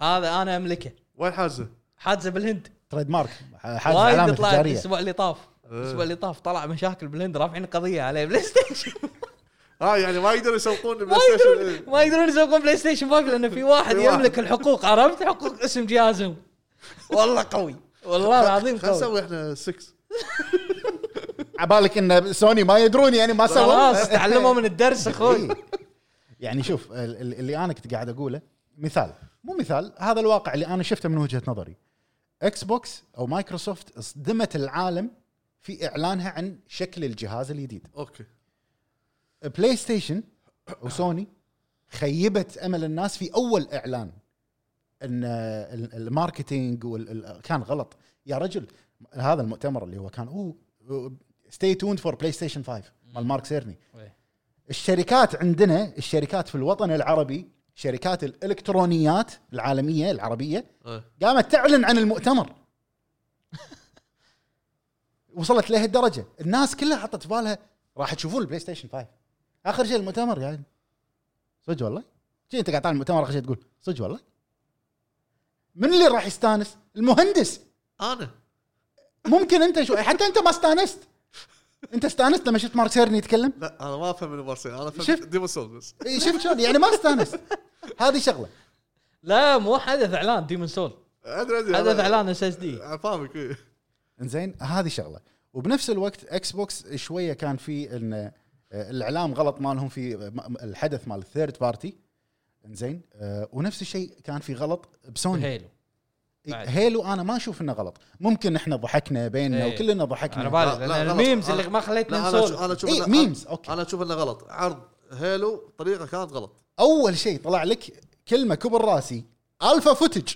S1: هذا انا املكه
S2: وين حازه؟
S1: حاجزه بالهند
S3: تريد مارك حاجز علامه
S1: وايد طلع
S3: تجاريه
S1: الاسبوع اللي طاف الاسبوع اللي طاف طلع مشاكل بالهند رافعين قضيه على بلاي ستيشن
S2: اه يعني ما يقدرون يسوقون
S1: ما
S2: بلاي
S1: يقدرون
S2: ستيشن
S1: ما يقدرون يسوقون بلاي ستيشن 5 لان في واحد
S2: إيه؟ في واحد.
S1: يملك الحقوق عرفت حقوق اسم جهازهم والله قوي والله العظيم
S2: خلينا
S1: قوي
S2: نسوي احنا 6
S3: عبالك ان سوني ما يدرون يعني ما سووا
S1: خلاص تعلموا من الدرس اخوي
S3: إيه. يعني شوف ال- ال- اللي انا كنت قاعد اقوله مثال مو مثال هذا الواقع اللي انا شفته من وجهه نظري اكس بوكس او مايكروسوفت صدمت العالم في اعلانها عن شكل الجهاز الجديد
S2: اوكي
S3: بلاي ستيشن او سوني خيبت امل الناس في اول اعلان ان آه، ال- الماركتينج وال- ال- آه، كان غلط يا رجل هذا المؤتمر اللي هو كان اوه ستي توند فور بلاي ستيشن 5 مال مارك سيرني
S1: إيه.
S3: الشركات عندنا الشركات في الوطن العربي شركات الالكترونيات العالميه العربيه
S2: آه.
S3: قامت تعلن عن المؤتمر وصلت لهالدرجه الناس كلها حطت في بالها راح تشوفون البلاي ستيشن 5 اخر شيء المؤتمر يعني صدق والله شي انت قاعد طالع المؤتمر اخر شيء تقول صدق والله
S4: من اللي راح يستانس المهندس
S2: انا
S4: ممكن انت شو حتى انت ما استانست انت استانست لما شفت مارك سيرني يتكلم
S2: لا انا ما افهم المارسين انا افهم
S4: شفت؟
S2: ديمون سولز بس
S4: إي، شفت شلون يعني ما استانست هذه شغله
S1: لا مو حدث اعلان ديمون سول
S2: ادري ادري
S1: حدث
S2: أنا-
S1: اعلان اس اس دي
S2: أنا فاهمك إيه.
S3: انزين هذه شغله وبنفس الوقت اكس بوكس شويه كان في ان آه، الاعلام غلط مالهم في آه، م- الحدث مال الثيرد بارتي انزين آه، ونفس الشيء كان في غلط بسوني
S1: هيلو بعد.
S3: هيلو انا ما اشوف انه غلط ممكن احنا ضحكنا بيننا
S1: إيه.
S3: وكلنا
S1: على
S3: ضحكنا
S1: بالي
S2: لا، لا،
S1: لأن
S2: غلط.
S1: الميمز
S2: أنا-
S1: اللي ما خليتني
S2: لا انا أش-
S1: نسولف
S2: انا اشوف
S3: اي
S2: إنه-
S3: ميمز
S2: أنا-
S3: اوكي
S2: انا اشوف انه غلط عرض هيلو طريقه كانت غلط
S3: اول شيء طلع لك كلمه كبر راسي الفا فوتج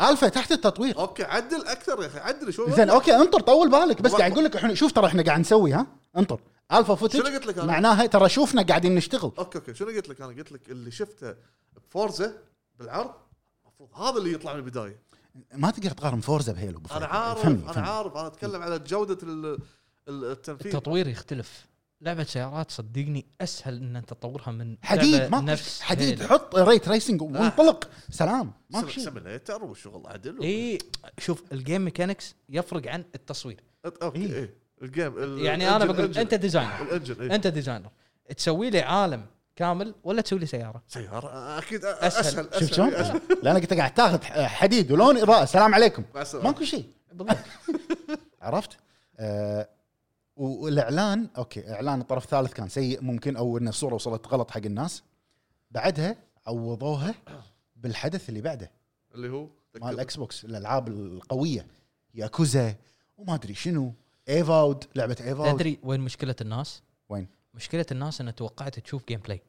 S3: الفا تحت التطوير
S2: اوكي عدل اكثر يا اخي عدل شوي
S3: زين اوكي انطر طول بالك بس
S2: و-
S3: قاعد اقول لك احنا شوف ترى احنا قاعد نسوي ها انطر الفا
S2: شنو
S3: فوتج
S2: قلت لك انا؟
S3: معناها ترى شوفنا قاعدين نشتغل
S2: اوكي اوكي شنو قلت لك انا؟ قلت لك اللي شفته بفورزا بالعرض المفروض هذا اللي يطلع من البدايه
S3: ما تقدر تقارن فورزا بهيلو بفرق.
S2: انا عارف
S3: فهمني،
S2: انا
S3: فهمني.
S2: عارف انا اتكلم على جوده ال- ال- التنفيذ
S1: التطوير يختلف لعبه سيارات صدقني اسهل ان انت تطورها من
S3: حديد
S1: لعبة
S3: ما
S1: نفس
S3: حديد
S1: هيلو.
S3: حط ريت ريسنج وانطلق آه. سلام ما
S2: سم-
S3: شيء
S2: سيميليتر وشغل عدل
S1: اي إيه، شوف الجيم ميكانكس يفرق عن التصوير
S2: اوكي
S3: إيه.
S2: ايه الجيم ال-
S1: يعني انا
S2: الإنجن-
S1: بقول
S2: الإنجن.
S1: انت ديزاينر
S2: الانجن إيه.
S1: انت ديزاينر تسوي لي عالم كامل ولا تسوي لي سياره
S2: سياره اكيد أ-
S1: أسهل.
S2: اسهل
S3: شفت
S2: اسهل
S3: شلون؟
S2: إيه، أسهل.
S3: لانك انت قاعد تاخذ حديد ولون اضاءه سلام عليكم
S2: مع السلامة.
S3: ماكو شيء
S1: بالضبط
S3: عرفت؟ آه والاعلان اوكي اعلان الطرف الثالث كان سيء ممكن او ان الصوره وصلت غلط حق الناس بعدها عوضوها بالحدث اللي بعده
S2: اللي هو
S3: مال الاكس بوكس الالعاب القويه ياكوزا وما ادري شنو ايفاود لعبه ايفاود
S1: تدري وين مشكله الناس؟
S3: وين؟
S1: مشكله الناس ان توقعت تشوف جيم بلاي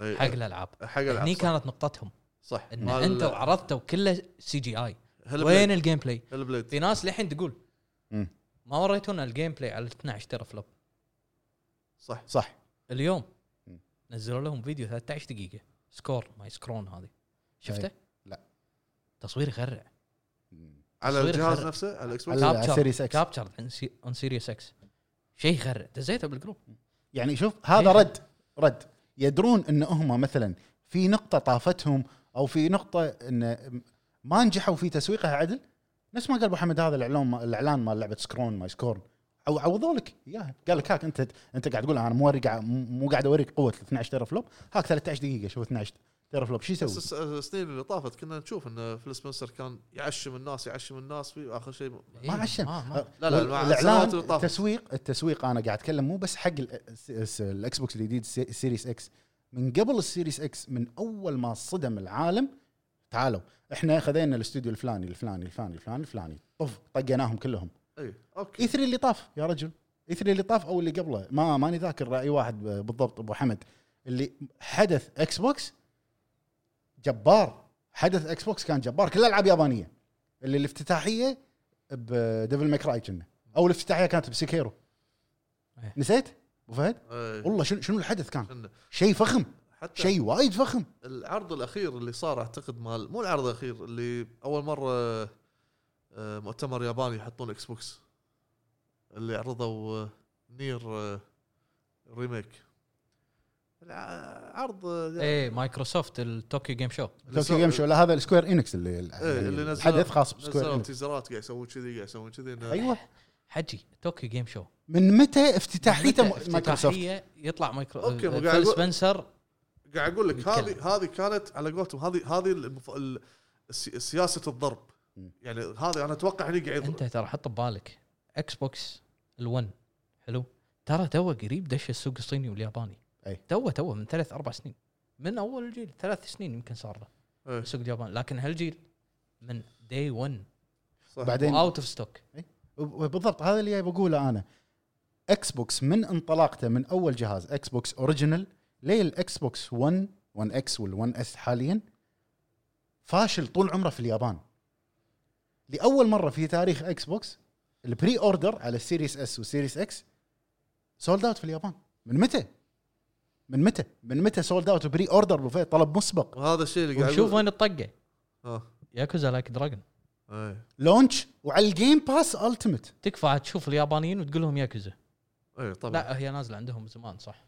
S2: إيه،
S1: حق الالعاب
S2: حق الألعاب،
S1: هني
S2: صح.
S1: كانت نقطتهم
S2: صح
S1: ان انت وعرضته وكله سي جي اي وين
S2: وين
S1: الجيم بلاي؟
S2: البليد
S1: في ناس للحين تقول
S3: مم.
S1: ما وريتونا الجيم بلاي على 12 تيرا فلوب
S2: صح
S3: صح
S1: اليوم
S3: مم.
S1: نزلوا لهم فيديو 13 دقيقه سكور ماي سكرون هذه شفته؟
S3: أي. إيه. لا.
S1: تصوير يخرع
S2: على
S1: تصوير
S2: الجهاز
S1: خرب.
S2: نفسه على الاكس بوكس
S3: على- على Series X.
S1: كابتشر اون سيريس اكس شيء يخرع دزيته بالجروب
S3: يعني شوف هذا
S1: إيه.
S3: رد رد يدرون ان هم مثلا في نقطه طافتهم او في نقطه ان ما نجحوا في تسويقها عدل نفس ما قال ابو حمد هذا الاعلان الاعلان مال لعبه سكرون ماي سكورن او عوضوا لك اياها قال لك هاك انت انت قاعد تقول انا مو أوري- قاعد- مو قاعد اوريك قوه 12 تيرا فلوب هاك 13 دقيقه شوف 12 تيرا فلوب شو
S2: بس
S3: يسوي؟
S2: الس- السنين اللي طافت كنا نشوف ان فيل سبنسر كان يعشم الناس يعشم الناس في اخر شيء
S1: إيه،
S3: ما عشان
S1: ما- ما.
S2: لا، لا، مع السنوات
S3: الاعلان
S2: اللي طافت.
S3: أه، التسويق التسويق انا قاعد اتكلم مو بس حق ال- الس- الس- الاكس بوكس الجديد السي- سيريس اكس من قبل السيريس اكس من اول ما صدم العالم تعالوا احنا خذينا الاستوديو الفلاني الفلاني الفلاني الفلاني الفلاني طف طقيناهم كلهم
S2: اي اوكي
S3: اي 3 اللي طاف يا رجل اي 3 اللي طاف او اللي قبله ما ماني ذاكر اي واحد ب- بالضبط ابو حمد اللي حدث اكس بوكس جبار حدث اكس بوكس كان جبار كل العاب يابانيه اللي الافتتاحيه بديفل ميك راي كنا او الافتتاحيه كانت بسكيرو
S1: إيه.
S3: نسيت ابو فهد
S2: إيه.
S3: والله شنو شنو الحدث كان
S2: إنه
S3: شيء فخم
S2: حتى
S3: شيء وايد فخم
S2: العرض الاخير اللي صار اعتقد مال مو العرض الاخير اللي اول مره آه، مؤتمر ياباني يحطون اكس بوكس اللي عرضوا آه، نير آه، ريميك الع- عرض آه،
S1: ايه مايكروسوفت الطوكيو جيم شو
S2: اللي
S3: إيه. توكيو
S2: سو-
S3: جيم شو لا هذا السكوير انكس اللي,
S2: إيه، اللي
S3: اللي
S2: نزلوا-
S3: الحدث خاص بسكوير
S2: نزلوا
S3: انكس
S2: تيزرات قاعد يسوون كذي قاعد يسوون كذي إنه-
S3: ايوه
S1: حجي طوكيو جيم شو
S3: من متى افتتاحيته
S1: متى
S3: م- مايكروسوفت
S1: افتتاحية يطلع مايكرو
S2: أوكي،
S1: أوكي
S2: مو قاعد
S1: فيل
S2: أقول-
S1: سبنسر
S2: قاعد اقول لك
S1: نتكلم.
S2: هذه هذه كانت على قولتهم هذه هذه المف... ال- السي- سياسه الضرب
S3: م.
S2: يعني هذه انا اتوقع هني قاعد
S1: انت
S2: يضرب.
S1: ترى حط ببالك اكس بوكس ال1 حلو ترى تو قريب دش السوق الصيني والياباني
S3: أي.
S1: تو تو من ثلاث اربع سنين من اول الجيل ثلاث سنين يمكن صار له
S2: إيه،
S1: السوق الياباني لكن هالجيل من دي 1
S2: صح.
S3: بعدين
S1: اوت اوف ستوك
S3: بالضبط هذا اللي جاي بقوله انا اكس بوكس من انطلاقته من اول جهاز اكس بوكس اوريجينال ليه الاكس بوكس 1 1 اكس وال1 اس حاليا فاشل طول عمره في اليابان لاول مره في تاريخ اكس بوكس البري اوردر على السيريس اس والسيريس اكس سولد اوت في اليابان من متى؟ من متى؟ من متى سولد اوت بري اوردر بوفيه طلب مسبق
S2: وهذا الشيء اللي قاعد
S1: وشوف
S2: يقول-
S1: وين الطقه
S2: آه،
S1: ياكوزا لايك دراجون
S2: إيه،
S3: لونش وعلى الجيم باس التيمت
S1: تكفى عاد تشوف اليابانيين وتقول لهم ياكوزا
S2: ايه طبعا
S1: لا هي نازله عندهم زمان إيه، صح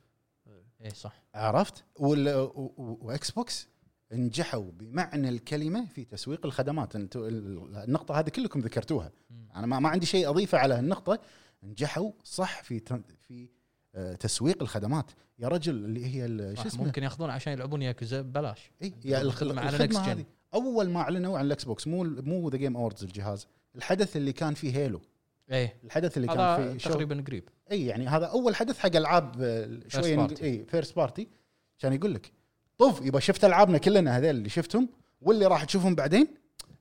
S1: اي صح
S3: عرفت وال- و- و- واكس بوكس نجحوا بمعنى الكلمه في تسويق الخدمات انتوا ال- النقطه هذه كلكم ذكرتوها انا ما, ما عندي شيء اضيفه على النقطه نجحوا صح في تن- في آه، تسويق الخدمات يا رجل اللي هي ال- شو
S1: صح،
S3: اسمه
S1: ممكن ياخذون عشان يلعبون ياكوزا ببلاش
S3: اي يا الخدمه,
S1: الخدمة على
S3: الخدمة
S1: Next Gen.
S3: هذه اول ما اعلنوا عن الاكس بوكس مو مو ذا جيم اوردز الجهاز الحدث اللي كان فيه هيلو
S1: ايه
S3: الحدث اللي كان
S1: هذا
S3: فيه شو
S1: تقريبا قريب
S3: اي يعني هذا اول حدث حق العاب آه، شويه
S1: party.
S3: اي فيرست بارتي كان يقول لك طف يبا شفت العابنا كلنا هذول اللي شفتهم واللي راح تشوفهم بعدين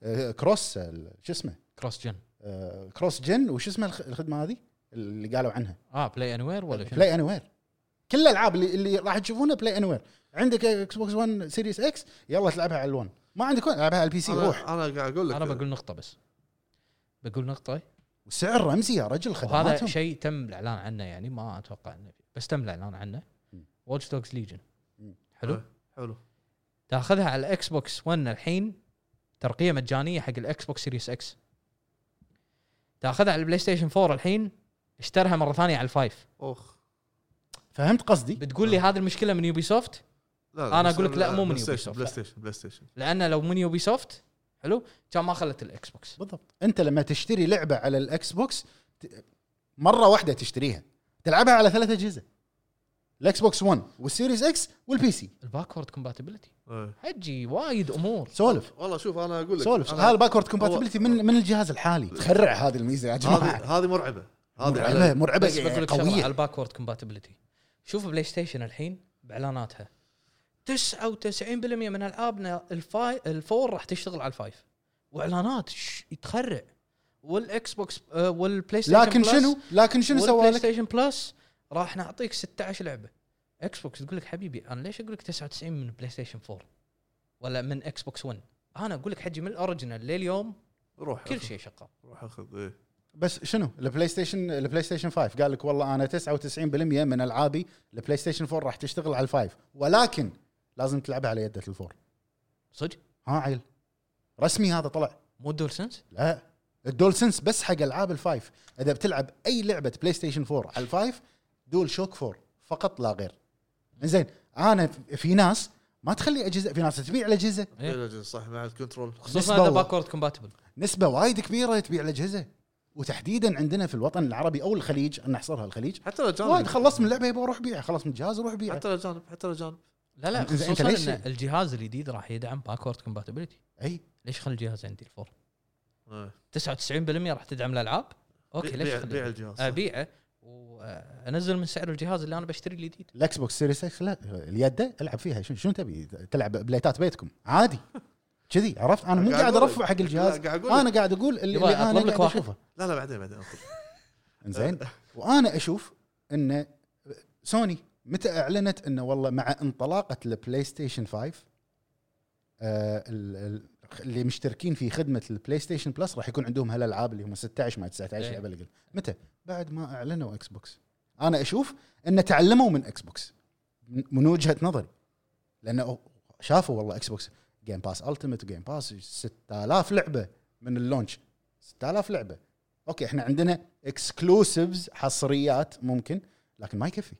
S3: آه، كروس آه، ال- شو اسمه
S1: كروس جن
S3: آه، كروس جن وش اسمه الخ- الخدمه هذه اللي قالوا عنها
S1: اه بلاي ان وير ولا شنو
S3: بلاي اني وير كل الالعاب اللي, اللي راح تشوفونها بلاي اني وير عندك اكس بوكس 1 سيريس اكس يلا تلعبها على الون ما عندك وين العبها على البي سي
S2: انا
S3: روح
S2: انا قاعد اقول لك
S1: انا بقول نقطه بس بقول نقطه
S3: وسعر رمزي يا رجل
S1: وهذا
S3: خدماتهم
S1: شيء تم الاعلان عنه يعني ما اتوقع انه بس تم الاعلان عنه
S3: مم.
S1: واتش دوجز ليجن
S3: مم.
S1: حلو
S2: آه، حلو
S1: تاخذها على الاكس بوكس 1 الحين ترقيه مجانيه حق الاكس بوكس سيريس اكس تاخذها على البلاي ستيشن 4 الحين اشترها مره ثانيه على الفايف
S2: اخ
S3: فهمت قصدي
S1: بتقول لي هذه المشكله من يوبي سوفت
S2: لا
S1: أنا
S2: بس-
S1: أقول لك لا، مو من
S2: بلاي ستيشن
S1: Ubisoft،
S2: بلاي
S1: لا.
S2: ستيشن بلاي ستيشن
S1: لان لو من يوبي سوفت حلو كان ما خلت الاكس بوكس
S3: بالضبط انت لما تشتري لعبه على الاكس بوكس ت- مره واحده تشتريها تلعبها على ثلاث اجهزه الاكس بوكس 1 والسيريس اكس والبي سي
S1: الباكورد كومباتيبلتي
S2: إيه.
S1: حجي وايد امور
S3: سولف
S2: والله شوف انا اقول لك
S3: سولف
S2: أنا-
S3: هذا الباكورد كومباتيبلتي من من الجهاز الحالي تخرع هذه الميزه يا جماعه
S2: هذه هذه مرعبه هذه
S3: مرعبه
S2: على
S1: بس بقول
S3: مرعبه
S1: لك شغله على
S3: قويه
S1: الباكورد كومباتيبلتي شوف بلاي ستيشن الحين باعلاناتها 99% من العابنا الفاي الفور راح تشتغل على الفايف واعلانات ش- تخرع والاكس بوكس آه، والبلاي ستيشن
S3: لكن
S1: بلس
S3: شنو لكن شنو سوى
S1: والبلاي
S3: لك
S1: ستيشن بلس راح نعطيك 16 لعبه اكس بوكس تقول لك حبيبي انا ليش اقول لك 99 من بلاي ستيشن 4 ولا من اكس بوكس 1 انا اقول لك حجي من الاوريجنال لليوم
S2: روح
S1: كل
S2: أخذ-
S1: شيء شغال
S2: روح اخذ ايه
S3: بس شنو البلاي ستيشن البلاي ستيشن 5 قال لك والله انا 99% من العابي البلاي ستيشن 4 راح تشتغل على الفايف ولكن لازم تلعبها على يده الفور
S1: صدق
S3: ها عيل رسمي هذا طلع
S1: مو دول سنس
S3: لا الدول سنس بس حق العاب الفايف اذا بتلعب اي لعبه بلاي ستيشن 4 على الفايف دول شوك 4 فقط لا غير زين انا في- في ناس ما تخلي اجهزه في ناس تبيع الاجهزه
S1: إيه.
S2: إيه، صح مع الكنترول
S1: خصوصا
S3: نسبة
S1: هذا
S3: و-
S1: باكورد كومباتبل
S3: نسبه وايد كبيره تبيع الاجهزه وتحديدا عندنا في الوطن العربي او الخليج أن نحصرها الخليج
S2: حتى الاجانب
S3: وايد خلصت من اللعبه يبا روح بيعها خلص من الجهاز روح بيعها
S2: حتى الاجانب حتى الاجانب
S1: لا لا
S3: إنت- إنت
S1: خصوصا
S3: ليش-
S1: ان الجهاز الجديد راح يدعم باكورد كومباتبلتي
S3: اي
S1: ليش خلي الجهاز عندي الفور
S2: إيه.
S1: 99% راح تدعم الالعاب اوكي
S2: بيع-
S1: ليش آه،
S2: بيع-
S1: أخلي-
S2: بيع الجهاز
S1: ابيعه وانزل من سعر الجهاز اللي انا بشتري الجديد
S3: الاكس بوكس سيريس اكس لا اليده العب فيها شنو شنو تبي تلعب بليتات بيتكم عادي كذي عرفت انا مو
S2: قاعد
S3: قاعد
S2: أقول لك.
S3: ارفع حق
S2: لا،
S3: الجهاز
S2: قاعد أقول لك.
S3: انا قاعد اقول اللي,
S1: يبا
S3: اللي انا
S1: أطلب لك
S3: قاعد
S1: واحد.
S3: اشوفه
S2: لا لا بعدين بعدين أطلب.
S3: انزين وانا اشوف ان سوني متى اعلنت انه والله مع انطلاقه البلاي ستيشن 5 آه ال- ال- اللي مشتركين في خدمه البلاي ستيشن بلس راح يكون عندهم هالالعاب اللي هم 16 مع 19
S1: إيه.
S3: لعبه الاقل متى بعد ما اعلنوا اكس بوكس انا اشوف ان تعلموا من اكس بوكس من- من وجهه نظري لانه شافوا والله اكس بوكس جيم باس التيمت وجيم باس 6000 لعبه من اللونش 6000 لعبه اوكي احنا عندنا اكسكلوسيفز حصريات ممكن لكن ما يكفي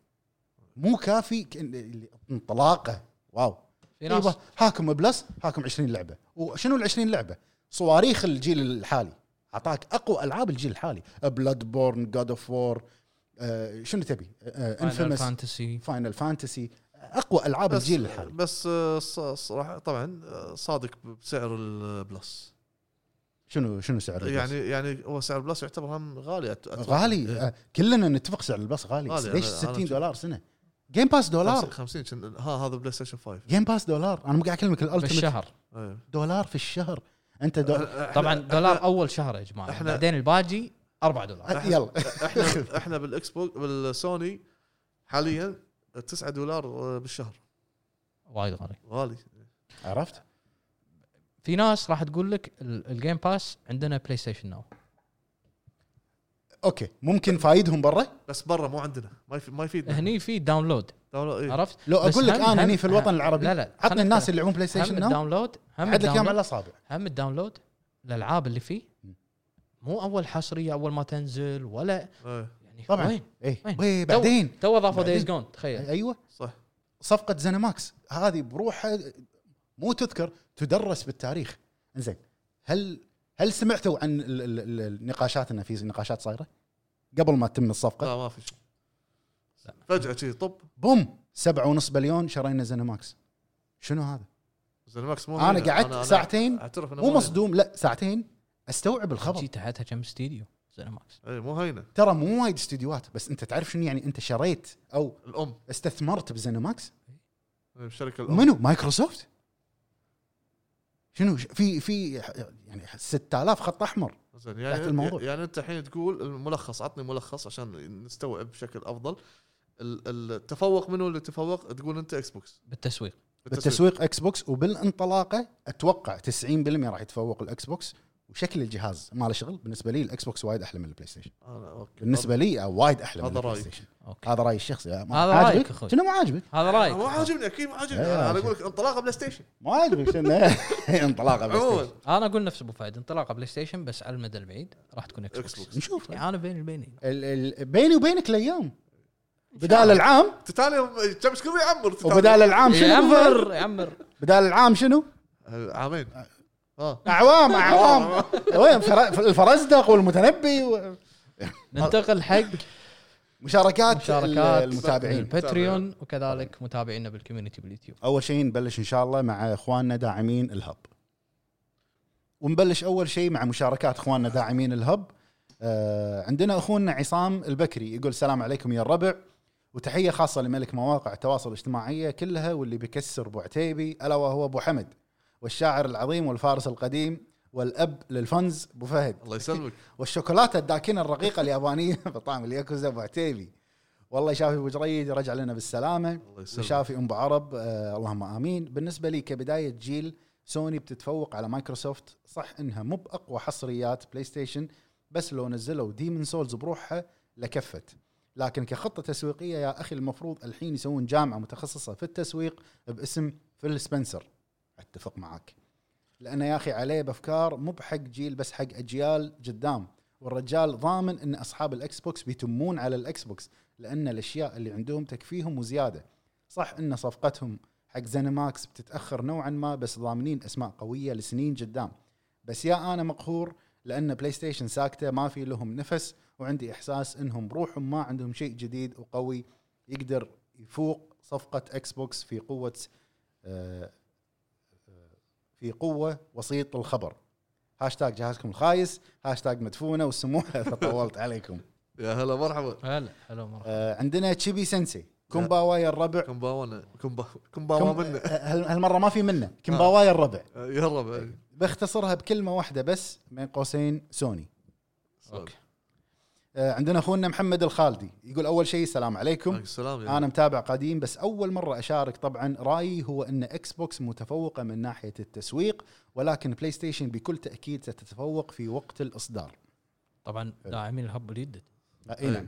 S3: مو كافي ك- اللي- انطلاقه واو
S1: في ناس
S3: يبا هاكم بلس هاكم 20 لعبه وشنو ال 20 لعبه؟ صواريخ الجيل الحالي اعطاك اقوى العاب الجيل الحالي بلاد بورن جاد اوف وور آه، شنو تبي؟ آه، انفيمس
S1: فانتسي
S3: فاينل فانتسي اقوى العاب
S2: بس
S3: الجيل الحالي
S2: بس آه، ص- صراحه طبعا آه، صادق بسعر البلس
S3: شنو شنو سعر البلس؟
S2: يعني يعني هو سعر البلس يعتبر هم غالي أت- أتوقع.
S3: غالي
S2: إيه.
S3: آه، كلنا نتفق سعر الباص غالي,
S2: غالي،
S3: ليش
S2: أنا- أنا
S3: 60
S2: أشوف.
S3: دولار سنه؟ جيم باس دولار
S2: 50 كان- ها هذا بلاي ستيشن 5
S3: جيم باس دولار انا مو قاعد اكلمك
S1: في
S3: الالتيميت
S1: الشهر
S2: إيه.
S3: دولار في الشهر انت إيه، دولار
S2: إحنا-
S1: طبعا
S2: إحنا-
S1: دولار اول شهر يا جماعه
S2: إحنا-
S1: بعدين الباجي 4 دولار
S3: آه، يلا
S2: احنا احنا بالاكس بوك بالسوني حاليا 9 دولار آه، بالشهر
S1: وايد غالي
S2: غالي
S3: عرفت؟
S1: في ناس راح تقول لك ال- الجيم باس عندنا بلاي ستيشن ناو
S3: اوكي ممكن فايدهم برا؟
S2: بس برا مو عندنا ما يفيد ما يفيد
S1: هني في داونلود
S2: دولار- إيه.
S1: عرفت
S3: لو
S1: بس
S3: اقول لك
S1: هم-
S3: انا
S1: هم-
S3: هني في الوطن العربي
S1: لا لا
S3: عطني
S1: خلنا
S3: الناس
S1: نتكلم.
S3: اللي يلعبون بلاي
S1: هم
S3: ستيشن ناو
S1: الداونلود هم
S3: عد لك اياهم على
S1: الداونلود
S3: الاصابع
S1: هم الداونلود الالعاب اللي فيه مو اول حصريه اول ما تنزل ولا
S2: إيه.
S1: يعني
S3: طبعاً.
S1: وين
S3: اي
S1: وين؟
S3: وي، إيه، بعدين أيوة.
S1: تو اضافوا
S3: بعدين.
S1: دايز جون تخيل
S3: ايوه
S2: صح
S3: صفقه زينماكس هذه بروحها مو تذكر تدرس بالتاريخ انزين هل هل سمعتوا عن ال- ال- ال- النقاشات انه في نقاشات صايره قبل ما تتم الصفقه
S1: آه.
S2: لا ما في شيء
S1: لا.
S2: فجاه شيء طب
S3: بوم سبعة ونص بليون شرينا زينماكس شنو هذا
S2: زلماكس مو
S3: انا
S2: هنا.
S3: قعدت ساعتين
S2: اعترف انه
S3: مو
S2: هنا.
S3: مصدوم لا ساعتين استوعب الخبر
S1: جي تحتها كم استديو زينماكس
S2: اي إيه، مو هينه
S3: ترى مو وايد استديوهات بس انت تعرف شنو يعني انت شريت او
S2: الام
S3: استثمرت بزينماكس
S2: أي، الشركه الام
S3: منو مايكروسوفت شنو ش- في في يعني 6000 خط احمر
S2: زين
S3: تحت
S2: يعني
S3: الموضوع.
S2: يعني انت الحين تقول الملخص عطني ملخص عشان نستوعب بشكل افضل ال- ال- التفوق منو اللي تفوق تقول انت اكس بوكس
S1: بالتسويق
S3: بالتسويق اكس بوكس وبالانطلاقه اتوقع 90% راح يتفوق الاكس بوكس وشكل الجهاز ما له شغل بالنسبه لي الاكس بوكس وايد احلى من البلاي ستيشن
S2: آه، أنا أوكي.
S3: بالنسبه لي أو وايد احلى من
S2: هذا
S3: البلاي
S2: رأيك.
S3: ستيشن
S1: اوكي
S3: هذا رايي الشخصي آه، ما
S1: هذا
S3: عاجبك؟
S1: رأيك أخوي.
S3: شنو ما عاجبك
S1: هذا
S2: أنا مو
S1: رايك
S2: عاجبني اكيد مو عاجبني
S3: لا،
S2: انا
S3: لا،
S2: أنا اقول لك انطلاقه بلاي ستيشن
S3: ما عاجبك شنو انطلاقه بلاي ستيشن
S2: عموما
S1: انا اقول نفس ابو فهد انطلاقه بلاي ستيشن بس على المدى البعيد راح تكون اكس
S2: إكس
S1: بوكس
S2: بوكس.
S3: نشوف
S1: يعني انا بين البينين
S3: ال- ال- بيني وبينك الايام بدال العام
S2: تتالي كم ايش كثر يعمر تتالي؟
S3: وبدال العام شنو
S1: يعمر يعمر
S3: بدال العام شنو؟
S2: عامين اه
S3: اعوام اعوام وين فر- الفرزدق والمتنبي و-
S1: ننتقل
S3: إيه.
S1: حق
S3: مشاركات
S1: مشاركات
S3: المتابعين
S1: الباتريون وكذلك متابعينا بالكوميونتي باليوتيوب
S3: اول شيء نبلش ان شاء الله مع اخواننا داعمين الهب ونبلش اول شيء مع مشاركات اخواننا داعمين الهب آه عندنا اخونا عصام البكري يقول السلام عليكم يا الربع وتحيه خاصه لملك مواقع التواصل الاجتماعيه كلها واللي بيكسر ابو عتيبي الا وهو ابو حمد والشاعر العظيم والفارس القديم والاب للفنز ابو فهد
S2: الله يسلمك
S3: والشوكولاته الداكنه الرقيقه اليابانيه بطعم الياكوزا ابو عتيبي والله يشافي ابو جريد رجع لنا بالسلامه
S2: الله يسلمك
S3: وشافي ام أبو عرب آه اللهم امين بالنسبه لي كبدايه جيل سوني بتتفوق على مايكروسوفت صح انها مو باقوى حصريات بلاي ستيشن بس لو نزلوا ديمن سولز بروحها لكفت لكن كخطه تسويقيه يا اخي المفروض الحين يسوون جامعه متخصصه في التسويق باسم فيل سبنسر اتفق معاك لانه يا اخي عليه بافكار مو بحق جيل بس حق اجيال قدام والرجال ضامن ان اصحاب الاكس بوكس بيتمون على الاكس بوكس لان الاشياء اللي عندهم تكفيهم وزياده صح ان صفقتهم حق زينماكس بتتاخر نوعا ما بس ضامنين اسماء قويه لسنين قدام بس يا انا مقهور لان بلاي ستيشن ساكته ما في لهم نفس وعندي احساس انهم بروحهم ما عندهم شيء جديد وقوي يقدر يفوق صفقه اكس بوكس في قوه آه، في قوه وسيط الخبر هاشتاج جهازكم الخايس هاشتاج مدفونه والسموحه فطولت عليكم
S2: يا هلا مرحبا
S1: هلا هلا مرحبا
S3: آه، عندنا تشيبي سنسي كومباوا يا الربع
S2: كمباونا كمبا-
S3: كم-
S2: كمباوا منا
S3: هال- هالمره ما في منه كمباوا
S2: آه.
S3: يا الربع
S2: يا رب
S3: إيه. بختصرها بكلمه واحده بس بين قوسين سوني
S1: اوكي
S3: آه، عندنا اخونا محمد الخالدي يقول اول شيء السلام عليكم
S2: السلام يا
S3: انا متابع قديم بس اول مره اشارك طبعا رايي هو ان اكس بوكس متفوقه من ناحيه التسويق ولكن بلاي ستيشن بكل تاكيد ستتفوق في وقت الاصدار
S1: طبعا
S3: حلو.
S1: داعمين الهب اليدد
S3: آه،
S2: إيه.
S3: اي نعم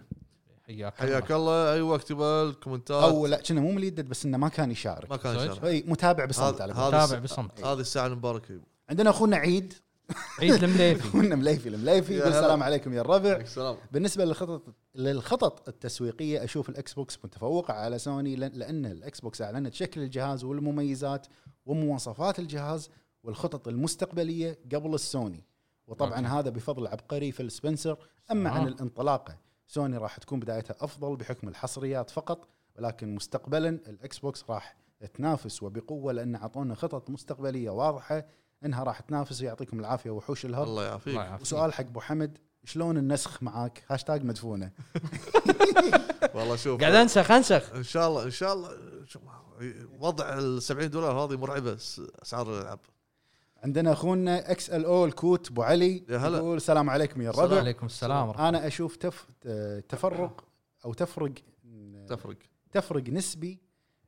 S1: حياك
S2: حياك الله اي وقت يبا الكومنتات
S3: او لا كنا مو مليدد بس انه ما كان يشارك
S2: آه. ما كان
S1: زوج.
S2: شر
S3: اي متابع بصمت
S2: هذا-
S3: على
S2: هذا
S3: بالي.
S1: تابع
S2: الس-
S1: بصمت
S2: هذه الساعه المباركه يبا.
S3: عندنا اخونا عيد
S1: عيد المليفي
S3: اخونا مليفي المليفي
S2: يا
S3: يقول
S2: هلا.
S3: السلام عليكم يا الربع
S2: عليك السلام
S3: بالنسبه للخطط للخطط التسويقيه اشوف الاكس بوكس متفوقه على سوني لأن- لان الاكس بوكس اعلنت شكل الجهاز والمميزات ومواصفات الجهاز والخطط المستقبليه قبل السوني وطبعا هذا بفضل عبقري فيل سبنسر اما
S1: آه.
S3: عن الانطلاقه سوني راح تكون بدايتها افضل بحكم الحصريات فقط ولكن مستقبلا الاكس بوكس راح تنافس وبقوه لان اعطونا خطط مستقبليه واضحه انها راح تنافس ويعطيكم العافيه وحوش الهب
S2: الله
S1: الله
S2: يعافيك
S1: يعافيك.
S3: وسؤال حق ابو حمد شلون النسخ معاك هاشتاج مدفونه
S2: والله شوف
S1: قاعد انسخ انسخ
S2: ان شاء الله ان شاء الله شوف، وضع ال 70 دولار هذه مرعبه س- اسعار الالعاب
S3: عندنا اخونا اكس ال او الكوت ابو علي
S2: يا هلا.
S3: يقول السلام عليكم يا
S1: السلام
S3: الربع
S1: عليكم السلام ورحمة
S3: انا اشوف تف... آه، تفرق او تفرق
S2: تفرق
S3: تفرق نسبي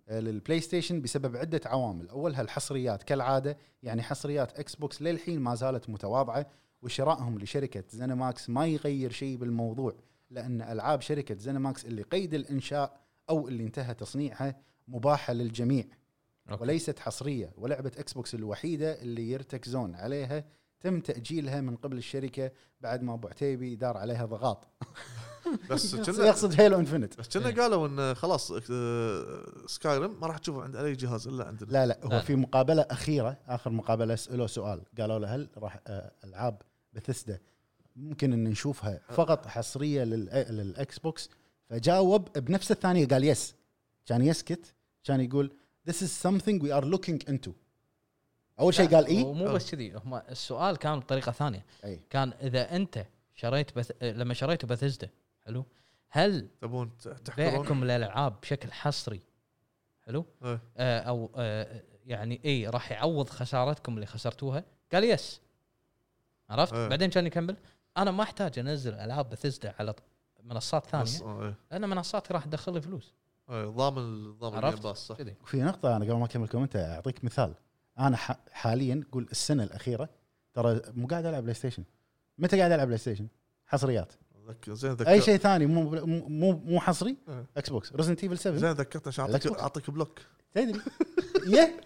S3: آه، للبلاي ستيشن بسبب عده عوامل اولها الحصريات كالعاده يعني حصريات اكس بوكس للحين ما زالت متواضعه وشرائهم لشركه زينماكس ما يغير شيء بالموضوع لان العاب شركه زينماكس اللي قيد الانشاء او اللي انتهى تصنيعها مباحه للجميع
S1: أوكي.
S3: وليست حصريه ولعبه اكس بوكس الوحيده اللي يرتكزون عليها تم تاجيلها من قبل الشركه بعد ما ابو عتيبي دار عليها ضغط
S2: بس كنا
S3: يقصد هيلو انفنت
S2: بس كنا قالوا ان خلاص سكايرم ما راح تشوفه عند اي جهاز الا عندنا
S3: لا لا هو
S1: لا.
S3: في مقابله اخيره اخر مقابله سالوه سؤال قالوا له هل راح آه، العاب بثسدا ممكن ان نشوفها فقط حصريه للأ- للاكس بوكس فجاوب بنفس الثانيه قال يس كان يسكت كان يقول this is something we are looking into اول شيء قال
S2: إيه؟
S3: إيه؟ اي
S1: ومو بس كذي هم السؤال كان بطريقه ثانيه
S3: أي.
S1: كان اذا انت شريت بث... لما شريتوا بثزدا حلو هل
S2: تبون ت- تحضرون
S1: بيعكم الالعاب بشكل حصري حلو
S2: إيه.
S1: آه او آه يعني اي راح يعوض خسارتكم اللي خسرتوها قال يس عرفت
S2: إيه.
S1: بعدين كان يكمل انا ما احتاج انزل العاب بثزدا على ط- منصات
S2: بس-
S1: ثانيه
S2: آه، إيه.
S1: لان منصاتي راح تدخل لي فلوس
S2: إيه، ضامن ضامن
S1: عرفت؟
S2: الجيم باس صح
S1: كذي
S3: في نقطة أنا قبل ما أكمل كومنت أعطيك مثال أنا ح- حاليا قول السنة الأخيرة ترى مو قاعد ألعب بلاي ستيشن متى قاعد ألعب بلاي ستيشن؟ حصريات
S2: ذك- زين ذكرت
S3: أي شيء ثاني مو مو مو, مو حصري
S2: إيه.
S3: إكس بوكس ريزنت ايفل 7
S2: زين ذكرت عشان اعطيك
S3: الأكس بوكس.
S2: اعطيك بلوك
S3: تدري يه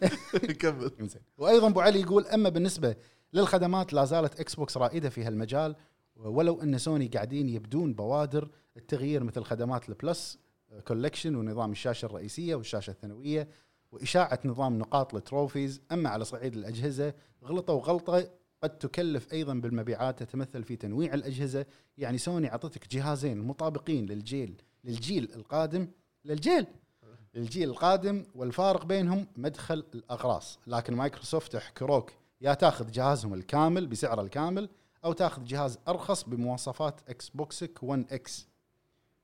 S2: كمل
S3: إنزين. وايضا ابو علي يقول اما بالنسبه للخدمات لا زالت اكس بوكس رائده في هالمجال ولو ان سوني قاعدين يبدون بوادر التغيير مثل خدمات البلس آه، كولكشن ونظام الشاشه الرئيسيه والشاشه الثانويه واشاعه نظام نقاط التروفيز اما على صعيد الاجهزه غلطوا غلطه قد تكلف ايضا بالمبيعات تتمثل في تنويع الاجهزه يعني سوني عطتك جهازين مطابقين للجيل للجيل القادم للجيل الجيل القادم والفارق بينهم مدخل الاغراس لكن مايكروسوفت يحكروك يا تاخذ جهازهم الكامل بسعره الكامل او تاخذ جهاز ارخص بمواصفات اكس بوكسك 1 اكس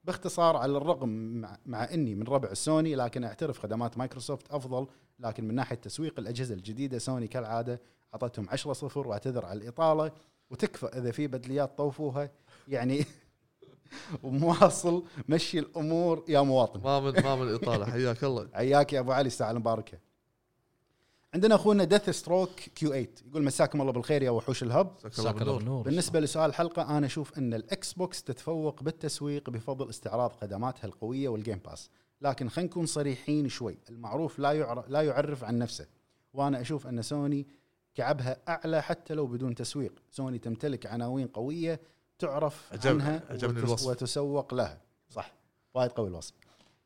S3: باختصار على الرغم مع, مع اني من ربع السوني لكن اعترف خدمات مايكروسوفت افضل لكن من ناحيه تسويق الاجهزه الجديده سوني كالعاده اعطتهم 10 صفر واعتذر على الاطاله وتكفى اذا في بدليات طوفوها يعني ومواصل مشي الامور يا مواطن
S2: ما من ما من الاطاله حياك الله
S3: حياك يا ابو علي الساعه المباركه عندنا اخونا دث ستروك كيو 8 يقول مساكم الله بالخير يا وحوش الهب
S2: جزاك الله
S1: ساكر
S2: بالنور
S1: النور
S3: بالنسبه لسؤال الحلقه انا اشوف ان الاكس بوكس تتفوق بالتسويق بفضل استعراض خدماتها القويه والجيم باس لكن خلينا نكون صريحين شوي المعروف لا يعرف لا يعرف عن نفسه وانا اشوف ان سوني كعبها اعلى حتى لو بدون تسويق سوني تمتلك عناوين قويه تعرف
S2: عجبني-
S3: عنها
S2: عجبني
S3: وتس-
S2: الوصف.
S3: وتسوق لها صح وايد قوي الوصف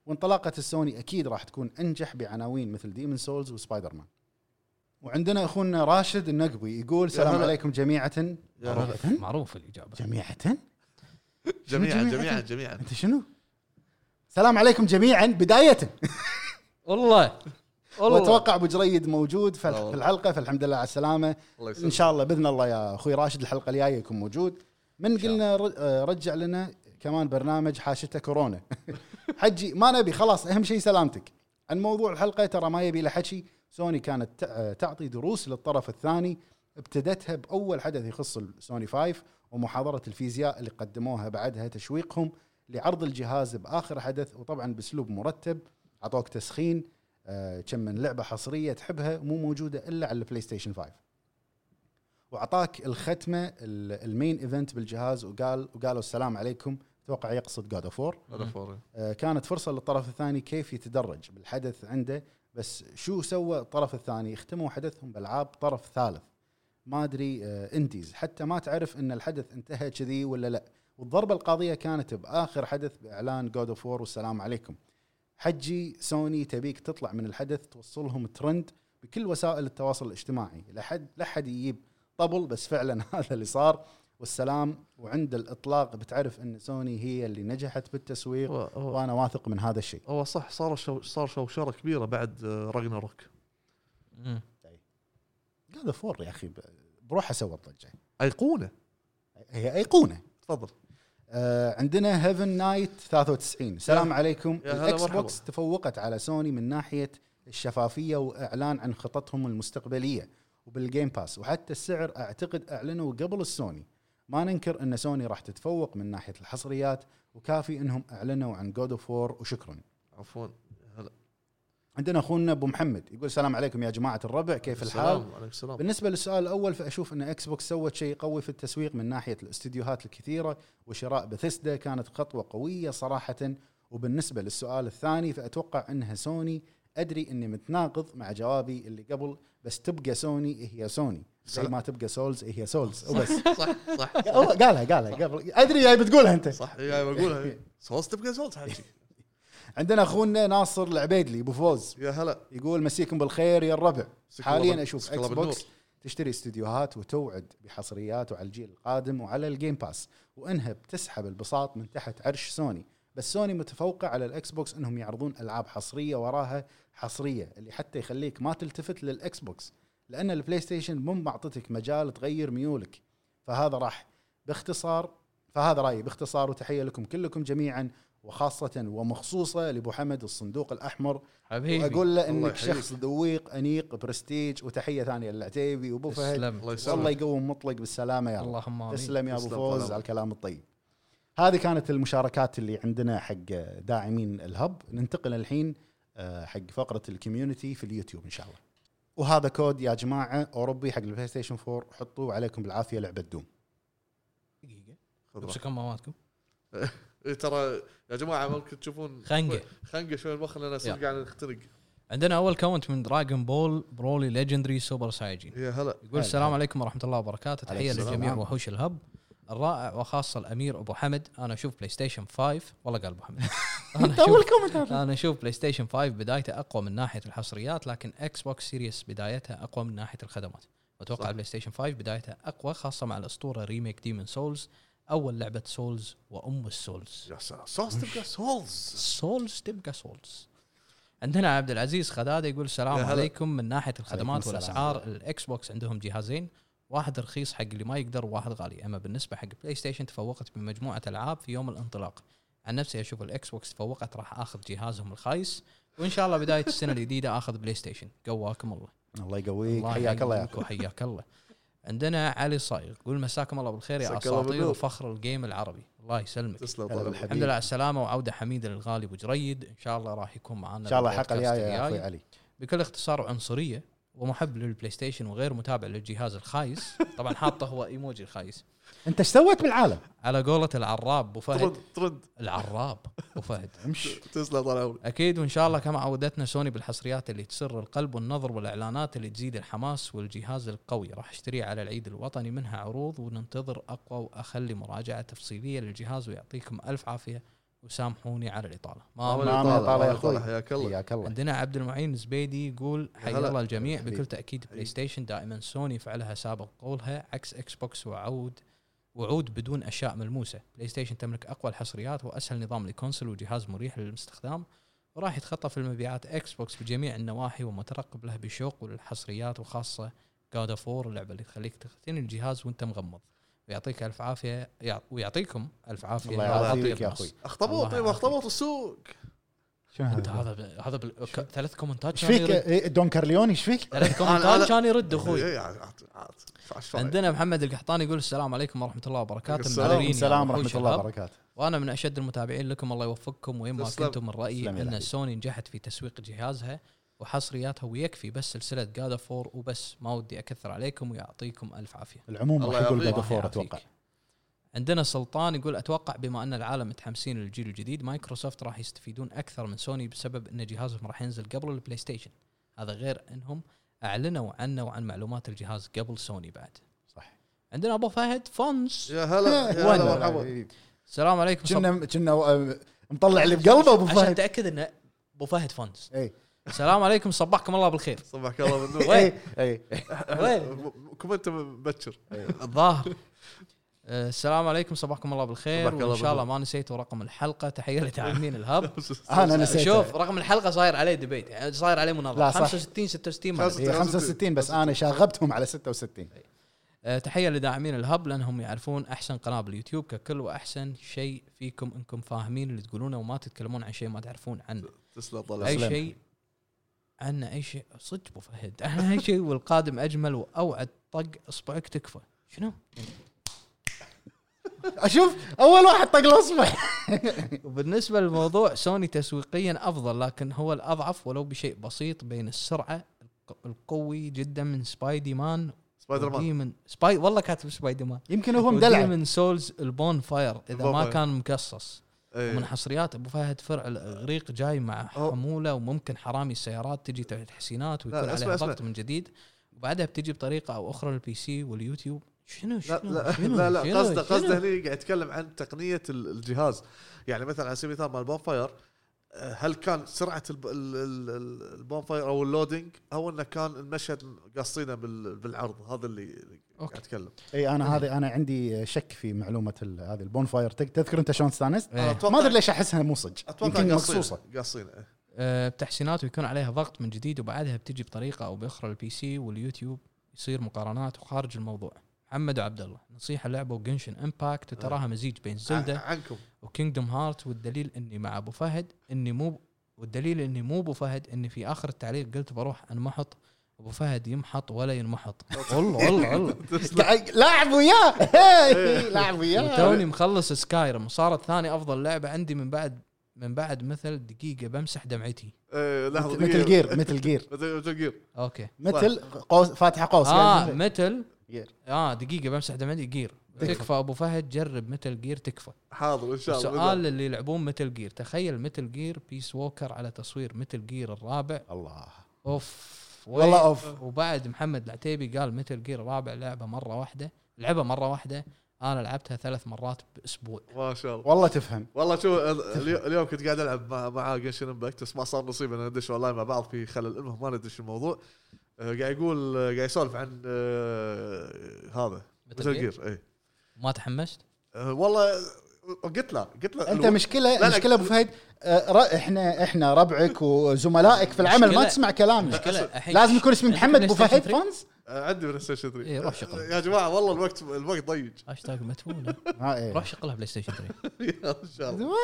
S3: وانطلاقه السوني اكيد راح تكون انجح بعناوين مثل ديمن سولز وسبايدر مان وعندنا اخونا راشد النقبي يقول السلام
S2: هلا.
S3: عليكم جميعا
S2: يا هلا.
S3: معروف.
S1: معروف الاجابه
S3: جميعا
S2: جميعا
S3: شنو
S2: جميعا جميعا
S3: انت شنو السلام عليكم جميعا بدايه
S1: والله والله
S3: واتوقع ابو جريد موجود في
S2: والله.
S3: في الحلقه فالحمد لله على السلامه
S2: الله
S3: ان شاء الله باذن الله يا اخوي راشد الحلقه الجايه يكون موجود من
S1: شاء
S3: قلنا ر- آه، رجع لنا كمان برنامج حاشته كورونا حجي ما نبي خلاص اهم شيء سلامتك عن موضوع الحلقه ترى ما يبي له حكي سوني كانت ت- آه، تعطي دروس للطرف الثاني ابتدتها باول حدث يخص السوني 5 ومحاضره الفيزياء اللي قدموها بعدها تشويقهم لعرض الجهاز باخر حدث وطبعا باسلوب مرتب عطوك تسخين آه، كم من لعبه حصريه تحبها مو موجوده الا على البلاي ستيشن 5 واعطاك الختمه ال- المين ايفنت بالجهاز وقال وقالوا السلام عليكم اتوقع يقصد جود اوف وور
S2: هلا فوري.
S3: آه، كانت فرصه للطرف الثاني كيف يتدرج بالحدث عنده بس شو سوى الطرف الثاني اختموا حدثهم بالعاب طرف ثالث ما ادري آه، انديز حتى ما تعرف ان الحدث انتهى كذي ولا لا والضربه القاضيه كانت باخر حدث باعلان جود اوف وور والسلام عليكم حجي سوني تبيك تطلع من الحدث توصلهم ترند بكل وسائل التواصل الاجتماعي لا حد لا حد يجيب طبل بس فعلا هذا اللي صار والسلام وعند الاطلاق بتعرف ان سوني هي اللي نجحت بالتسويق
S2: هو- هو-
S3: وانا واثق من هذا الشيء
S2: هو صح صار شو صار شوشره كبيره بعد آه، راجنا روك
S1: مم.
S3: هذا فور يا اخي ب- بروح اسوي الضجه
S2: ايقونه
S3: هي ايقونه
S2: تفضل
S3: آه عندنا هيفن نايت 93 السلام
S2: يا-
S3: عليكم
S2: يا هلا
S3: الاكس
S2: مرحبا.
S3: بوكس تفوقت على سوني من ناحيه الشفافيه واعلان عن خططهم المستقبليه وبالجيم باس وحتى السعر اعتقد اعلنوا قبل السوني ما ننكر ان سوني راح تتفوق من ناحيه الحصريات وكافي انهم اعلنوا عن جود اوف وور وشكرا
S2: عفوا هلا
S3: عندنا اخونا ابو محمد يقول السلام عليكم يا جماعه الربع كيف الحال
S2: السلام عليكم السلام
S3: بالنسبه للسؤال الاول فاشوف ان اكس بوكس سوت شيء قوي في التسويق من ناحيه الاستديوهات الكثيره وشراء بثسدا كانت خطوه قويه صراحه وبالنسبه للسؤال الثاني فاتوقع انها سوني ادري اني متناقض مع جوابي اللي قبل بس تبقى سوني هي سوني زي
S2: صح.
S3: ما تبقى سولز هي سولز وبس
S2: صح صح
S3: هو قالها قالها قبل ادري جاي بتقولها انت
S2: صح يعني بقولها سولز تبقى سولز حاجي
S3: عندنا اخونا ناصر العبيدلي ابو فوز
S2: يا هلا
S3: يقول مسيكم بالخير يا الربع
S2: مسيكم
S3: حاليا
S2: الله-
S3: اشوف
S2: مسيك الله
S3: اكس بوكس
S2: بالنور.
S3: تشتري استديوهات وتوعد بحصريات وعلى الجيل القادم وعلى الجيم باس وانها بتسحب البساط من تحت عرش سوني بس سوني متفوقه على الاكس بوكس انهم يعرضون العاب حصريه وراها حصريه اللي حتى يخليك ما تلتفت للاكس بوكس لان البلاي ستيشن مو معطتك مجال تغير ميولك فهذا راح باختصار فهذا رايي باختصار وتحيه لكم كلكم جميعا وخاصه ومخصوصه لابو حمد الصندوق الاحمر
S1: حبيبي
S3: واقول له
S2: الله
S3: انك
S2: يحييك.
S3: شخص ذويق انيق برستيج وتحيه ثانيه للعتيبي وابو فهد
S1: تسلم
S2: الله يسلمك
S3: والله يقوم مطلق بالسلامه يا رب
S1: اللهم امين
S3: تسلم يا ابو
S2: تسلم
S3: فوز
S2: طال
S3: على الكلام الطيب هذه كانت المشاركات اللي عندنا حق داعمين الهب ننتقل الحين آه، حق فقره الكوميونتي في اليوتيوب ان شاء الله وهذا كود يا جماعه اوروبي حق البلاي ستيشن 4 حطوه عليكم بالعافيه لعبه دوم
S1: دقيقه
S2: خذ راحتك.
S1: امسكوا مواتكم
S2: إيه، ترى يا جماعه ممكن تشوفون
S1: خنقة.
S2: خنقه شوي المخ لنا صدق
S1: يلا.
S2: قاعد نخترق
S1: عندنا اول كونت من دراجون بول برولي ليجندري سوبر سايجين
S2: يا هلا
S1: يقول
S3: هلا.
S1: السلام عليكم ورحمه الله وبركاته
S3: عليك
S1: تحيه
S3: السلام. نعم.
S1: لجميع وحوش الهب الرائع وخاصه الامير ابو حمد انا اشوف بلاي ستيشن 5 والله قال ابو حمد انا اشوف انا اشوف بلاي ستيشن 5 بدايته اقوى من ناحيه الحصريات لكن اكس بوكس سيريس بدايتها اقوى من ناحيه الخدمات واتوقع
S2: صح.
S1: بلاي ستيشن 5 بدايته اقوى خاصه مع الاسطوره ريميك ديمون سولز اول لعبه سولز وام السولز
S2: يا سلام سولز تبقى سولز
S1: سولز تبقى سولز عندنا عبد العزيز خداده يقول السلام
S2: يا هلا.
S1: عليكم من ناحيه الخدمات
S3: عليكم السلام.
S1: والاسعار الاكس بوكس عندهم جهازين واحد رخيص حق اللي ما يقدر وواحد غالي اما بالنسبه حق بلاي ستيشن تفوقت بمجموعه العاب في يوم الانطلاق عن نفسي اشوف الاكس بوكس تفوقت راح اخذ جهازهم الخايس وان شاء الله بدايه السنه الجديده اخذ بلاي ستيشن قواكم الله
S3: الله يقويك
S1: الله
S3: حياك الله يا
S1: يحييك
S3: أخوي.
S1: وحياك الله عندنا علي صايغ يقول مساكم الله بالخير يا
S2: مساك الله
S1: اساطير
S2: بالنور.
S1: وفخر الجيم العربي الله يسلمك
S2: تسلم طيب.
S3: هلا
S2: طال عمرك.
S3: بالحبيب.
S1: الحمد لله على السلامه وعوده حميده للغالي ابو جريد ان شاء الله راح يكون معنا
S3: ان شاء الله الحلقه
S1: بالبودكاست
S3: الجايه يا اخوي
S1: الجاي.
S3: علي
S1: بكل اختصار وعنصريه ومحب للبلاي ستيشن وغير متابع للجهاز الخايس طبعا حاطه هو ايموجي الخايس
S3: انت ايش سويت بالعالم؟
S1: على قولة العراب ابو فهد
S2: ترد ترد
S1: العراب ابو فهد
S3: امشي
S2: تسلم طال عمرك
S1: اكيد وان شاء الله كما عودتنا سوني بالحصريات اللي تسر القلب والنظر والاعلانات اللي تزيد الحماس والجهاز القوي راح اشتريه على العيد الوطني منها عروض وننتظر اقوى واخلي مراجعه تفصيليه للجهاز ويعطيكم الف عافيه وسامحوني على الاطاله آه، ما
S3: ما- ما- طال يا أخوي.
S2: حياك الله
S3: حياك الله
S1: عندنا عبد المعين الزبيدي يقول حيا
S2: هلا.
S1: الله الجميع
S3: حبيبي.
S1: بكل تاكيد بلاي ستيشن دائما سوني فعلها سابق قولها عكس اكس بوكس وعود وعود بدون اشياء ملموسه بلاي ستيشن تملك اقوى الحصريات واسهل نظام لكونسل وجهاز مريح للاستخدام وراح يتخطى في المبيعات اكس بوكس بجميع النواحي ومترقب له بشوق وللحصريات وخاصه جاد اوف اللعبه اللي تخليك تختن الجهاز وانت مغمض ويعطيك الف عافيه يع- ويعطيكم الف عافيه
S3: الله
S1: على
S3: يعافيك
S1: تطبيق
S3: يا
S1: ناس.
S3: اخوي
S2: اخطبوط
S1: الله
S2: ايوه
S1: يعافيك.
S2: اخطبوط السوق
S3: شنو
S1: انت
S3: هذا؟
S1: هذا ب- هذا بال- ك- ثلاث كومنتات
S3: ايش
S1: كانوا
S3: فيك
S1: يردون.
S3: إيه، دون كارليوني ايش فيك؟
S1: ثلاث
S2: أنا-
S1: كومنتات كان يرد اخوي
S2: إيه، عاد- عاد- عاد. فعش فرق.
S1: عندنا محمد القحطاني يقول السلام عليكم ورحمه الله وبركاته
S2: السلام.
S1: منورين يا
S3: السلام
S1: وحوش
S3: ورحمه الله
S1: الهب.
S3: وبركاته
S1: وانا من اشد المتابعين لكم الله يوفقكم وين ما
S2: تسلم.
S1: كنتم من رايي
S3: تسلم يا
S1: ان
S3: الحبيب.
S1: سوني نجحت في تسويق جهازها وحصرياتها ويكفي بس سلسله جادا فور وبس ما ودي اكثر عليكم ويعطيكم الف عافيه
S3: العموم
S2: الله
S3: راح يقول
S2: يعافيك.
S3: جاد
S1: الله
S3: فور
S1: يعافيك.
S3: اتوقع
S1: عندنا سلطان يقول اتوقع بما ان العالم متحمسين للجيل الجديد مايكروسوفت راح يستفيدون اكثر من سوني بسبب ان جهازهم راح ينزل قبل البلاي ستيشن هذا غير انهم اعلنوا عنه وعن معلومات الجهاز قبل سوني بعد
S3: صح
S1: عندنا ابو فهد فونس
S2: يا هلا يا هلا إيه، مرحبا
S1: السلام عليكم صب-
S3: كنا كنا آه، مطلع اللي بقلبه ابو
S1: عشان
S3: فهد إيه،
S1: اتاكد انه ابو فهد فونس
S3: اي
S1: السلام عليكم صبحكم الله بالخير
S2: صبحك الله
S1: وين؟
S2: بالنور
S3: اي اي
S1: وين؟
S2: م- كومنت مبكر
S1: الظاهر آه، السلام عليكم صبحكم الله بالخير
S2: صبحك الله
S1: وان شاء الله
S2: بالنور.
S1: ما نسيتوا رقم الحلقه تحيه لتعاملين الهب
S3: انا نسيت
S1: شوف رقم الحلقه صاير عليه ديبيت يعني صاير عليه مناظره
S3: لا، صح.
S1: 65 66 ما أدري.
S3: هي 65 إيه، بس انا شاغبتهم على 66
S1: آه، تحيه لداعمين الهب لانهم يعرفون احسن قناه باليوتيوب ككل واحسن شيء فيكم انكم فاهمين اللي تقولونه وما تتكلمون عن شيء ما تعرفون عنه
S2: تسلم طال
S1: اي
S2: عمرك
S3: أسلم.
S1: شيء عنا اي شيء صدق ابو فهد عنا اي شيء والقادم اجمل واوعد طق اصبعك تكفى شنو؟
S3: اشوف اول واحد طق الاصبع
S1: وبالنسبه للموضوع سوني تسويقيا افضل لكن هو الاضعف ولو بشيء بسيط بين السرعه الق- القوي جدا من سبايدي مان
S2: سبايدر مان
S1: من سباي والله كاتب سبايدي مان
S3: يمكن هو
S1: ودي
S3: مدلع
S1: من سولز البون فاير اذا
S2: البون
S1: ما
S2: فاير.
S1: كان مقصص
S2: إيه.
S1: ومن حصريات ابو فهد فرع الاغريق جاي مع
S2: أو-
S1: حموله وممكن حرامي السيارات تجي تحسينات ويكون
S2: لا، اسمع،
S1: عليها
S2: اسمع.
S1: ضغط من جديد وبعدها بتجي بطريقه او اخرى للبي سي واليوتيوب شنو شنو
S2: لا لا
S1: شنو
S2: لا, لا
S1: شنو-
S2: قصده
S1: شنو؟
S2: قصده هني قاعد يتكلم عن تقنيه ال- الجهاز يعني مثلا على سبيل المثال مال بونفاير هل كان سرعه الب- ال- ال- ال- البونفاير او اللودينج او انه كان المشهد قاصينه بال- بالعرض هذا اللي اللي قاعد
S1: أوكي.
S2: اتكلم
S3: إيه،
S4: اي انا هذه انا عندي شك في معلومه ال- هذه البون فاير تذكر انت شلون استانست؟
S1: إيه.
S2: أتوقع-
S4: ما ادري ليش احسها مو صج
S2: اتوقع
S4: يمكن
S2: قاصينة-
S4: مقصوصه
S2: قاصينه إيه.
S1: آه، بتحسينات ويكون عليها ضغط من جديد وبعدها بتجي بطريقه او باخرى البي سي واليوتيوب يصير مقارنات وخارج الموضوع محمد وعبد الله نصيحه لعبه جنشن امباكت وتراها مزيج بين زلدة
S2: ع- عنكم
S1: وكينجدوم هارت والدليل اني مع ابو فهد اني مو والدليل اني مو ابو فهد اني في اخر التعليق قلت بروح انمحط ابو فهد يمحط ولا ينمحط والله والله والله
S4: قاعد- لاعب
S3: إيه،
S4: وياه لاعب وياه
S1: وتوني مخلص سكايرم وصارت ثاني افضل لعبه عندي من بعد من بعد مثل دقيقه بمسح دمعتي
S2: إيه، لحظه
S4: مثل
S2: دقيقة.
S4: جير مثل جير
S2: مثل مثل جير
S1: اوكي
S4: مثل قوس فاتحه قوس يعني
S1: اه مثل
S4: Gear.
S1: اه دقيقه بمسح دمعتي جير
S4: تكفى.
S1: تكفى ابو فهد جرب متل جير تكفى
S2: حاضر ان شاء الله
S1: السؤال اللي يلعبون متل جير تخيل متل جير بيس ووكر على تصوير متل جير الرابع
S4: الله
S1: اوف
S4: والله
S1: وي-
S4: أوف.
S1: وبعد محمد العتيبي قال متل جير رابع لعبه مره واحده لعبه مره واحده انا لعبتها ثلاث مرات باسبوع
S2: ما شاء الله
S4: والله تفهم
S2: والله شو اليو- اليوم كنت قاعد العب مع مع جنشن امباكت بس ما صار نصيب ان ندش والله مع بعض في خلل المهم ما ندش الموضوع آه، قاعد يقول آه، قاعد يسولف عن آه، هذا مثل جير اي
S1: ما تحمست
S2: والله قلت له قلت له
S4: انت
S2: الو-
S4: مشكله
S2: لا، لا.
S4: مشكله ابو فهد آه، ر- احنا احنا ربعك وزملائك في العمل ما
S1: مشكلة-
S4: تسمع كلامنا
S1: مشكلة الحين
S4: لازم يكون اسمي
S1: عندك
S4: محمد ابو
S1: PlayStation
S4: فهد
S1: 3.
S4: فانز
S2: آه، عندي بلاي ستيشن 3
S1: إيه، روح شغل.
S2: شغل يا جماعه والله الوقت الوقت ضيق
S1: هاشتاج مدفونه
S4: ها إيه.
S1: روح شغلها بلاي ستيشن 3
S2: ان شاء الله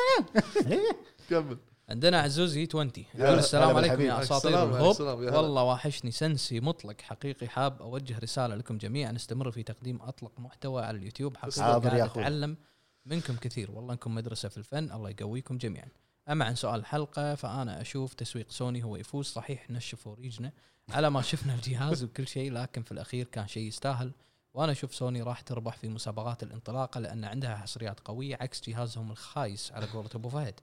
S2: كمل
S1: عندنا عزوزي 20
S4: هلا
S1: يقول السلام عليكم
S4: بالحبيب.
S1: يا اساطير
S2: السلام عليكم،
S1: الهوب
S2: السلام، يا هلا.
S1: والله واحشني سنسي مطلق حقيقي حاب اوجه رساله لكم جميعا استمروا في تقديم اطلق محتوى على اليوتيوب حقيقي
S4: حاضر يا
S1: قاعد
S4: أخوي.
S1: اتعلم منكم كثير والله انكم مدرسه في الفن الله يقويكم جميعا اما عن سؤال الحلقه فانا اشوف تسويق سوني هو يفوز صحيح نشفوا ريجنا على ما شفنا الجهاز وكل شيء لكن في الاخير كان شيء يستاهل وانا اشوف سوني راح تربح في مسابقات الانطلاقه لان عندها حصريات قويه عكس جهازهم الخايس على قولة ابو فهد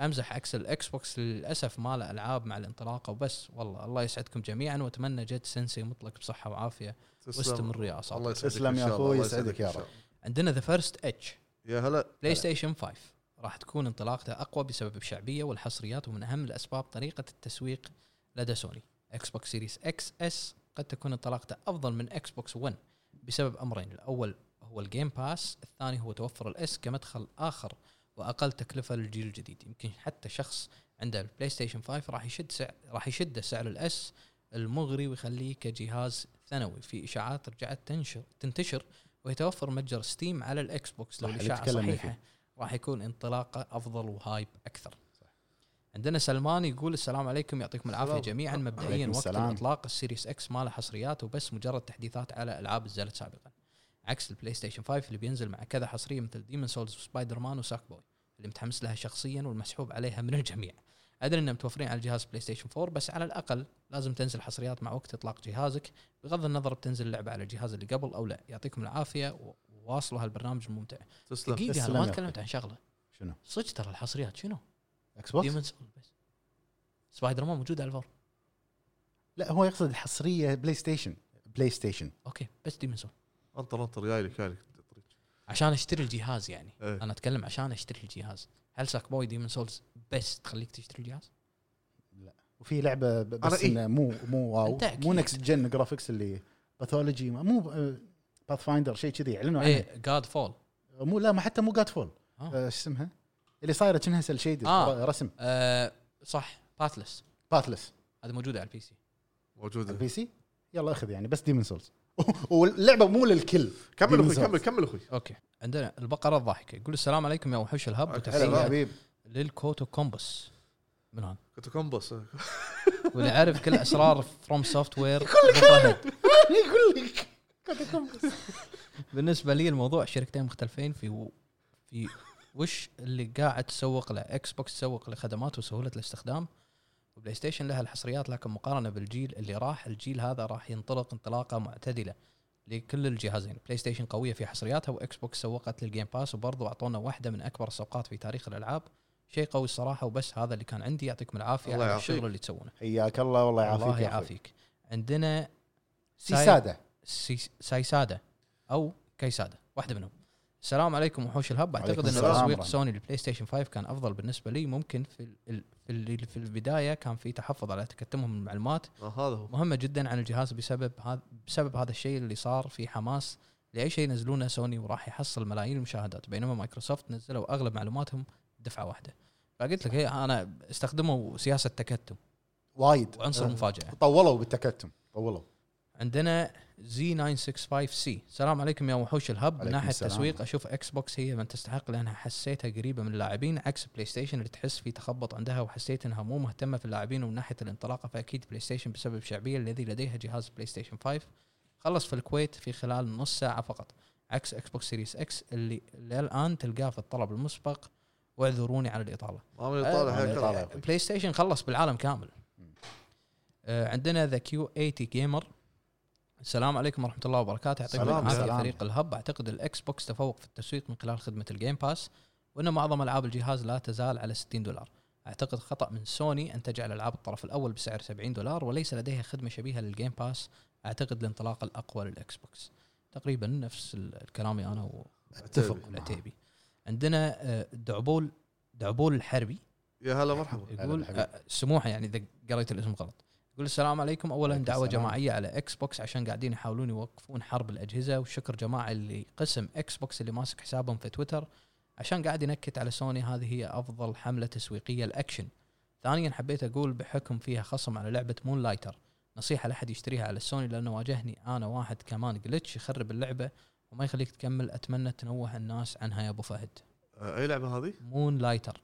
S1: امزح عكس الاكس بوكس للاسف ما له العاب مع الانطلاقه وبس والله الله يسعدكم جميعا واتمنى جد سنسي مطلق بصحه وعافيه
S2: تسلم.
S1: واستمر يا اساطير
S2: الله يسعدك
S4: تسلم
S2: إن
S4: يا
S2: شاء الله،
S4: أخوي،
S2: الله
S4: يسعدك يا
S2: إن شاء
S4: رب.
S2: الله.
S1: عندنا ذا فيرست اتش
S2: يا هلا
S1: بلاي ستيشن 5 راح تكون انطلاقته اقوى بسبب الشعبيه والحصريات ومن اهم الاسباب طريقه التسويق لدى سوني اكس بوكس سيريس اكس اس قد تكون انطلاقته افضل من اكس بوكس 1 بسبب امرين الاول هو الجيم باس الثاني هو توفر الاس كمدخل اخر واقل تكلفه للجيل الجديد يمكن حتى شخص عنده البلاي ستيشن 5 راح يشد سعر راح يشده سعر الاس المغري ويخليه كجهاز ثانوي في اشاعات رجعت تنشر تنتشر ويتوفر متجر ستيم على الاكس بوكس لو
S4: صح، اللي
S1: الاشاعه
S4: تكلمنا
S1: صحيحه
S4: فيه.
S1: راح يكون انطلاقه افضل وهايب اكثر عندنا سلمان يقول السلام عليكم يعطيكم العافيه
S2: السلام.
S1: جميعا مبدئيا
S4: عليكم
S1: وقت
S4: السلام.
S1: الاطلاق السيريس اكس ما له حصريات وبس مجرد تحديثات على العاب نزلت سابقا عكس البلاي ستيشن 5 اللي بينزل مع كذا حصريه مثل ديمون سولز وسبايدر مان وساك بوي اللي متحمس لها شخصيا والمسحوب عليها من الجميع ادري انهم متوفرين على جهاز بلاي ستيشن 4 بس على الاقل لازم تنزل حصريات مع وقت اطلاق جهازك بغض النظر بتنزل اللعبه على الجهاز اللي قبل او لا يعطيكم العافيه و- وواصلوا هالبرنامج الممتع
S2: تسلم
S1: دقيقه
S4: تسلم
S1: انا
S4: يا
S1: ما
S4: أخوي.
S1: تكلمت عن شغله
S4: شنو
S1: صدق ترى الحصريات شنو؟
S4: اكس بوكس
S1: ديمون سول بس سبايدر مان موجود على الفور
S4: لا هو يقصد الحصريه بلاي ستيشن بلاي ستيشن
S1: اوكي بس ديمون سول
S2: انطر انطر جاي لك جاي لك
S1: عشان اشتري الجهاز يعني
S2: إيه.
S1: انا اتكلم عشان اشتري الجهاز هل ساك بوي ديمون سولز بس تخليك تشتري الجهاز؟
S4: وفي لعبه ب-
S2: أنا
S4: بس
S2: إيه.
S4: إنه مو مو واو
S1: أنت أكيد.
S4: مو نكست جن جرافيكس اللي باثولوجي مو باث فايندر شيء كذي اعلنوا عنه
S1: ايه جاد فول
S4: مو لا ما حتى مو جاد فول
S1: آه.
S4: آه، شو اسمها اللي صايره كأنها سل شيد
S1: آه.
S4: رسم
S1: آه صح باثلس
S4: باثلس
S1: هذا موجود على البي سي
S2: موجوده
S4: البي سي يلا اخذ يعني بس ديمون سولز واللعبه مو للكل
S2: كمل
S4: Demon's
S2: اخوي كمل كمل اخوي
S1: اوكي عندنا البقره الضاحكه يقول السلام عليكم يا وحوش الهب
S2: هلا
S4: هلا
S1: وتحيه
S4: حبيب
S1: للكوتو كومبس من هذا
S2: كنت كومبوس
S1: واللي عارف كل اسرار فروم سوفت وير
S4: يقول لك
S1: بالنسبه لي الموضوع شركتين مختلفين في و... في وش اللي قاعد تسوق له اكس بوكس تسوق لخدماته وسهوله الاستخدام وبلاي ستيشن لها الحصريات لكن مقارنه بالجيل اللي راح الجيل هذا راح ينطلق انطلاقه معتدله لكل الجهازين بلاي ستيشن قويه في حصرياتها واكس بوكس سوقت للجيم باس وبرضو اعطونا واحده من اكبر الصفقات في تاريخ الالعاب شيء قوي الصراحه وبس هذا اللي كان عندي يعطيكم العافيه
S2: الله
S1: على
S2: يعافيك.
S1: الشغل اللي تسوونه
S4: حياك الله والله يعافيك
S1: الله
S4: يا أخوي.
S1: يعافيك عندنا ساي-
S4: سيساده
S1: سي- سايساده او كيساده واحده منهم السلام عليكم وحوش الهب
S3: وعليكم
S1: اعتقد ان
S3: السلام
S1: تسويق
S3: ورحمة.
S1: سوني للبلاي ستيشن 5 كان افضل بالنسبه لي ممكن في ال- ال- في ال- في البدايه كان في تحفظ على تكتمهم من المعلومات
S2: آه هذا هو
S1: مهمه جدا عن الجهاز بسبب هذا بسبب هذا الشيء اللي صار في حماس لاي شيء ينزلونه سوني وراح يحصل ملايين المشاهدات بينما مايكروسوفت نزلوا اغلب معلوماتهم دفعه واحده فقلت لك إيه، هي انا استخدموا سياسه تكتم
S4: وايد
S1: وعنصر
S2: أه.
S1: مفاجاه
S4: طولوا بالتكتم طولوا
S1: عندنا زي 965 سي السلام عليكم يا وحوش الهب من
S4: عليكم
S1: ناحيه
S4: السلام.
S1: التسويق اشوف اكس بوكس هي من تستحق لانها حسيتها قريبه من اللاعبين عكس بلاي ستيشن اللي تحس في تخبط عندها وحسيت انها مو مهتمه في اللاعبين ومن ناحيه الانطلاقه فاكيد بلاي ستيشن بسبب الشعبيه الذي لديها جهاز بلاي ستيشن 5 خلص في الكويت في خلال نص ساعه فقط عكس اكس بوكس سيريس اكس اللي الان تلقاه في الطلب المسبق واعذروني على الاطاله
S2: ما من يطالع
S1: آه،
S2: هيك
S1: آه،
S2: طالع.
S4: يطالع.
S1: بلاي ستيشن خلص بالعالم كامل آه، عندنا ذا كيو 80 جيمر السلام عليكم ورحمه الله وبركاته يعطيكم
S2: سلام،
S1: العافيه
S4: سلام.
S1: فريق الهب اعتقد الاكس بوكس تفوق في التسويق من خلال خدمه الجيم باس وان معظم العاب الجهاز لا تزال على 60 دولار اعتقد خطا من سوني ان تجعل العاب الطرف الاول بسعر 70 دولار وليس لديها خدمه شبيهه للجيم باس اعتقد الانطلاق الاقوى للاكس بوكس تقريبا نفس ال- الكلام انا و-
S4: اتفق معه.
S1: العتيبي عندنا آه، دعبول دعبول الحربي
S2: يا هلا مرحبا
S4: هلا
S1: يقول
S4: بالحبيب.
S1: آه، سموحه يعني اذا قريت الاسم غلط يقول السلام عليكم اولا
S4: عليكم
S1: دعوه
S4: السلام.
S1: جماعيه على اكس بوكس عشان قاعدين يحاولون يوقفون حرب الاجهزه وشكر جماعه اللي قسم اكس بوكس اللي ماسك حسابهم في تويتر عشان قاعد ينكت على سوني هذه هي افضل حمله تسويقيه الاكشن ثانيا حبيت اقول بحكم فيها خصم على لعبه مون لايتر نصيحه لاحد يشتريها على السوني لانه واجهني انا واحد كمان جلتش يخرب اللعبه وما يخليك تكمل اتمنى تنوه الناس عنها يا ابو فهد
S2: آه، اي لعبه هذه؟
S1: مون لايتر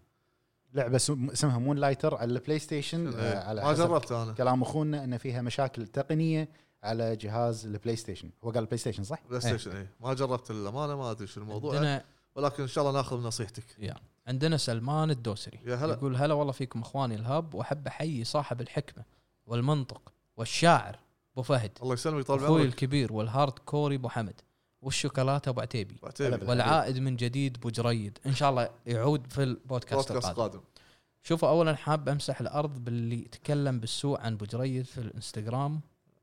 S4: لعبه سم- اسمها مون لايتر على البلاي ستيشن آه، على
S2: إيه، ما
S4: حسب
S2: جربت انا
S4: كلام اخونا ان فيها مشاكل تقنيه على جهاز البلاي ستيشن هو قال بلاي ستيشن صح
S2: بلاي ستيشن اي إيه. ما جربت الامانه ما ادري شو الموضوع
S1: عندنا
S2: ولكن ان شاء الله ناخذ نصيحتك
S1: يا عندنا سلمان الدوسري
S2: يا هلا.
S1: يقول هلا والله فيكم اخواني الهب واحب احيي صاحب الحكمه والمنطق والشاعر ابو فهد
S2: الله يسلمك يطول
S1: اخوي
S2: عمرك
S1: الكبير والهارد كوري ابو حمد والشوكولاته ابو عتيبي
S2: أبو عتيبي.
S4: هلا
S1: والعائد من جديد ابو جريد ان شاء الله يعود في البودكاست
S2: بودكاست
S1: القادم
S2: قادم
S1: شوفوا اولا حاب امسح الارض باللي تكلم بالسوء عن ابو جريد في الانستغرام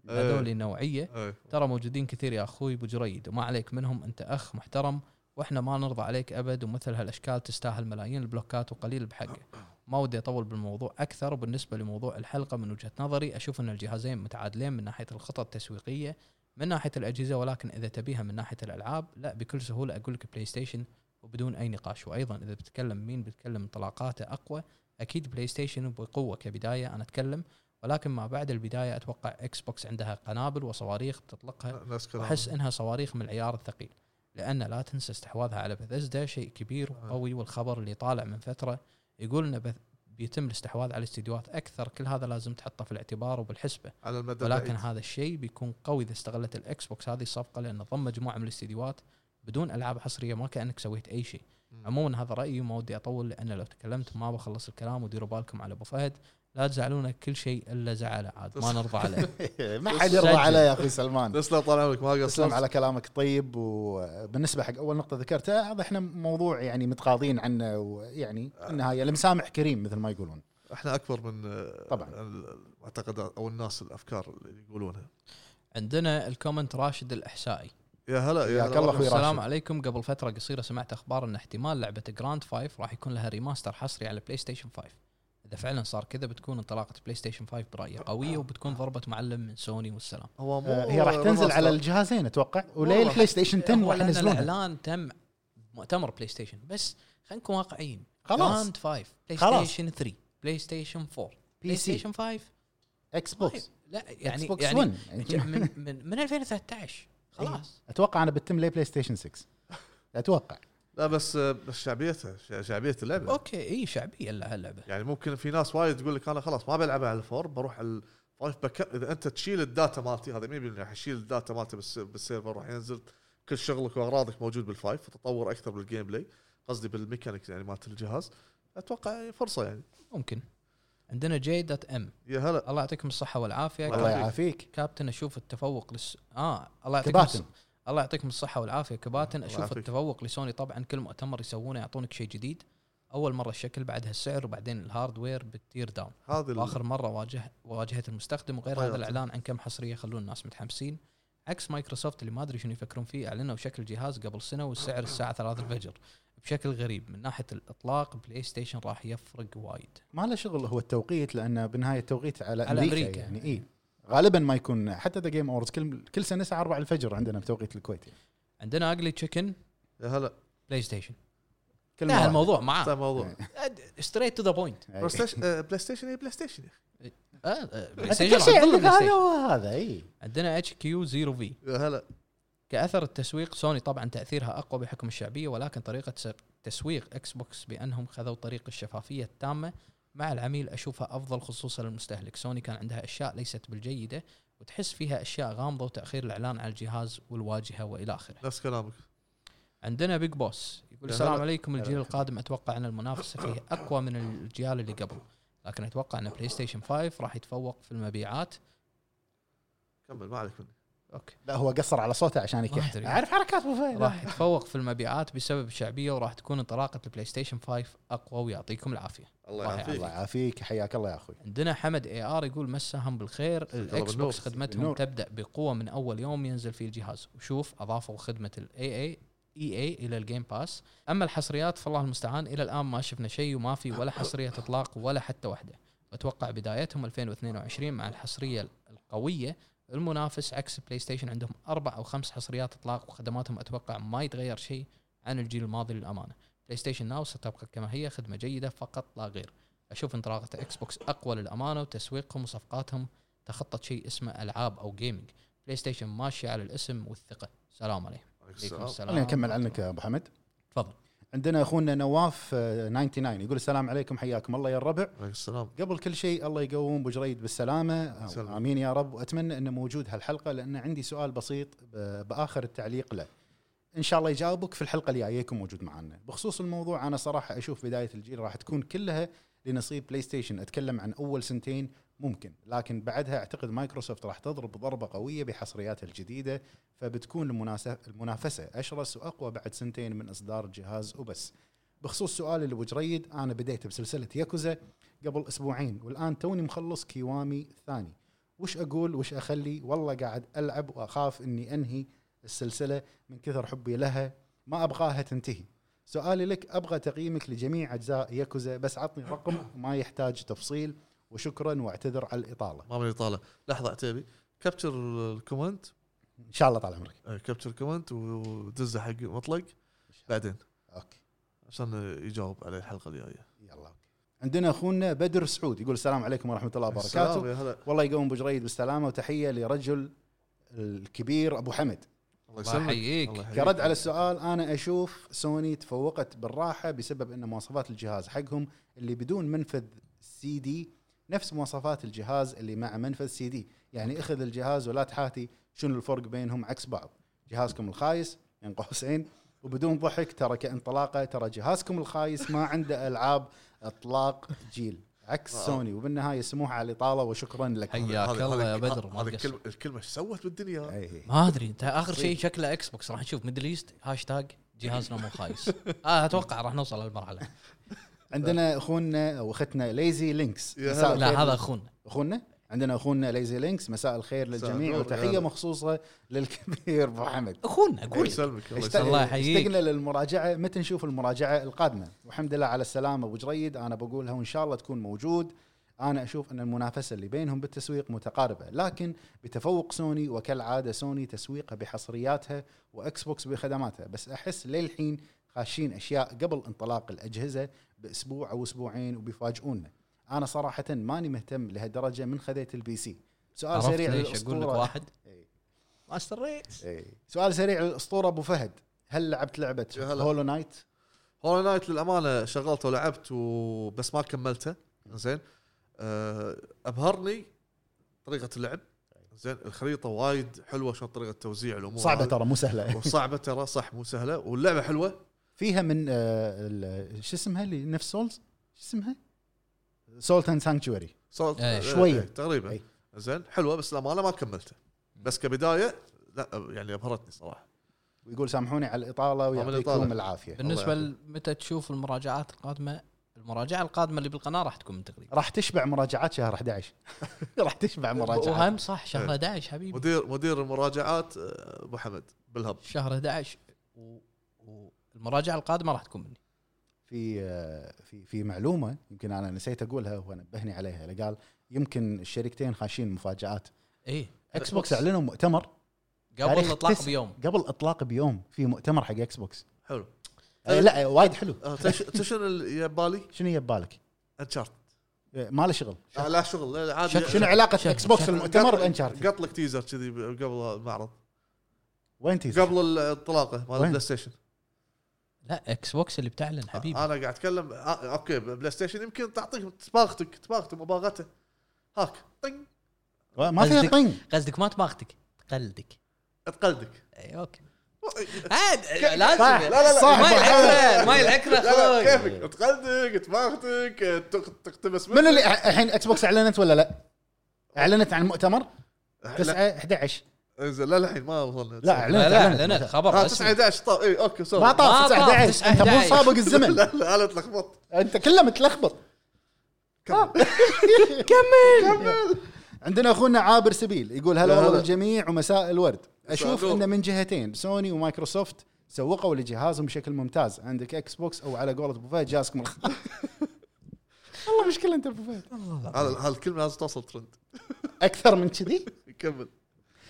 S2: إيه.
S1: هذول نوعيه
S2: إيه.
S1: ترى موجودين كثير يا اخوي ابو جريد وما عليك منهم انت اخ محترم واحنا ما نرضى عليك ابد ومثل هالاشكال تستاهل ملايين البلوكات وقليل بحقه ما ودي اطول بالموضوع اكثر وبالنسبه لموضوع الحلقه من وجهه نظري اشوف ان الجهازين متعادلين من ناحيه الخطط التسويقيه من ناحيه الاجهزه ولكن اذا تبيها من ناحيه الالعاب لا بكل سهوله اقول لك بلاي ستيشن وبدون اي نقاش وايضا اذا بتتكلم مين بتكلم انطلاقاته اقوى اكيد بلاي ستيشن بقوه كبدايه انا اتكلم ولكن ما بعد البدايه اتوقع اكس بوكس عندها قنابل وصواريخ تطلقها
S2: نفس كلامك.
S1: واحس انها صواريخ من العيار الثقيل لان لا تنسى استحواذها على بثزدا شيء كبير وقوي والخبر اللي طالع من فتره يقول ان بث بيتم الاستحواذ على استديوهات اكثر كل هذا لازم تحطه في الاعتبار وبالحسبه
S2: على المدى
S1: ولكن
S2: ولكن
S1: هذا الشيء بيكون قوي اذا استغلت الاكس بوكس هذه الصفقه لان ضم مجموعه من الاستديوهات بدون العاب حصريه ما كانك سويت اي شيء عموما هذا رايي وما ودي اطول لان لو تكلمت ما بخلص الكلام وديروا بالكم على ابو فهد لا تزعلونه كل شيء الا زعله عاد ما نرضى عليه
S4: ما حد يرضى
S1: سجل.
S4: عليه يا اخوي سلمان
S2: تسلم طال عمرك ما
S4: تسلم
S2: قصرت
S4: على كلامك طيب وبالنسبه حق اول نقطه ذكرتها هذا احنا موضوع يعني متقاضين عنه ويعني النهايه المسامح كريم مثل ما يقولون
S2: احنا اكبر من آه،
S4: طبعاً.
S2: ال- المعتقدات او الناس الافكار اللي يقولونها
S1: عندنا الكومنت راشد الاحسائي
S2: يا هلا يا
S4: حياك الله
S2: هلا والله.
S4: اخوي
S1: السلام
S4: راشد
S1: عليكم قبل فترة قصيرة سمعت أخبار أن احتمال لعبة جراند 5 راح يكون لها ريماستر حصري على بلاي ستيشن 5 إذا فعلا صار كذا بتكون انطلاقة بلاي ستيشن 5 برأيي قوية وبتكون ضربة معلم من سوني والسلام
S2: هو مو
S4: آه، هي راح تنزل على الجهازين اتوقع وليل
S2: والله.
S4: البلاي ستيشن 10
S1: هو
S4: راح
S1: لأن
S4: ينزلونها
S1: الإعلان تم مؤتمر بلاي ستيشن بس خلينا نكون واقعيين
S4: خلاص.
S1: جراند 5 بلاي
S4: خلاص.
S1: ستيشن 3 بلاي ستيشن 4 بلاي
S4: بي سي
S1: ستيشن 5
S4: اكس
S1: ما هي-
S4: بوكس
S1: لا
S4: يعني
S1: طيب، يعني
S4: اكس بوكس
S1: يعني
S4: 1
S1: من من من, من 2013 خلاص
S4: اتوقع انا بتم لي بلاي ستيشن 6 اتوقع
S2: لا بس آه، بس شعبيتها شع- شعبيه
S4: إيه.
S2: اللعبه
S1: اوكي اي شعبيه هاللعبه
S2: يعني ممكن في ناس وايد تقول لك انا خلاص ما بلعبها على الفور بروح على الفايف باك أب. اذا انت تشيل الداتا مالتي هذا 100% راح يشيل الداتا مالتي بالس- بالسيرفر راح ينزل كل شغلك واغراضك موجود بالفايف وتطور اكثر بالجيم بلاي قصدي بالميكانيكس يعني مالت الجهاز اتوقع فرصه يعني
S1: ممكن عندنا جي دوت ام
S2: يا هلا
S1: الله يعطيكم الصحه والعافيه
S2: الله
S3: الله
S1: كابتن-
S3: يعافيك
S1: كابتن اشوف التفوق لس... اه الله يعطيكم
S3: كباتن
S1: الص- الله يعطيكم الصحه والعافيه كباتن اشوف
S2: يعافيك.
S1: التفوق لسوني طبعا كل مؤتمر يسوونه يعطونك شيء جديد اول مره الشكل بعدها السعر وبعدين الهاردوير بالتير داون
S2: هذه ال-
S1: واخر مره واجه واجهه المستخدم وغير
S2: الله
S1: هذا
S2: يعطيك.
S1: الاعلان عن كم حصريه يخلون الناس متحمسين عكس مايكروسوفت اللي ما ادري شنو يفكرون فيه اعلنوا شكل جهاز قبل سنه والسعر الساعه 3 الفجر بشكل غريب من ناحيه الاطلاق بلاي ستيشن راح يفرق وايد
S3: ما له شغل هو التوقيت لانه بالنهايه التوقيت على,
S1: على
S3: على امريكا,
S1: أمريكا.
S3: امريكا
S4: إيه.
S3: يعني اي غالبا ما يكون حتى ذا جيم اورز كل كل سنه الساعه 4 الفجر عندنا بتوقيت الكويت يعني.
S1: عندنا اقلي تشيكن
S2: يا هلا
S1: بلاي ستيشن
S3: كل
S1: لا الموضوع
S2: هذا
S1: معاه
S2: موضوع
S1: ستريت تو ذا بوينت
S3: أي.
S2: بلاي ستيشن آه، بلاي ستيشن هي بلاي ستيشن يا أخي.
S1: بلاي
S3: أنت
S1: ستيشن
S3: كل شيء
S1: راح تظل
S3: عندك
S1: بلاي
S3: هذا
S1: ستيشن.
S3: وهذا اي
S1: عندنا اتش كيو 0 في
S2: يا هلا
S1: كاثر التسويق سوني طبعا تاثيرها اقوى بحكم الشعبيه ولكن طريقه سر- تسويق اكس بوكس بانهم خذوا طريق الشفافيه التامه مع العميل اشوفها افضل خصوصا للمستهلك سوني كان عندها اشياء ليست بالجيده وتحس فيها اشياء غامضه وتاخير الاعلان على الجهاز والواجهه والى اخره
S2: نفس كلامك
S1: عندنا بيج بوس يقول
S2: يا
S1: السلام
S2: هلا.
S1: عليكم الجيل
S3: هلا.
S1: القادم اتوقع ان المنافسه فيه اقوى من الجيال اللي قبل لكن اتوقع ان بلاي ستيشن 5 راح يتفوق في المبيعات
S2: كمل ما عليك مني
S1: اوكي
S3: لا هو قصر على صوته عشان يكح
S1: أدري.
S3: اعرف حركات ابو فهد
S1: راح يتفوق في المبيعات بسبب الشعبيه وراح تكون انطلاقه البلاي ستيشن 5 اقوى ويعطيكم العافيه
S2: الله
S1: الله
S2: يعافيك
S3: الله يعافيك حياك الله يا اخوي
S1: عندنا حمد اي ار يقول مساهم بالخير الاكس
S2: بالنور.
S1: بوكس خدمتهم
S3: بالنور.
S1: تبدا بقوه من اول يوم ينزل فيه الجهاز وشوف اضافوا خدمه الاي اي اي اي الى الجيم باس اما الحصريات فالله المستعان الى الان ما شفنا شيء وما في ولا حصريه اطلاق ولا حتى واحده اتوقع بدايتهم 2022 مع الحصريه القويه المنافس عكس بلاي ستيشن عندهم اربع او خمس حصريات اطلاق وخدماتهم اتوقع ما يتغير شيء عن الجيل الماضي للامانه بلاي ستيشن ناو ستبقى كما هي خدمه جيده فقط لا غير اشوف انطلاقه اكس بوكس اقوى للامانه وتسويقهم وصفقاتهم تخطت شيء اسمه العاب او جيمنج بلاي ستيشن ماشيه على الاسم والثقه سلام عليكم
S2: عليك
S1: عليكم
S2: السلام.
S1: السلام
S3: خلينا نكمل عنك يا ابو حمد
S1: تفضل
S3: عندنا اخونا نواف آه، 99 يقول السلام عليكم حياكم الله يا الربع
S2: عليك السلام
S3: قبل كل شيء الله يقوم ابو جريد بالسلامه
S2: سلام.
S3: آه، امين يا رب واتمنى انه موجود هالحلقه لان عندي سؤال بسيط ب- باخر التعليق له ان شاء الله يجاوبك في الحلقه الجايه يكون موجود معنا بخصوص الموضوع انا صراحه اشوف بدايه الجيل راح تكون كلها لنصيب بلاي ستيشن اتكلم عن اول سنتين ممكن لكن بعدها اعتقد مايكروسوفت راح تضرب ضربه قويه بحصرياتها الجديده فبتكون المناسبه المنافسه اشرس واقوى بعد سنتين من اصدار الجهاز وبس بخصوص سؤالي لابو جريد انا بديت بسلسله ياكوزا قبل اسبوعين والان توني مخلص كيوامي الثاني وش اقول وش اخلي والله قاعد العب واخاف اني انهي السلسله من كثر حبي لها ما ابغاها تنتهي سؤالي لك ابغى تقييمك لجميع اجزاء ياكوزا بس عطني رقم ما يحتاج تفصيل وشكرا واعتذر على الاطاله
S2: ما من طالع لحظه عتيبي كابتشر الكومنت
S3: ان شاء الله طال عمرك
S2: آه، كابتشر كومنت ودزه حق مطلق بعدين
S3: اوكي
S2: عشان يجاوب على الحلقه الجايه
S3: يلا أوكي. عندنا اخونا بدر سعود يقول السلام عليكم ورحمه الله وبركاته
S2: السلام يا هلا
S3: والله يقوم ابو جريد بالسلامه وتحيه لرجل الكبير ابو حمد
S1: الله
S2: الله يسلمك
S1: يحييك
S3: كرد على السؤال انا اشوف سوني تفوقت بالراحه بسبب ان مواصفات الجهاز حقهم اللي بدون منفذ سي دي نفس مواصفات الجهاز اللي مع منفذ سي دي يعني اخذ الجهاز ولا تحاتي شنو الفرق بينهم عكس بعض جهازكم الخايس بين قوسين وبدون ضحك ترى كانطلاقه ترى جهازكم الخايس ما عنده العاب اطلاق جيل عكس
S2: واو.
S3: سوني وبالنهايه سموحه على الاطاله وشكرا لك
S1: حياك
S2: هذه-
S1: الله
S2: هذه-
S1: يا بدر ما
S2: هذه
S1: تقصر.
S2: الكلمه الكلمه ايش سوت بالدنيا
S3: أي.
S1: ما ادري انت اخر
S2: طيب.
S1: شيء شكله اكس بوكس راح نشوف ميدل ايست هاشتاج جهازنا مو خايس آه اتوقع راح نوصل للمرحله
S3: عندنا اخونا او اختنا ليزي لينكس
S2: يا
S3: مساء الخير.
S1: لا هذا اخونا
S3: اخونا عندنا اخونا ليزي لينكس مساء الخير
S2: مساء
S3: للجميع
S2: النور،
S3: وتحيه
S2: يلا.
S3: مخصوصه للكبير ابو حمد
S1: اخونا
S2: الله
S1: اقول لك.
S2: يسلمك الله
S3: اشت-
S2: يسلمك
S1: الله يحييك.
S3: اشتقنا للمراجعه متى نشوف المراجعه القادمه والحمد لله على السلامه ابو جريد انا بقولها وان شاء الله تكون موجود انا اشوف ان المنافسه اللي بينهم بالتسويق متقاربه لكن بتفوق سوني وكالعاده سوني تسويقها بحصرياتها واكس بوكس بخدماتها بس احس للحين خاشين اشياء قبل انطلاق الاجهزه باسبوع او اسبوعين وبيفاجئونا انا صراحه ماني مهتم لهالدرجه من خذيت البي سي سؤال
S1: عرفت
S3: آه، سريع
S1: ليش اقول لك
S3: للأسطورة.
S1: واحد
S3: إيه.
S1: ماستر ريس
S3: إيه. سؤال سريع للاسطوره ابو فهد هل لعبت لعبه
S2: يا هلا.
S3: هولو نايت؟
S2: هولو نايت للامانه شغلته ولعبت وبس ما كملته زين أه ابهرني طريقه اللعب زين الخريطه وايد حلوه شلون طريقه توزيع الامور
S3: صعبه
S2: هذه.
S3: ترى مو سهله
S2: وصعبه ترى صح مو سهله واللعبه حلوه
S3: فيها من آه، ال- شو اسمها اللي نفس سولز؟ شو اسمها؟ سولت اند سانكتشوري
S2: صارت
S1: إيه.
S3: شوية.
S2: إيه، تقريبا
S3: إيه.
S2: زين حلوه بس للامانه ما كملته بس كبدايه لا يعني ابهرتني صراحه
S3: ويقول سامحوني على الاطاله ويعطيكم
S2: الإطالة.
S3: العافيه
S2: الله
S1: بالنسبه
S2: يعافيك.
S1: متى تشوف المراجعات القادمه المراجعه القادمه اللي بالقناه راح تكون من تقريبا
S3: راح تشبع مراجعات شهر 11 راح تشبع مراجعات
S1: وهم صح شهر 11 حبيبي
S2: مدير مدير المراجعات آه، ابو حمد بالهب
S1: شهر 11 و- والمراجعه القادمه راح تكون مني
S3: في آه، في في معلومه يمكن انا نسيت اقولها وهو نبهني عليها اللي قال يمكن الشركتين خاشين مفاجات
S1: اي
S3: اكس بوكس اعلنوا مؤتمر
S1: إيه. قبل
S3: تاريخ
S1: الاطلاق
S3: تسعة.
S1: بيوم
S3: قبل اطلاق بيوم في مؤتمر حق اكس بوكس
S2: حلو
S3: آه، لا آه، وايد حلو
S2: آه، تش- تشن اليابالي
S3: شنو يبالك؟
S2: انشارت
S3: إيه، ما له شغل
S2: آه، لا شغل لا، لا، عادي
S1: شك-
S3: شنو
S1: شك-
S3: علاقه اكس بوكس
S1: شك-
S3: المؤتمر
S2: قط-
S3: بانشارتد؟
S2: قط لك تيزر كذي قبل المعرض
S3: وين تيزر؟
S2: قبل الطلاقه مال
S3: وين؟
S2: البلاي ستيشن
S1: لا اكس بوكس اللي بتعلن حبيبي
S2: انا قاعد اتكلم آه، اوكي بلاي ستيشن يمكن تعطيك تباغتك تباغته مباغته هاك طيب، طن
S3: ما فيها
S1: قصدك-
S3: طين
S1: قصدك ما تباغتك تقلدك
S2: تقلدك
S1: اي اوكي
S2: لا
S1: عاد لازم
S3: صح.
S1: يعني.
S3: لا، لا،
S1: ما
S3: لا. صح.
S1: العكره ما العكره
S2: لا
S1: خوي
S2: كيفك تقلدك تباغتك تق- تقتبس
S3: منو اللي أع- الحين اكس بوكس اعلنت ولا لا؟ اعلنت عن المؤتمر
S2: لا
S3: 9 11
S2: إنزين، لا الحين ما وصلنا
S3: لا
S2: آه،
S3: اعلنت
S1: لا لا
S3: اعلنت
S1: اعلنت خبر
S2: 9
S1: رسمي
S2: 11 طب اي اوكي سوري
S3: ما
S1: ما
S3: طاف
S1: طاف
S3: 9 11
S1: 9
S3: انت مو
S1: 11.
S3: سابق الزمن
S2: إيه، لا لا انا اتلخبطت
S3: انت كله متلخبط آه.
S2: كمل.
S3: عندنا اخونا عابر سبيل يقول هلا
S2: لا،
S3: والله
S2: لا.
S3: بالجميع ومساء الورد اشوف
S2: النور.
S3: ان من جهتين سوني ومايكروسوفت سوقوا لجهازهم بشكل ممتاز عندك اكس بوكس او على قولة ابو فهد جهازك مرخص والله مشكله انت ابو فهد
S2: هذا- هالكلمه لازم توصل ترند
S3: اكثر من كذي
S2: كمل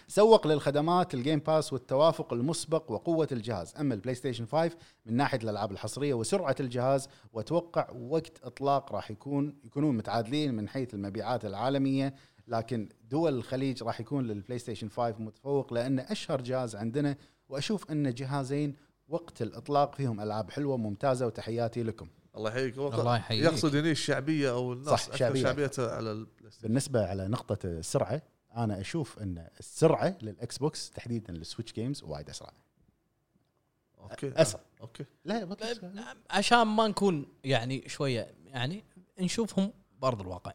S3: سوق للخدمات الجيم باس والتوافق المسبق وقوه الجهاز اما البلاي ستيشن 5 من ناحيه الالعاب الحصريه وسرعه الجهاز واتوقع وقت اطلاق راح يكون يكونون متعادلين من حيث المبيعات العالميه لكن دول الخليج راح يكون للبلاي ستيشن 5 متفوق لانه اشهر جهاز عندنا واشوف ان جهازين وقت الاطلاق فيهم العاب حلوه ممتازه وتحياتي لكم
S2: الله يحييك هو
S1: الله يحييك.
S2: يقصد هني الشعبيه او الناس
S3: صح،
S2: اكثر
S3: شعبية.
S2: شعبيتها على البلاي ستيشن
S3: بالنسبه على نقطه السرعه انا اشوف ان السرعه للاكس بوكس تحديدا للسويتش جيمز وايد اسرع
S2: اوكي
S3: اسرع
S2: اوكي
S3: لا بطل
S1: عشان ما نكون يعني شويه يعني نشوفهم بارض الواقع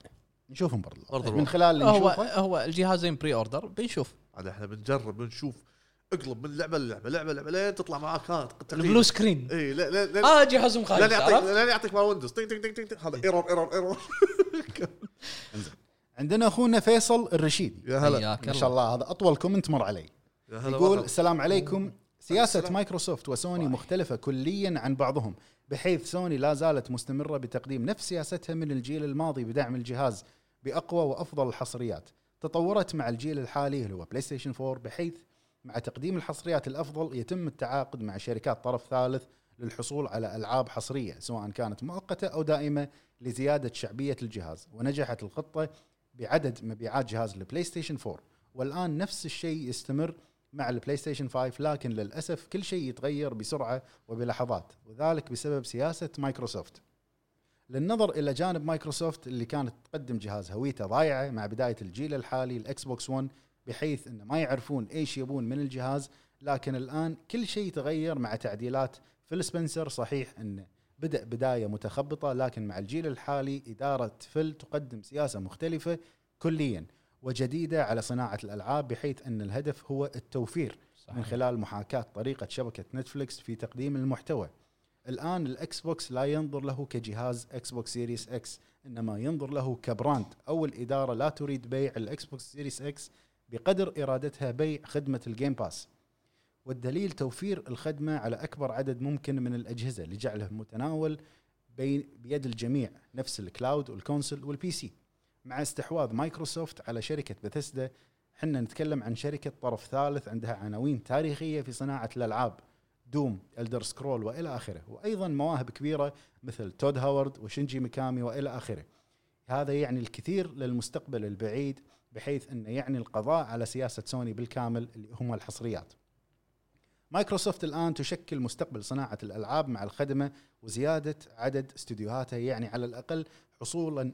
S3: نشوفهم برضه
S2: برضو
S3: من
S2: الواقع.
S3: خلال اللي
S1: هو
S3: نشوفه
S1: هو الجهازين بري اوردر بنشوف
S2: عاد احنا بنجرب بنشوف اقلب من لعبه للعبه لعبه لعبه لين تطلع معاك ها تقريبا.
S1: البلو سكرين
S2: اي لا لا
S3: آه،
S2: لا
S1: اه جهازهم
S2: لين
S1: خايس
S2: يعطيك
S1: عرفت؟
S2: لين يعطيك مال ويندوز تين تين تين تين تين.
S3: أيوه.
S2: هذا ايرور ايرور ايرور
S3: عندنا اخونا فيصل الرشيدي
S2: يا هلا
S1: حياك
S3: ما
S1: الله.
S3: شاء الله هذا اطول كومنت مر علي
S2: يا هلا
S3: أيوه. يقول
S2: والله.
S3: السلام عليكم سياسة
S2: السلام.
S3: مايكروسوفت وسوني مختلفة كليا عن بعضهم بحيث سوني لا زالت مستمرة بتقديم نفس سياستها من الجيل الماضي بدعم الجهاز بأقوى وأفضل الحصريات تطورت مع الجيل الحالي اللي هو بلاي ستيشن 4 بحيث مع تقديم الحصريات الأفضل يتم التعاقد مع شركات طرف ثالث للحصول على ألعاب حصرية سواء كانت مؤقتة أو دائمة لزيادة شعبية الجهاز ونجحت الخطة بعدد مبيعات جهاز البلاي ستيشن 4 والآن نفس الشيء يستمر مع البلاي ستيشن 5 لكن للاسف كل شيء يتغير بسرعه وبلحظات وذلك بسبب سياسه مايكروسوفت. للنظر الى جانب مايكروسوفت اللي كانت تقدم جهاز هويته ضايعه مع بدايه الجيل الحالي الاكس بوكس 1 بحيث انه ما يعرفون ايش يبون من الجهاز لكن الان كل شيء تغير مع تعديلات فيل سبنسر صحيح انه بدأ بداية متخبطة لكن مع الجيل الحالي إدارة فيل تقدم سياسة مختلفة كليا وجديدة على صناعة الألعاب بحيث أن الهدف هو التوفير من خلال محاكاة طريقة شبكة نتفليكس في تقديم المحتوى الآن الأكس بوكس لا ينظر له كجهاز أكس بوكس سيريس أكس إنما ينظر له كبراند أو الإدارة لا تريد بيع الأكس بوكس سيريس أكس بقدر إرادتها بيع خدمة الجيم باس والدليل توفير الخدمة على أكبر عدد ممكن من الأجهزة لجعله متناول بين بيد الجميع نفس الكلاود والكونسل والبي سي مع استحواذ مايكروسوفت على شركة بثسدا حنا نتكلم عن شركة طرف ثالث عندها عناوين تاريخية في صناعة الألعاب دوم الدر سكرول والى اخره وايضا مواهب كبيره مثل تود هاورد وشنجي ميكامي والى اخره هذا يعني الكثير للمستقبل البعيد بحيث انه يعني القضاء على سياسه سوني بالكامل اللي هم الحصريات مايكروسوفت الان تشكل مستقبل صناعه الالعاب مع الخدمه وزياده عدد استديوهاتها يعني على آه، الاقل حصولا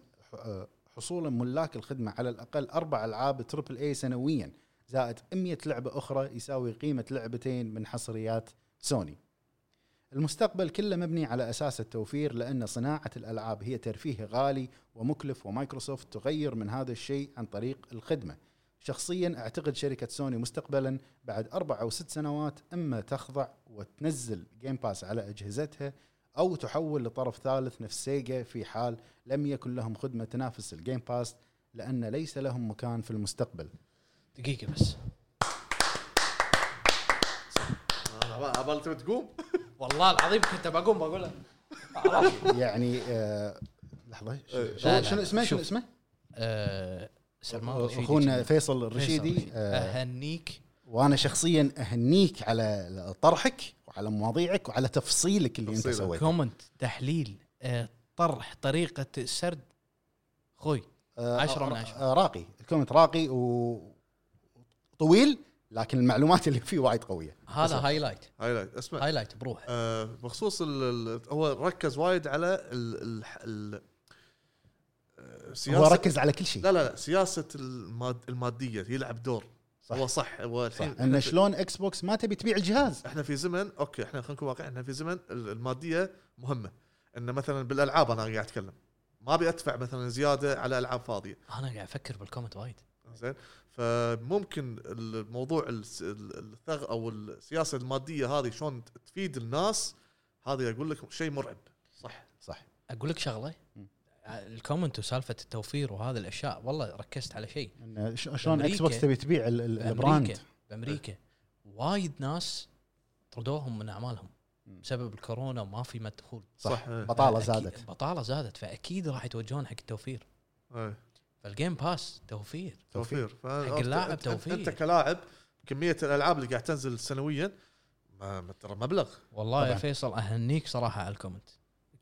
S3: حصولا ملاك الخدمه على الاقل اربع العاب تربل اي سنويا زائد 100 لعبه اخرى يساوي قيمه لعبتين من حصريات سوني المستقبل كله مبني على اساس التوفير لان صناعه الالعاب هي ترفيه غالي ومكلف ومايكروسوفت تغير من هذا الشيء عن طريق الخدمه. شخصيا اعتقد شركه سوني مستقبلا بعد اربع او ست سنوات اما تخضع وتنزل جيم باس على اجهزتها او تحول لطرف ثالث نفس سيجا في حال لم يكن لهم خدمه تنافس الجيم باس لان ليس لهم مكان في المستقبل.
S1: دقيقه بس
S2: عبالك تبي تقوم
S1: والله العظيم كنت بقوم بقول له.
S3: يعني آه لحظه شو-
S1: إيه، لا،
S3: شنو
S1: لا،
S3: شنو اسمه شنو
S1: شوف.
S3: اسمه؟
S1: آه، سلمان الرشيدي
S3: اخونا
S1: كنا.
S3: فيصل
S1: فيصل
S3: الرشيدي آه
S1: اهنيك
S3: وانا شخصيا اهنيك على طرحك وعلى مواضيعك وعلى تفصيلك اللي انت
S2: تفصيلك.
S3: سويته
S1: كومنت تحليل آه، طرح طريقه السرد خوي
S3: آه،
S1: عشرة من
S3: آه،
S1: عشرة.
S3: آه، راقي الكومنت راقي وطويل لكن المعلومات اللي فيه وايد قويه
S1: هذا هايلايت
S2: هايلايت اسمع
S1: هايلايت بروح
S2: آه، بخصوص ال- ال- هو ركز وايد على ال ال ال آه،
S3: هو
S2: سياسه
S3: ركز على كل شيء
S2: لا لا لا سياسه الماد الماديه يلعب دور
S3: صح.
S2: صح هو صح هو
S3: صح
S2: الحين
S3: ان شلون اكس بوكس ما تبي تبيع الجهاز
S2: احنا في زمن اوكي احنا خلينا نكون واقعيين احنا في زمن ال- الماديه مهمه ان مثلا بالالعاب انا قاعد اتكلم ما ابي ادفع مثلا زياده على العاب فاضيه
S1: انا قاعد افكر بالكومنت وايد
S2: زين فممكن الموضوع الس- ال- الثغ او السياسه الماديه هذه شلون تفيد الناس هذه اقول لك شيء مرعب صح
S3: صح
S1: اقول لك شغله
S3: مم.
S1: الكومنت وسالفه التوفير وهذه الاشياء والله ركزت على شيء
S3: ان ش- شلون اكس
S1: بأمريكا-
S3: بوكس تبي تبيع ال- ال- البراند
S1: بامريكا بامريكا وايد ناس طردوهم من اعمالهم
S3: مم.
S1: بسبب الكورونا وما في مدخول
S3: صح آه.
S2: إيه.
S3: بطاله
S1: فأكيد-
S3: زادت
S1: بطاله زادت فاكيد راح يتوجهون حق التوفير
S2: إيه.
S1: فالجيم باس توفير
S2: توفير فأنت-
S1: حق اللاعب
S2: أنت-
S1: توفير.
S2: انت كلاعب كميه الالعاب اللي قاعد تنزل سنويا ما ما- ترى مبلغ
S1: والله يا
S3: طبعاً.
S1: فيصل اهنيك صراحه على الكومنت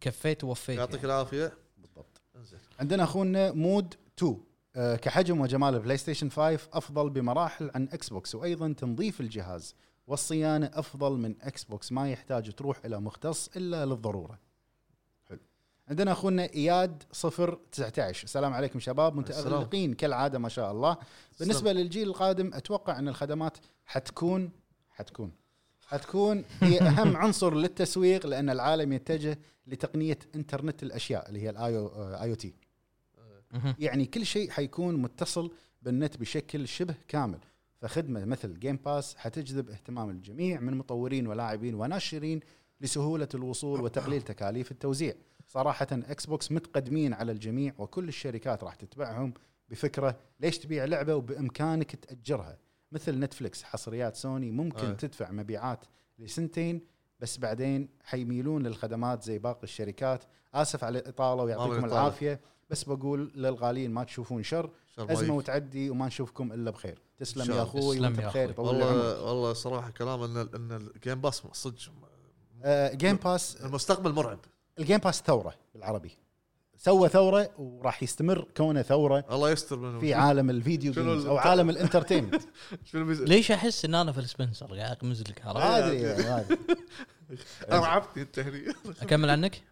S1: كفيت ووفيت
S2: يعطيك
S1: يعني.
S2: العافيه
S3: بالضبط
S2: انزل
S3: عندنا اخونا مود 2 آه، كحجم وجمال بلاي ستيشن 5 افضل بمراحل عن اكس بوكس وايضا تنظيف الجهاز والصيانه افضل من اكس بوكس ما يحتاج تروح الى مختص الا للضروره. حلو. عندنا اخونا اياد 019 السلام عليكم شباب متالقين كالعاده ما شاء الله
S2: إيه.
S3: بالنسبه للجيل القادم اتوقع ان الخدمات حتكون حتكون حتكون هي اهم عنصر للتسويق لان العالم يتجه لتقنيه انترنت الاشياء اللي هي الاي او آه، تي
S1: مهم.
S3: يعني كل شيء حيكون متصل بالنت بشكل شبه كامل فخدمه مثل جيم باس حتجذب اهتمام الجميع من مطورين ولاعبين وناشرين لسهوله الوصول وتقليل تكاليف التوزيع صراحه اكس بوكس متقدمين على الجميع وكل الشركات راح تتبعهم بفكره ليش تبيع لعبه وبامكانك تاجرها مثل نتفلكس حصريات سوني ممكن
S2: أي.
S3: تدفع مبيعات لسنتين بس بعدين حيميلون للخدمات زي باقي الشركات اسف على الاطاله ويعطيكم
S2: بالإطالة.
S3: العافيه بس بقول للغالين ما تشوفون شر
S2: شربايف.
S3: ازمه وتعدي وما نشوفكم الا بخير
S2: إن
S3: تسلم
S2: شاء
S3: يا
S2: الله.
S3: اخوي
S1: تسلم
S3: وانت
S1: يا
S3: بخير
S1: أخوي.
S3: طول عمرك
S2: والله والله صراحه كلام ان ال- ان الجيم باس صدق
S3: آه، جيم باس
S2: المستقبل مرعب
S3: الجيم باس ثوره بالعربي سوى ثوره وراح يستمر كونه ثوره
S2: الله يستر منه
S3: في عالم الفيديو
S2: شنو
S3: جيمز
S2: ال-
S3: او عالم الانترتينمنت
S2: شنو بيز-
S1: ليش احس ان انا في السبنسر قاعد اقمز لك عرفت؟
S3: ما ادري ما أدري.
S2: انا عرفتني انت هني
S1: اكمل عنك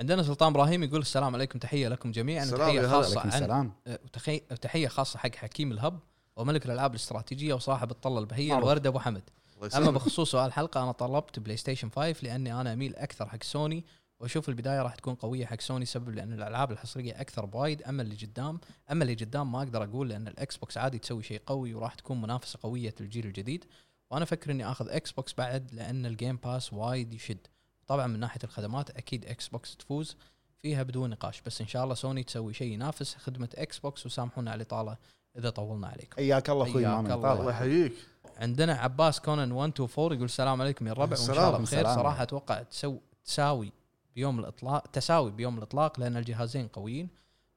S1: عندنا سلطان ابراهيم يقول السلام عليكم تحيه لكم جميعا
S2: السلام
S1: وتحيه
S2: يا هلا.
S1: خاصه
S3: عليكم
S1: عن
S3: السلام
S1: أه، وتخي- وتحيه خاصه حق حكيم الهب وملك الالعاب الاستراتيجيه وصاحب الطله البهيه
S3: معروف.
S1: الورده ابو حمد
S2: الله
S1: اما
S2: يسلمك.
S1: بخصوص سؤال الحلقه انا طلبت بلاي ستيشن 5 لاني انا اميل اكثر حق سوني واشوف البدايه راح تكون قويه حق سوني سبب لان الالعاب الحصريه اكثر بوايد اما اللي قدام اما اللي قدام ما اقدر اقول لان الاكس بوكس عادي تسوي شيء قوي وراح تكون منافسه قويه الجيل الجديد وانا افكر اني اخذ اكس بوكس بعد لان الجيم باس وايد يشد طبعا من ناحيه الخدمات اكيد اكس بوكس تفوز فيها بدون نقاش بس ان شاء الله سوني تسوي شيء ينافس خدمه اكس بوكس وسامحونا على الاطاله اذا طولنا عليكم
S3: حياك الله اخوي
S1: حياك
S3: ما من
S1: الله.
S3: طالع.
S2: الله يحييك
S1: عندنا عباس كونان 124 يقول السلام عليكم يا الربع وان شاء الله
S2: السلام،
S1: بخير
S3: السلام.
S1: صراحه اتوقع تسو تساوي بيوم الاطلاق تساوي بيوم الاطلاق لان الجهازين قويين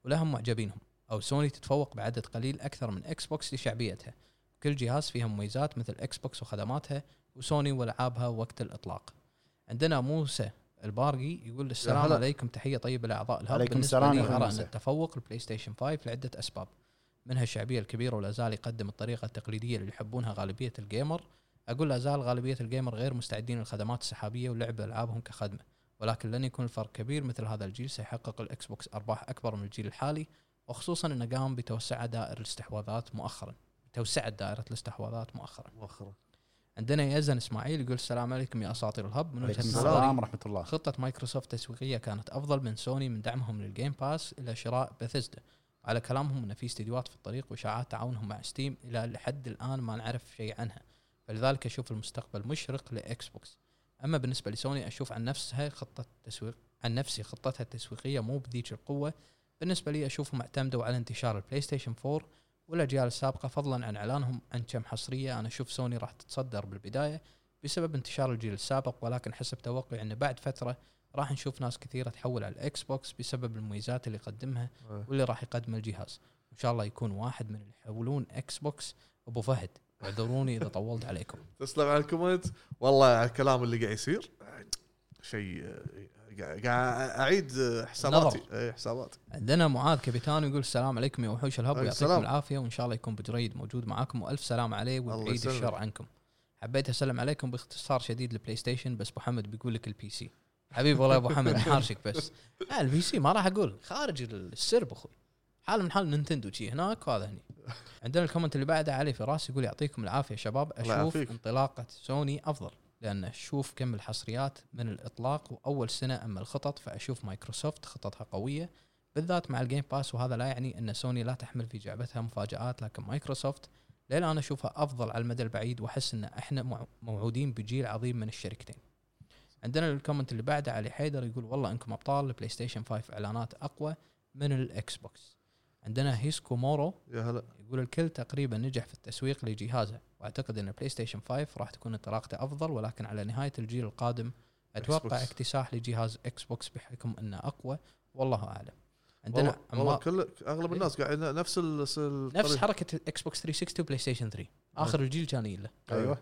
S1: ولهم معجبينهم او سوني تتفوق بعدد قليل اكثر من اكس بوكس لشعبيتها كل جهاز فيها مميزات مثل اكس بوكس وخدماتها وسوني والعابها وقت الاطلاق عندنا موسى البارقي يقول السلام
S2: هلا.
S1: عليكم تحيه طيبه لاعضاء الهب
S3: عليكم
S1: بالنسبه
S3: السلام يا
S1: لي
S3: أخوي
S1: ارى ان
S3: موسى.
S1: التفوق البلاي ستيشن 5 لعده اسباب منها الشعبيه الكبيره ولا زال يقدم الطريقه التقليديه اللي يحبونها غالبيه الجيمر اقول لا زال غالبيه الجيمر غير مستعدين للخدمات السحابيه ولعب العابهم كخدمه ولكن لن يكون الفرق كبير مثل هذا الجيل سيحقق الاكس بوكس ارباح اكبر من الجيل الحالي وخصوصا انه قام بتوسع دائره الاستحواذات مؤخرا توسعت دائره الاستحواذات مؤخرا
S2: مؤخرا
S1: عندنا يزن اسماعيل يقول السلام عليكم يا اساطير الهب من وجهه
S3: عليكم
S1: نظري
S3: السلام ورحمه الله
S1: خطة مايكروسوفت التسويقية كانت أفضل من سوني من دعمهم للجيم باس إلى شراء بثيسدا على كلامهم أن في استديوهات في الطريق وإشاعات تعاونهم مع ستيم إلى لحد الآن ما نعرف شيء عنها فلذلك أشوف المستقبل مشرق لإكس بوكس أما بالنسبة لسوني أشوف عن نفسها خطة تسويق عن نفسي خطتها التسويقية مو بذيك القوة بالنسبة لي أشوفهم اعتمدوا على انتشار البلاي ستيشن 4 والأجيال السابقة فضلا عن إعلانهم عن كم حصرية أنا أشوف سوني راح تتصدر بالبداية بسبب انتشار الجيل السابق ولكن حسب توقعي أن بعد فترة راح نشوف ناس كثيرة تحول على الإكس بوكس بسبب المميزات اللي يقدمها
S2: إيه.
S1: واللي راح يقدمه الجهاز إن شاء الله يكون واحد من اللي يحولون إكس بوكس أبو فهد اعذروني إذا طولت عليكم
S2: تسلم على الكومنت والله على الكلام اللي قاعد يصير شيء آه، قاعد قاعد اعيد آه، حساباتي اي حساباتي
S1: عندنا معاذ كابيتان يقول السلام عليكم يا وحوش الهب
S2: عليكم
S1: ويعطيكم
S2: السلام.
S1: العافيه وان شاء الله يكون بجريد موجود معاكم والف سلام عليه
S2: الله
S1: وبعيد
S2: يسلمك.
S1: الشر عنكم حبيت اسلم عليكم باختصار شديد البلاي ستيشن بس محمد بيقول لك البي سي حبيبي والله يا ابو حمد حارشك بس لا البي سي ما راح اقول خارج السرب اخوي حال من حال نينتندو شي هناك وهذا هني عندنا الكومنت اللي بعده علي فراس يقول يعطيكم العافيه شباب
S2: الله
S1: اشوف
S2: يعافيك.
S1: انطلاقه سوني افضل لان اشوف كم الحصريات من الاطلاق واول سنه اما الخطط فاشوف مايكروسوفت خططها قويه بالذات مع الجيم باس وهذا لا يعني ان سوني لا تحمل في جعبتها مفاجات لكن مايكروسوفت للان اشوفها افضل على المدى البعيد واحس ان احنا مع- موعودين بجيل عظيم من الشركتين. عندنا الكومنت اللي بعده علي حيدر يقول والله انكم ابطال البلاي ستيشن 5 اعلانات اقوى من الاكس بوكس. عندنا هيسكو مورو
S2: يا هلا
S1: يقول الكل تقريبا نجح في التسويق لجهازه واعتقد ان بلاي ستيشن 5 راح تكون انطلاقته افضل ولكن على نهايه الجيل القادم اتوقع
S2: Xbox.
S1: اكتساح لجهاز اكس بوكس بحكم انه اقوى والله اعلم عندنا
S2: والله, والله
S1: عمار
S2: كل اغلب الناس قاعد نفس ال-
S1: نفس
S2: نفس الطريق.
S1: حركه اكس بوكس 360 وبلاي ستيشن 3
S2: نعم.
S1: اخر الجيل كان يله
S3: ايوه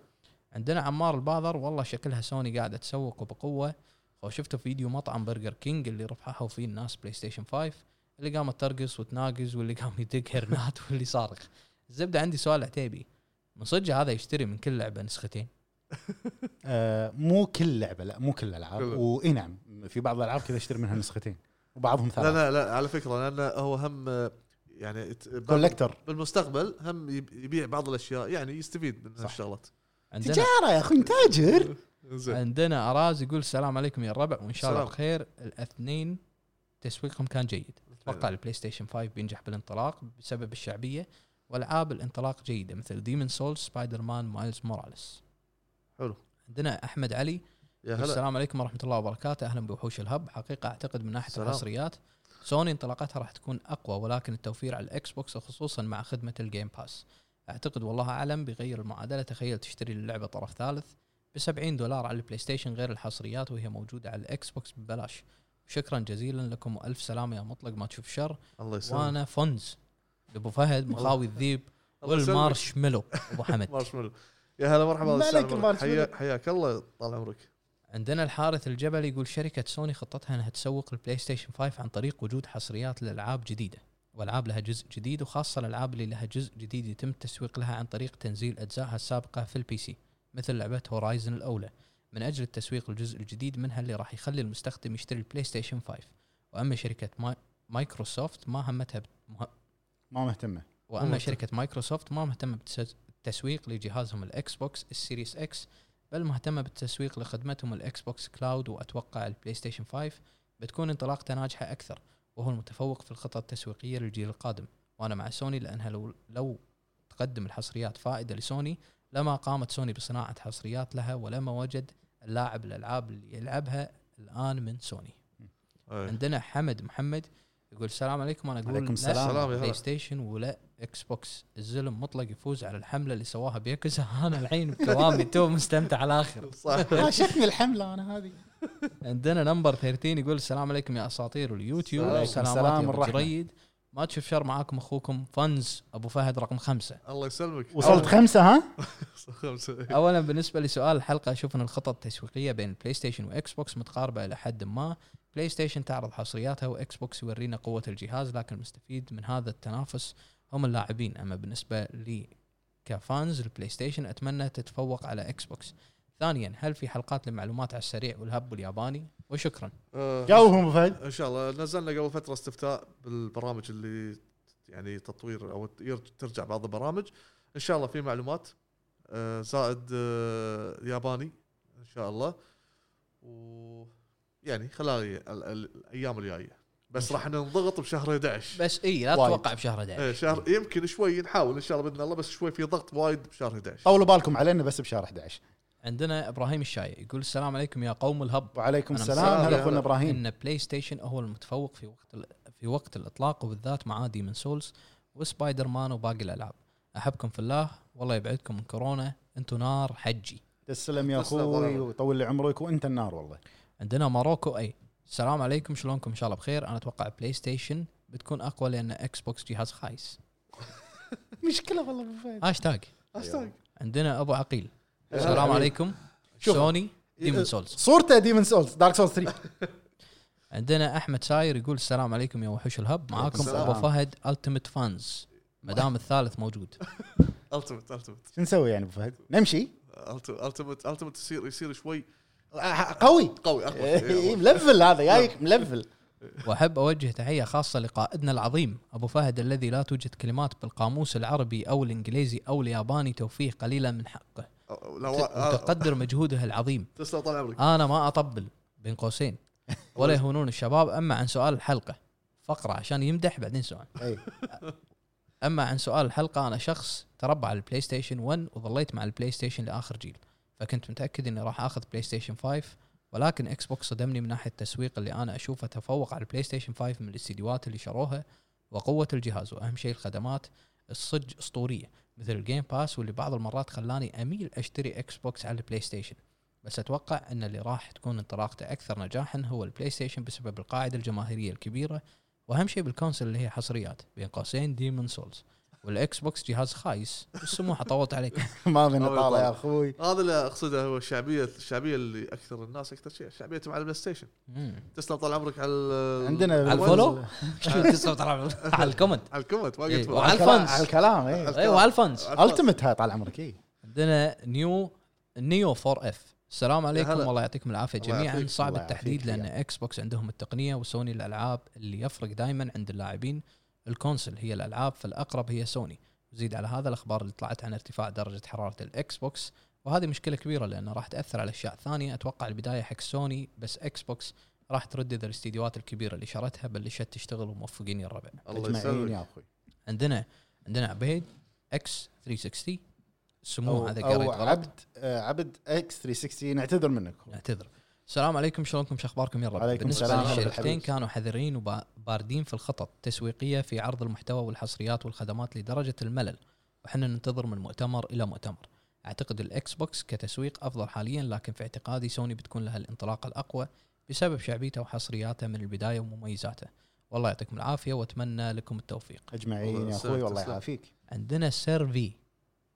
S1: عندنا عمار الباذر والله شكلها سوني قاعده تسوق وبقوه وشفته في فيديو مطعم برجر كينج اللي رفعوا فيه الناس بلاي ستيشن 5 اللي قامت ترقص وتناقز واللي قام يدق هرنات واللي صارخ الزبده عندي سؤال عتيبي من صدق هذا يشتري من كل لعبه نسختين
S3: آه،
S4: آه، مو كل لعبه لا مو كل الالعاب
S2: كل-
S4: واي نعم في بعض الالعاب كذا اشتري منها نسختين وبعضهم
S2: لا
S4: ثلاث
S2: لا لا على فكره لان هو هم آه، يعني ت- بال-
S4: كولكتر
S2: بالمستقبل هم يب- يبيع بعض الاشياء يعني يستفيد من
S4: صح.
S2: هالشغلات
S1: عندنا
S4: تجاره يا اخوي تاجر
S2: زين
S1: عندنا اراز يقول السلام عليكم يا الربع وان شاء الله
S2: سلام.
S1: بخير الاثنين تسويقهم كان جيد اتوقع البلاي ستيشن 5 بينجح بالانطلاق بسبب الشعبيه والعاب الانطلاق جيده مثل ديمن سول سبايدر مان مايلز موراليس
S2: حلو.
S1: عندنا احمد علي
S2: يا
S1: يقول
S2: هلا
S1: السلام عليكم ورحمه الله وبركاته اهلا بوحوش الهب حقيقه اعتقد من ناحيه
S2: سلام.
S1: الحصريات سوني انطلاقتها راح تكون اقوى ولكن التوفير على الاكس بوكس وخصوصا مع خدمه الجيم باس اعتقد والله اعلم بيغير المعادله تخيل تشتري اللعبه طرف ثالث ب 70 دولار على البلاي ستيشن غير الحصريات وهي موجوده على الاكس بوكس ببلاش شكرا جزيلا لكم والف سلامه يا مطلق ما تشوف شر
S2: الله يسلمك
S1: وانا فونز ابو فهد مخاوي الذيب
S2: الله يسلمك.
S1: والمارشميلو ابو حمد
S2: مارشميلو يا هلا مرحبا
S4: مالك
S2: أستاذ عمرك.
S4: المارشميلو.
S2: حيا- حياك الله طال عمرك
S1: عندنا الحارث الجبل يقول شركة سوني خطتها انها تسوق البلاي ستيشن 5 عن طريق وجود حصريات لالعاب جديدة والعاب لها جزء جديد وخاصة الالعاب اللي لها جزء جديد يتم التسويق لها عن طريق تنزيل اجزائها السابقة في البي سي مثل لعبة هورايزن الاولى من اجل التسويق الجزء الجديد منها اللي راح يخلي المستخدم يشتري البلاي ستيشن 5 واما شركة ماي... مايكروسوفت ما همتها ب... مه...
S3: ما مهتمه
S1: واما
S2: مهتم.
S1: شركه مايكروسوفت ما مهتمه بالتسويق لجهازهم الاكس بوكس السيريس اكس بل مهتمه بالتسويق لخدمتهم الاكس بوكس كلاود واتوقع البلاي ستيشن 5 بتكون انطلاقته ناجحه اكثر وهو المتفوق في الخطط التسويقيه للجيل القادم وانا مع سوني لانها لو لو تقدم الحصريات فائده لسوني لما قامت سوني بصناعه حصريات لها ولما وجد اللاعب الالعاب اللي يلعبها الان من سوني
S2: إيه.
S1: عندنا حمد محمد يقول السلام عليكم انا اقول
S3: عليكم
S1: لا
S3: السلام.
S2: سلام يا هلا.
S1: بلاي ستيشن ولا اكس بوكس الزلم مطلق يفوز على الحمله اللي سواها بيكوزا انا الحين بكوامي تو مستمتع على الاخر
S2: صح
S4: شفني الحمله انا هذه
S1: عندنا نمبر 13 يقول السلام عليكم يا اساطير اليوتيوب
S2: السلام.
S1: سلامات
S3: السلام
S1: يا أبو
S3: والرحمة.
S1: جريد ما تشوف شر معاكم اخوكم فنز ابو فهد رقم خمسة
S2: الله يسلمك
S3: وصلت خمسه ها
S2: خمسة.
S1: اولا بالنسبه لسؤال الحلقه اشوف ان الخطط التسويقيه بين البلاي ستيشن واكس بوكس متقاربه الى حد ما بلاي ستيشن تعرض حصرياتها واكس بوكس يورينا قوه الجهاز لكن المستفيد من هذا التنافس هم اللاعبين اما بالنسبه لي كفانز البلاي ستيشن اتمنى تتفوق على اكس بوكس ثانيا هل في حلقات لمعلومات على السريع والهب والياباني وشكرا
S2: آه،
S3: جاوبهم ابو فهد
S2: ان شاء الله نزلنا قبل فتره استفتاء بالبرامج اللي يعني تطوير او ير- ترجع بعض البرامج ان شاء الله في معلومات آه، زائد آه، ياباني ان شاء الله و يعني خلال ال- ال- الايام الجايه بس راح ننضغط بشهر 11
S1: بس اي لا
S4: وايد.
S1: تتوقع بشهر 11
S2: إيه، شهر يمكن شوي نحاول ان شاء الله باذن الله بس شوي في ضغط وايد بشهر 11
S4: طولوا بالكم علينا بس بشهر 11
S1: عندنا ابراهيم الشاي يقول السلام عليكم يا قوم الهب
S4: وعليكم
S1: أنا
S4: السلام
S2: مسافر.
S4: هلا اخونا ابراهيم
S1: ان بلاي ستيشن هو المتفوق في وقت ال- في وقت الاطلاق وبالذات مع ديمن سولز وسبايدر مان وباقي الالعاب احبكم في الله والله يبعدكم من كورونا انتم نار حجي
S4: تسلم يا
S2: تسلم
S4: اخوي
S2: والله.
S4: وطول لي عمرك وانت النار والله
S1: عندنا ماروكو اي السلام عليكم شلونكم ان شاء الله بخير انا اتوقع بلاي ستيشن بتكون اقوى لان اكس بوكس جهاز خايس
S4: مشكله والله ابو فهد
S1: هاشتاج
S2: هاشتاج
S1: عندنا ابو عقيل
S2: هلا
S1: السلام
S2: عقيل.
S1: عليكم
S4: شوف.
S1: سوني ديمون
S2: إيه.
S1: سولز
S4: صورته ديمن سولز دارك سولز 3
S1: عندنا احمد ساير يقول السلام عليكم يا وحوش الهب معاكم
S2: السلام.
S1: ابو فهد التيمت فانز ما دام الثالث موجود
S2: التمت التمت
S4: شو نسوي يعني ابو فهد؟ نمشي
S2: التمت التمت يصير يصير شوي
S4: آه، قوي
S2: قوي اقوى
S4: إيه،
S2: إيه،
S4: ملفل هذا جايك ملفل
S1: واحب اوجه تحيه خاصه لقائدنا العظيم ابو فهد الذي لا توجد كلمات بالقاموس العربي او الانجليزي او الياباني توفيه قليلا من حقه
S2: لا، آه،
S1: وتقدر مجهوده العظيم
S2: تسلم طال عمرك
S1: انا ما اطبل بين قوسين ولا يهونون الشباب اما عن سؤال الحلقه فقره عشان يمدح بعدين سؤال
S4: إي.
S1: اما عن سؤال الحلقه انا شخص تربع على البلاي ستيشن 1 وظليت مع البلاي ستيشن لاخر جيل فكنت متاكد اني راح اخذ بلاي ستيشن 5 ولكن اكس بوكس صدمني من ناحيه التسويق اللي انا اشوفه تفوق على البلاي ستيشن 5 من الاستديوهات اللي شروها وقوه الجهاز واهم شيء الخدمات الصج اسطوريه مثل الجيم باس واللي بعض المرات خلاني اميل اشتري اكس بوكس على البلاي ستيشن بس اتوقع ان اللي راح تكون انطلاقته اكثر نجاحا هو البلاي ستيشن بسبب القاعده الجماهيريه الكبيره واهم شيء بالكونسل اللي هي حصريات بين قوسين ديمون سولز والاكس بوكس جهاز خايس والسموحه طولت عليكم
S4: ما بينا طالع يا اخوي
S2: هذا اللي اقصده هو الشعبيه الشعبيه اللي اكثر الناس اكثر شيء شعبيتهم على البلاي ستيشن
S1: مم.
S2: تسلم طال عمرك على ال-
S4: عندنا
S1: على الفولو شو تصوت على على الكومنت
S2: على الكومنت ما
S1: إيه،
S2: قلت
S1: وعلى-
S2: والله.
S1: الفونز.
S4: على الكلام اي
S1: ايوه الفونز
S4: التمت هاي طال عمرك إيه. اي
S1: عندنا نيو نيو 4 اف السلام عليكم
S2: هلا.
S1: والله يعطيكم العافيه
S2: الله
S1: جميعا
S2: يعافيك.
S1: صعب
S4: الله
S1: التحديد
S4: يعافيك.
S1: لان اكس بوكس عندهم التقنيه وسوني الالعاب اللي يفرق دائما عند اللاعبين الكونسل هي الالعاب فالاقرب هي سوني زيد على هذا الاخبار اللي طلعت عن ارتفاع درجه حراره الاكس بوكس وهذه مشكله كبيره لان راح تاثر على اشياء ثانيه اتوقع البدايه حق سوني بس اكس بوكس راح تردد الاستديوهات الكبيره اللي شرتها بلشت تشتغل وموفقين يا الربع
S2: الله
S4: اجمعين
S2: يسلمك
S4: يا اخوي
S1: عندنا عندنا عبيد اكس 360
S4: او
S1: سموه هذا قريت
S4: أو
S1: غلط
S4: عبد آه، عبد اكس 360 نعتذر منك
S1: اعتذر السلام عليكم شلونكم شو اخباركم يا رب
S4: عليكم
S1: بالنسبه
S2: السلام ورحمة
S1: للشركتين
S4: الحبيب.
S1: كانوا حذرين وباردين في الخطط التسويقيه في عرض المحتوى والحصريات والخدمات لدرجه الملل وحنا ننتظر من مؤتمر الى مؤتمر اعتقد الاكس بوكس كتسويق افضل حاليا لكن في اعتقادي سوني بتكون لها الانطلاقه الاقوى بسبب شعبيته وحصرياته من البدايه ومميزاته والله يعطيكم العافيه واتمنى لكم التوفيق
S4: اجمعين
S2: الله
S4: يا اخوي
S2: يسلمك،
S4: والله
S2: تسلم.
S4: يعافيك
S1: عندنا سيرفي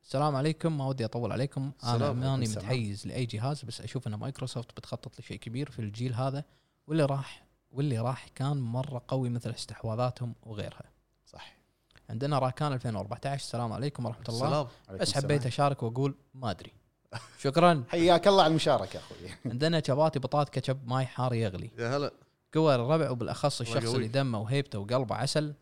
S1: السلام عليكم ما ودي اطول عليكم انا
S2: السلام
S1: ماني
S4: عليكم، السلام.
S1: متحيز لاي جهاز بس اشوف ان مايكروسوفت بتخطط لشيء كبير في الجيل هذا واللي راح واللي راح كان مره قوي مثل استحواذاتهم وغيرها
S4: صح
S1: عندنا راكان 2014 السلام عليكم ورحمه الله
S2: سلام
S4: عليكم
S1: بس حبيت
S4: السلام.
S1: اشارك واقول ما ادري شكرا
S4: حياك الله على المشاركه يا اخوي
S1: عندنا شباتي بطاط كاتشب ماي حار يغلي
S2: يا هلا
S1: قوى الربع وبالاخص
S2: الله
S1: الشخص اللي
S2: يقويك.
S1: دمه وهيبته وقلبه عسل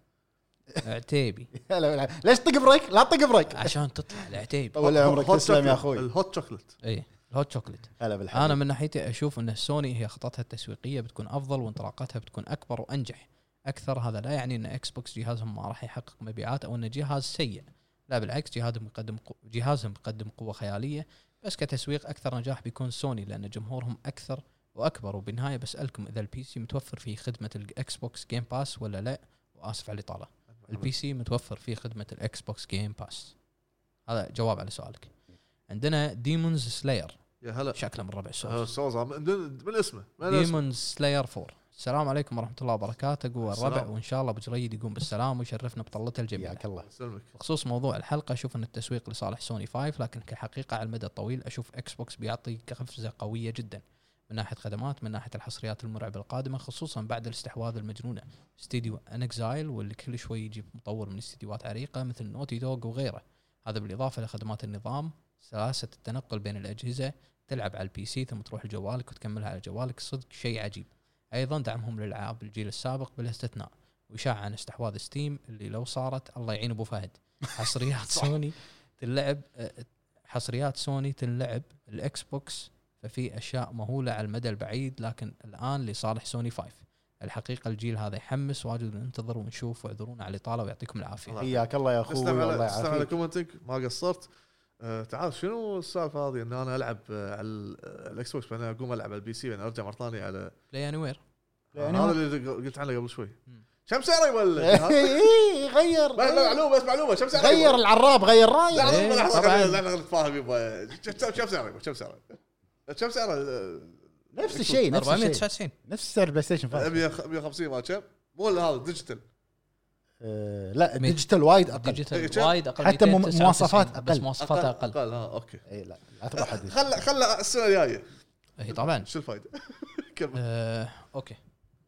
S1: عتيبي
S4: هلا والعافية. ليش طق بريك لا طق بريك
S1: عشان تطلع العتيبي
S4: طول عمرك
S2: هوت
S4: تسلم يا
S2: شوكلت.
S4: اخوي
S2: الهوت شوكلت
S1: اي الهوت شوكليت
S4: هلا بالحبيب
S1: انا من ناحيتي اشوف ان سوني هي خططها التسويقيه بتكون افضل وانطلاقاتها بتكون اكبر وانجح اكثر هذا لا يعني ان اكس بوكس جهازهم ما راح يحقق مبيعات او انه جهاز سيء لا بالعكس جهازهم يقدم قو- جهازهم يقدم قوه خياليه بس كتسويق اكثر نجاح بيكون سوني لان جمهورهم اكثر واكبر وبالنهايه بسالكم اذا البي سي متوفر فيه خدمه الاكس بوكس جيم باس ولا لا واسف على الاطاله البي سي متوفر فيه خدمه الاكس بوكس جيم باس هذا جواب على سؤالك عندنا ديمونز سلاير
S2: يا هلا
S1: شكله من ربع السؤال
S2: آه، سوزا من من اسمه من اسمه
S1: ديمون سلاير 4 السلام عليكم ورحمه الله وبركاته قوة
S2: السلام.
S1: الربع وان شاء الله ابو جريد يقوم بالسلام ويشرفنا بطلته الجميله
S4: حياك الله
S2: يسلمك
S1: بخصوص موضوع الحلقه اشوف ان التسويق لصالح سوني 5 لكن كحقيقه على المدى الطويل اشوف اكس بوكس بيعطي قفزه قويه جدا من ناحيه خدمات من ناحيه الحصريات المرعبه القادمه خصوصا بعد الاستحواذ المجنونه استديو انكزايل واللي كل شوي يجيب مطور من استديوهات عريقه مثل نوتي دوغ وغيره هذا بالاضافه لخدمات النظام سلاسه التنقل بين الاجهزه تلعب على البي سي ثم تروح لجوالك وتكملها على جوالك صدق شيء عجيب ايضا دعمهم للالعاب الجيل السابق بلا استثناء واشاعه عن استحواذ ستيم اللي لو صارت الله يعين ابو فهد حصريات سوني تلعب آه، حصريات سوني تنلعب الاكس بوكس ففي اشياء مهوله على المدى البعيد لكن الان لصالح سوني 5 الحقيقه الجيل هذا يحمس واجد ننتظر ونشوف واعذرونا على الاطاله ويعطيكم العافيه
S2: الله
S4: حياك الله يا اخوي
S2: تسلم
S4: الله
S2: نعم، على تسلم على
S4: يعافيك
S2: كومنتك ما قصرت آه تعال شنو السالفه هذه ان انا العب آه، على ال- آه، الاكس بوكس بعدين اقوم العب على البي سي بعدين ارجع مره ثانيه على
S1: بلاي اني وير
S4: Play
S2: هذا
S4: Anywhere.
S2: اللي قلت عنه قبل شوي
S1: مم.
S2: كم سعره يولد؟ ها؟
S4: إيه، غير
S2: بس معلومه بس معلومه كم سعره
S4: غير
S2: يولد؟
S4: العراب غير رايه
S2: لحظه
S1: إيه،
S2: لحظه
S1: طبعاً.
S2: خلينا- خلينا نتفاهم يبا. كم كم سعره يبا؟ كم سعره؟ كم سعره؟ آه،
S4: نفس الشيء نفس الشيء
S1: 499
S4: نفس سعر بلاي ستيشن 5
S2: 100 150 ما كم؟ مو إلا هذا ديجيتال
S4: آه، لا الديجيتال وايد اقل
S1: ديجيتال وايد اقل
S4: حتى مو-
S1: 299
S4: مواصفات
S1: بس
S4: أقل.
S1: مواصفات اقل,
S2: اقل ها اوكي
S4: اي إيه، لا لا تروح حد
S2: خلى خلى السنه الجايه
S1: اي طبعا
S2: شو الفائده؟ كمل
S1: آه، اوكي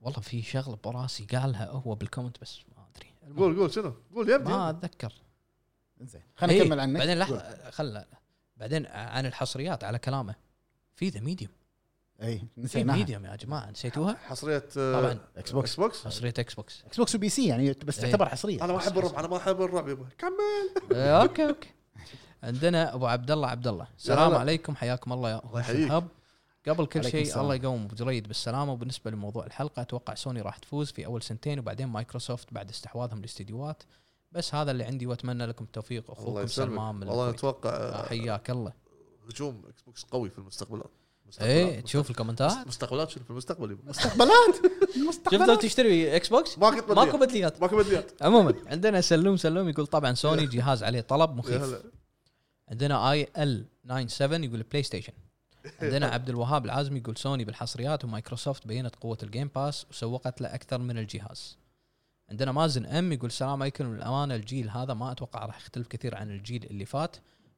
S1: والله في شغله براسي قالها هو بالكومنت بس ما ادري المهم،
S2: قول قول شنو؟ قول يبدي
S1: آه. ما اتذكر
S4: زين خلينا
S1: إيه،
S4: نكمل عنك
S1: بعدين لحظه خل بعدين عن الحصريات على كلامه في ذا ميديوم
S4: اي
S1: في
S4: إيه، نسيناها
S1: ميديوم يا جماعه نسيتوها
S2: حصريه آه،
S1: طبعا
S4: اكس
S2: اكس
S4: بوكس
S2: بوكس
S1: حصريه اكس بوكس
S4: اكس بوكس وبي سي يعني بس
S1: إيه.
S4: تعتبر حصريه
S2: انا ما احب الربع انا ما احب الربع يبا كمل
S1: آه، اوكي اوكي عندنا ابو عبد الله عبد الله السلام
S2: هلا.
S1: عليكم حياكم الله يا
S2: الله يحييك.
S1: الهب قبل كل
S4: عليكم
S1: شيء
S4: السلام.
S1: الله يقوم ابو جريد بالسلامه وبالنسبه لموضوع الحلقه اتوقع سوني راح تفوز في اول سنتين وبعدين مايكروسوفت بعد استحواذهم الاستديوهات بس هذا اللي عندي واتمنى لكم التوفيق
S2: الله
S1: اخوكم
S2: يسلمك
S1: سلمان من
S2: والله
S1: الكويت
S2: نتوقع
S1: آه،
S2: آه،
S1: حياك الله
S2: هجوم اكس بوكس قوي في المستقبل
S1: ايه تشوف الكومنتات
S2: مستقبلات شنو في المستقبل يبا
S4: مستقبلات
S1: شوف لو
S4: مستقبلات
S1: تشتري اكس بوكس
S2: ماكو بديل.
S1: ماكو بدليات
S2: ماكو بديات
S1: عموما عندنا سلوم سلوم يقول طبعا سوني جهاز عليه طلب
S2: يا
S1: مخيف
S2: هلا.
S1: عندنا اي ال 97 يقول بلاي ستيشن عندنا عبد الوهاب العازمي يقول سوني بالحصريات ومايكروسوفت بينت قوه الجيم باس وسوقت له اكثر من الجهاز عندنا مازن ام يقول السلام عليكم للامانه الجيل هذا ما اتوقع راح يختلف كثير عن الجيل اللي فات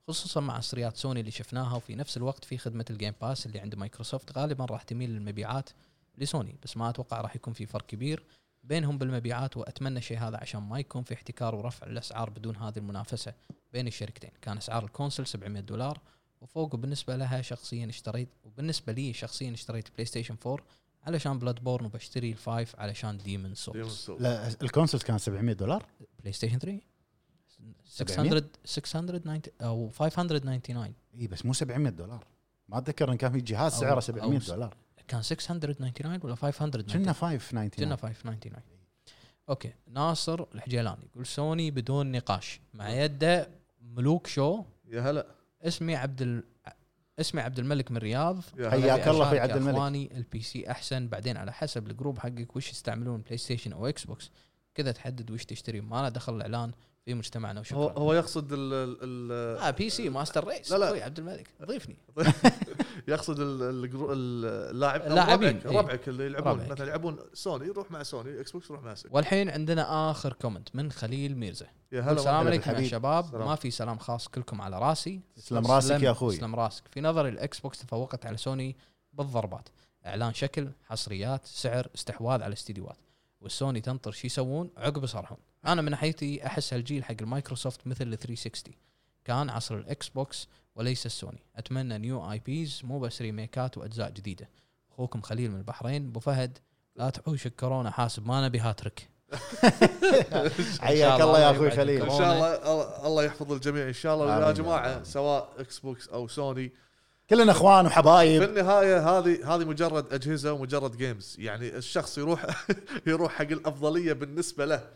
S1: خصوصا مع حصريات سوني اللي شفناها وفي نفس الوقت في خدمه الجيم باس اللي عند مايكروسوفت غالبا راح تميل للمبيعات لسوني بس ما اتوقع راح يكون في فرق كبير بينهم بالمبيعات واتمنى شيء هذا عشان ما يكون في احتكار ورفع الاسعار بدون هذه المنافسه بين الشركتين كان اسعار الكونسل 700 دولار وفوق وبالنسبه لها شخصيا اشتريت وبالنسبه لي شخصيا اشتريت بلاي ستيشن 4 علشان بلاد بورن وبشتري الفايف علشان ديمون
S2: ديمون
S1: سولز
S2: سولز.
S4: لا الكونسولز كان 700 دولار
S1: بلاي ستيشن 3
S4: 700
S1: 600 690 او 599
S4: اي إيه، بس مو 700 دولار ما اتذكر ان كان في جهاز سعره
S1: أو-
S4: 700
S1: أو-
S4: دولار
S1: كان 699 ولا 599
S4: كنا 599
S1: كنا 599 اوكي ناصر الحجيلاني يقول سوني بدون نقاش مع يده ملوك شو
S2: يا هلا
S1: اسمي عبد ال... اسمي عبد الملك من الرياض
S2: يا
S4: حياك
S2: هلا
S1: أبي
S4: الله أخوي
S1: أشارك
S4: عبد الملك.
S1: اخواني البي سي احسن بعدين على حسب الجروب حقك وش يستعملون بلاي ستيشن او اكس بوكس كذا تحدد وش تشتري ما له دخل الاعلان في مجتمعنا
S2: هو
S1: وشكرا
S2: هو يقصد ال ال- ال-
S1: آه بي سي ماستر ريس
S2: لا، لا.
S1: اخوي عبد الملك ضيفني
S2: يقصد ال- ال- الجرو- اللاعب أو
S1: اللاعبين،
S2: ربعك-
S1: إيه.
S2: ربعك اللي يلعبون
S1: ربعك.
S2: مثلا يلعبون سوني روح مع سوني اكس بوكس روح مع سوني
S1: والحين عندنا اخر كومنت من خليل ميرزا
S2: يا
S1: يقول السلام
S2: هلا
S1: عليكم يا
S4: بالحبيب.
S1: شباب
S2: سلام.
S1: ما في سلام خاص كلكم على راسي
S4: تسلم راسك يا أخوي.
S1: تسلم راسك في نظري الاكس بوكس تفوقت على سوني بالضربات اعلان شكل حصريات سعر استحواذ على استديوهات والسوني تنطر شو يسوون عقب يصرحون انا من ناحيتي احس هالجيل حق المايكروسوفت مثل ال 360 كان عصر الاكس بوكس وليس السوني اتمنى نيو اي بيز مو بس ريميكات واجزاء جديده اخوكم خليل من البحرين ابو فهد لا تعوشك كورونا حاسب ما نبي هاتريك
S4: حياك الله يا اخوي
S1: يبعدك.
S4: خليل
S2: ان شاء الله الله- الله يحفظ الجميع ان شاء الله يا
S4: آمين.
S2: جماعه سواء اكس بوكس او سوني
S4: كلنا اخوان
S1: طيب.
S2: في
S4: وحبايب
S2: النهايه هذه هذه مجرد اجهزه ومجرد جيمز يعني الشخص يروح يروح حق الافضليه بالنسبه له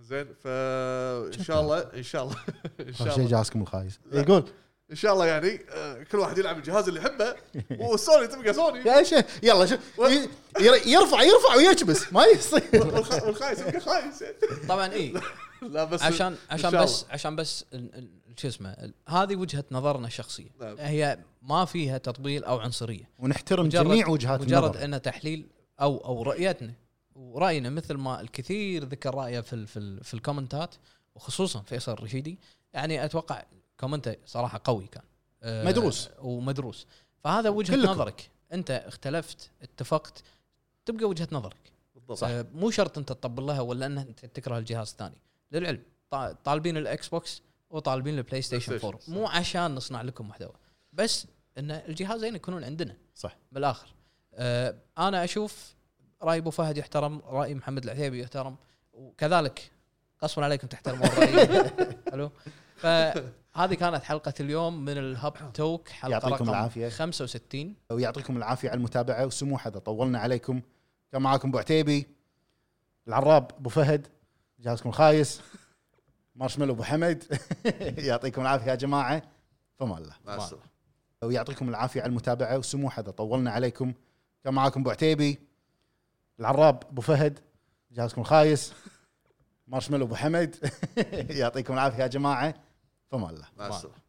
S2: زين فان شاء الله ان شاء الله ان
S4: اخر
S1: طيب،
S2: شاء
S4: شيء
S2: الله
S4: جهازكم الخايس يقول
S2: ان شاء الله يعني آه، كل واحد يلعب الجهاز اللي يحبه وسوني تبقى سوني
S4: يا شيخ يلا شوف ي- ير- يرفع يرفع ويكبس ما يصير
S2: والخ- والخايس يبقى خايس يعني.
S1: طبعا اي
S2: لا بس
S1: إيه، عشان عشان
S2: شاء
S1: بس عشان بس ال- ال- شو اسمه ال- هذه وجهه نظرنا الشخصيه
S2: نعم.
S1: هي ما فيها تطبيل او عنصريه
S4: ونحترم
S1: مجرد-
S4: جميع وجهات
S1: مجرد
S4: النظر
S1: انه تحليل او او رؤيتنا وراينا مثل ما الكثير ذكر رايه في ال في, ال في الكومنتات وخصوصا فيصل الرشيدي يعني اتوقع كومنته صراحه قوي كان آه،
S4: مدروس.
S1: ومدروس فهذا وجهه
S4: كلكم.
S1: نظرك انت اختلفت اتفقت تبقى وجهه نظرك
S2: بالضبط
S1: صح. مو شرط انت تطبل لها ولا ان انت تكره الجهاز الثاني للعلم طا- طالبين الاكس بوكس وطالبين البلاي ستيشن
S2: ستيشن،
S1: 4
S2: صح.
S1: مو عشان نصنع لكم محتوى بس ان الجهازين يكونون عندنا
S4: صح
S1: بالاخر آه انا اشوف راي ابو فهد يحترم راي محمد العتيبي يحترم وكذلك غصبا عليكم تحترمون رايي حلو فهذه كانت حلقه اليوم من الهب توك حلقه
S3: يعطيكم
S1: رقم
S3: العافية.
S1: 65
S3: ويعطيكم العافيه على المتابعه وسموحه اذا طولنا عليكم كان معاكم ابو عتيبي العراب ابو فهد جهازكم الخايس مارشميلو ابو حمد يعطيكم العافيه يا جماعه فما الله
S2: مع السلامه
S3: ويعطيكم العافيه على المتابعه وسموحه اذا طولنا عليكم كان معاكم ابو عتيبي العراب ابو فهد جهازكم الخايس مارشميلو ابو حمد يعطيكم العافيه يا جماعه فما الله
S2: مع السلامه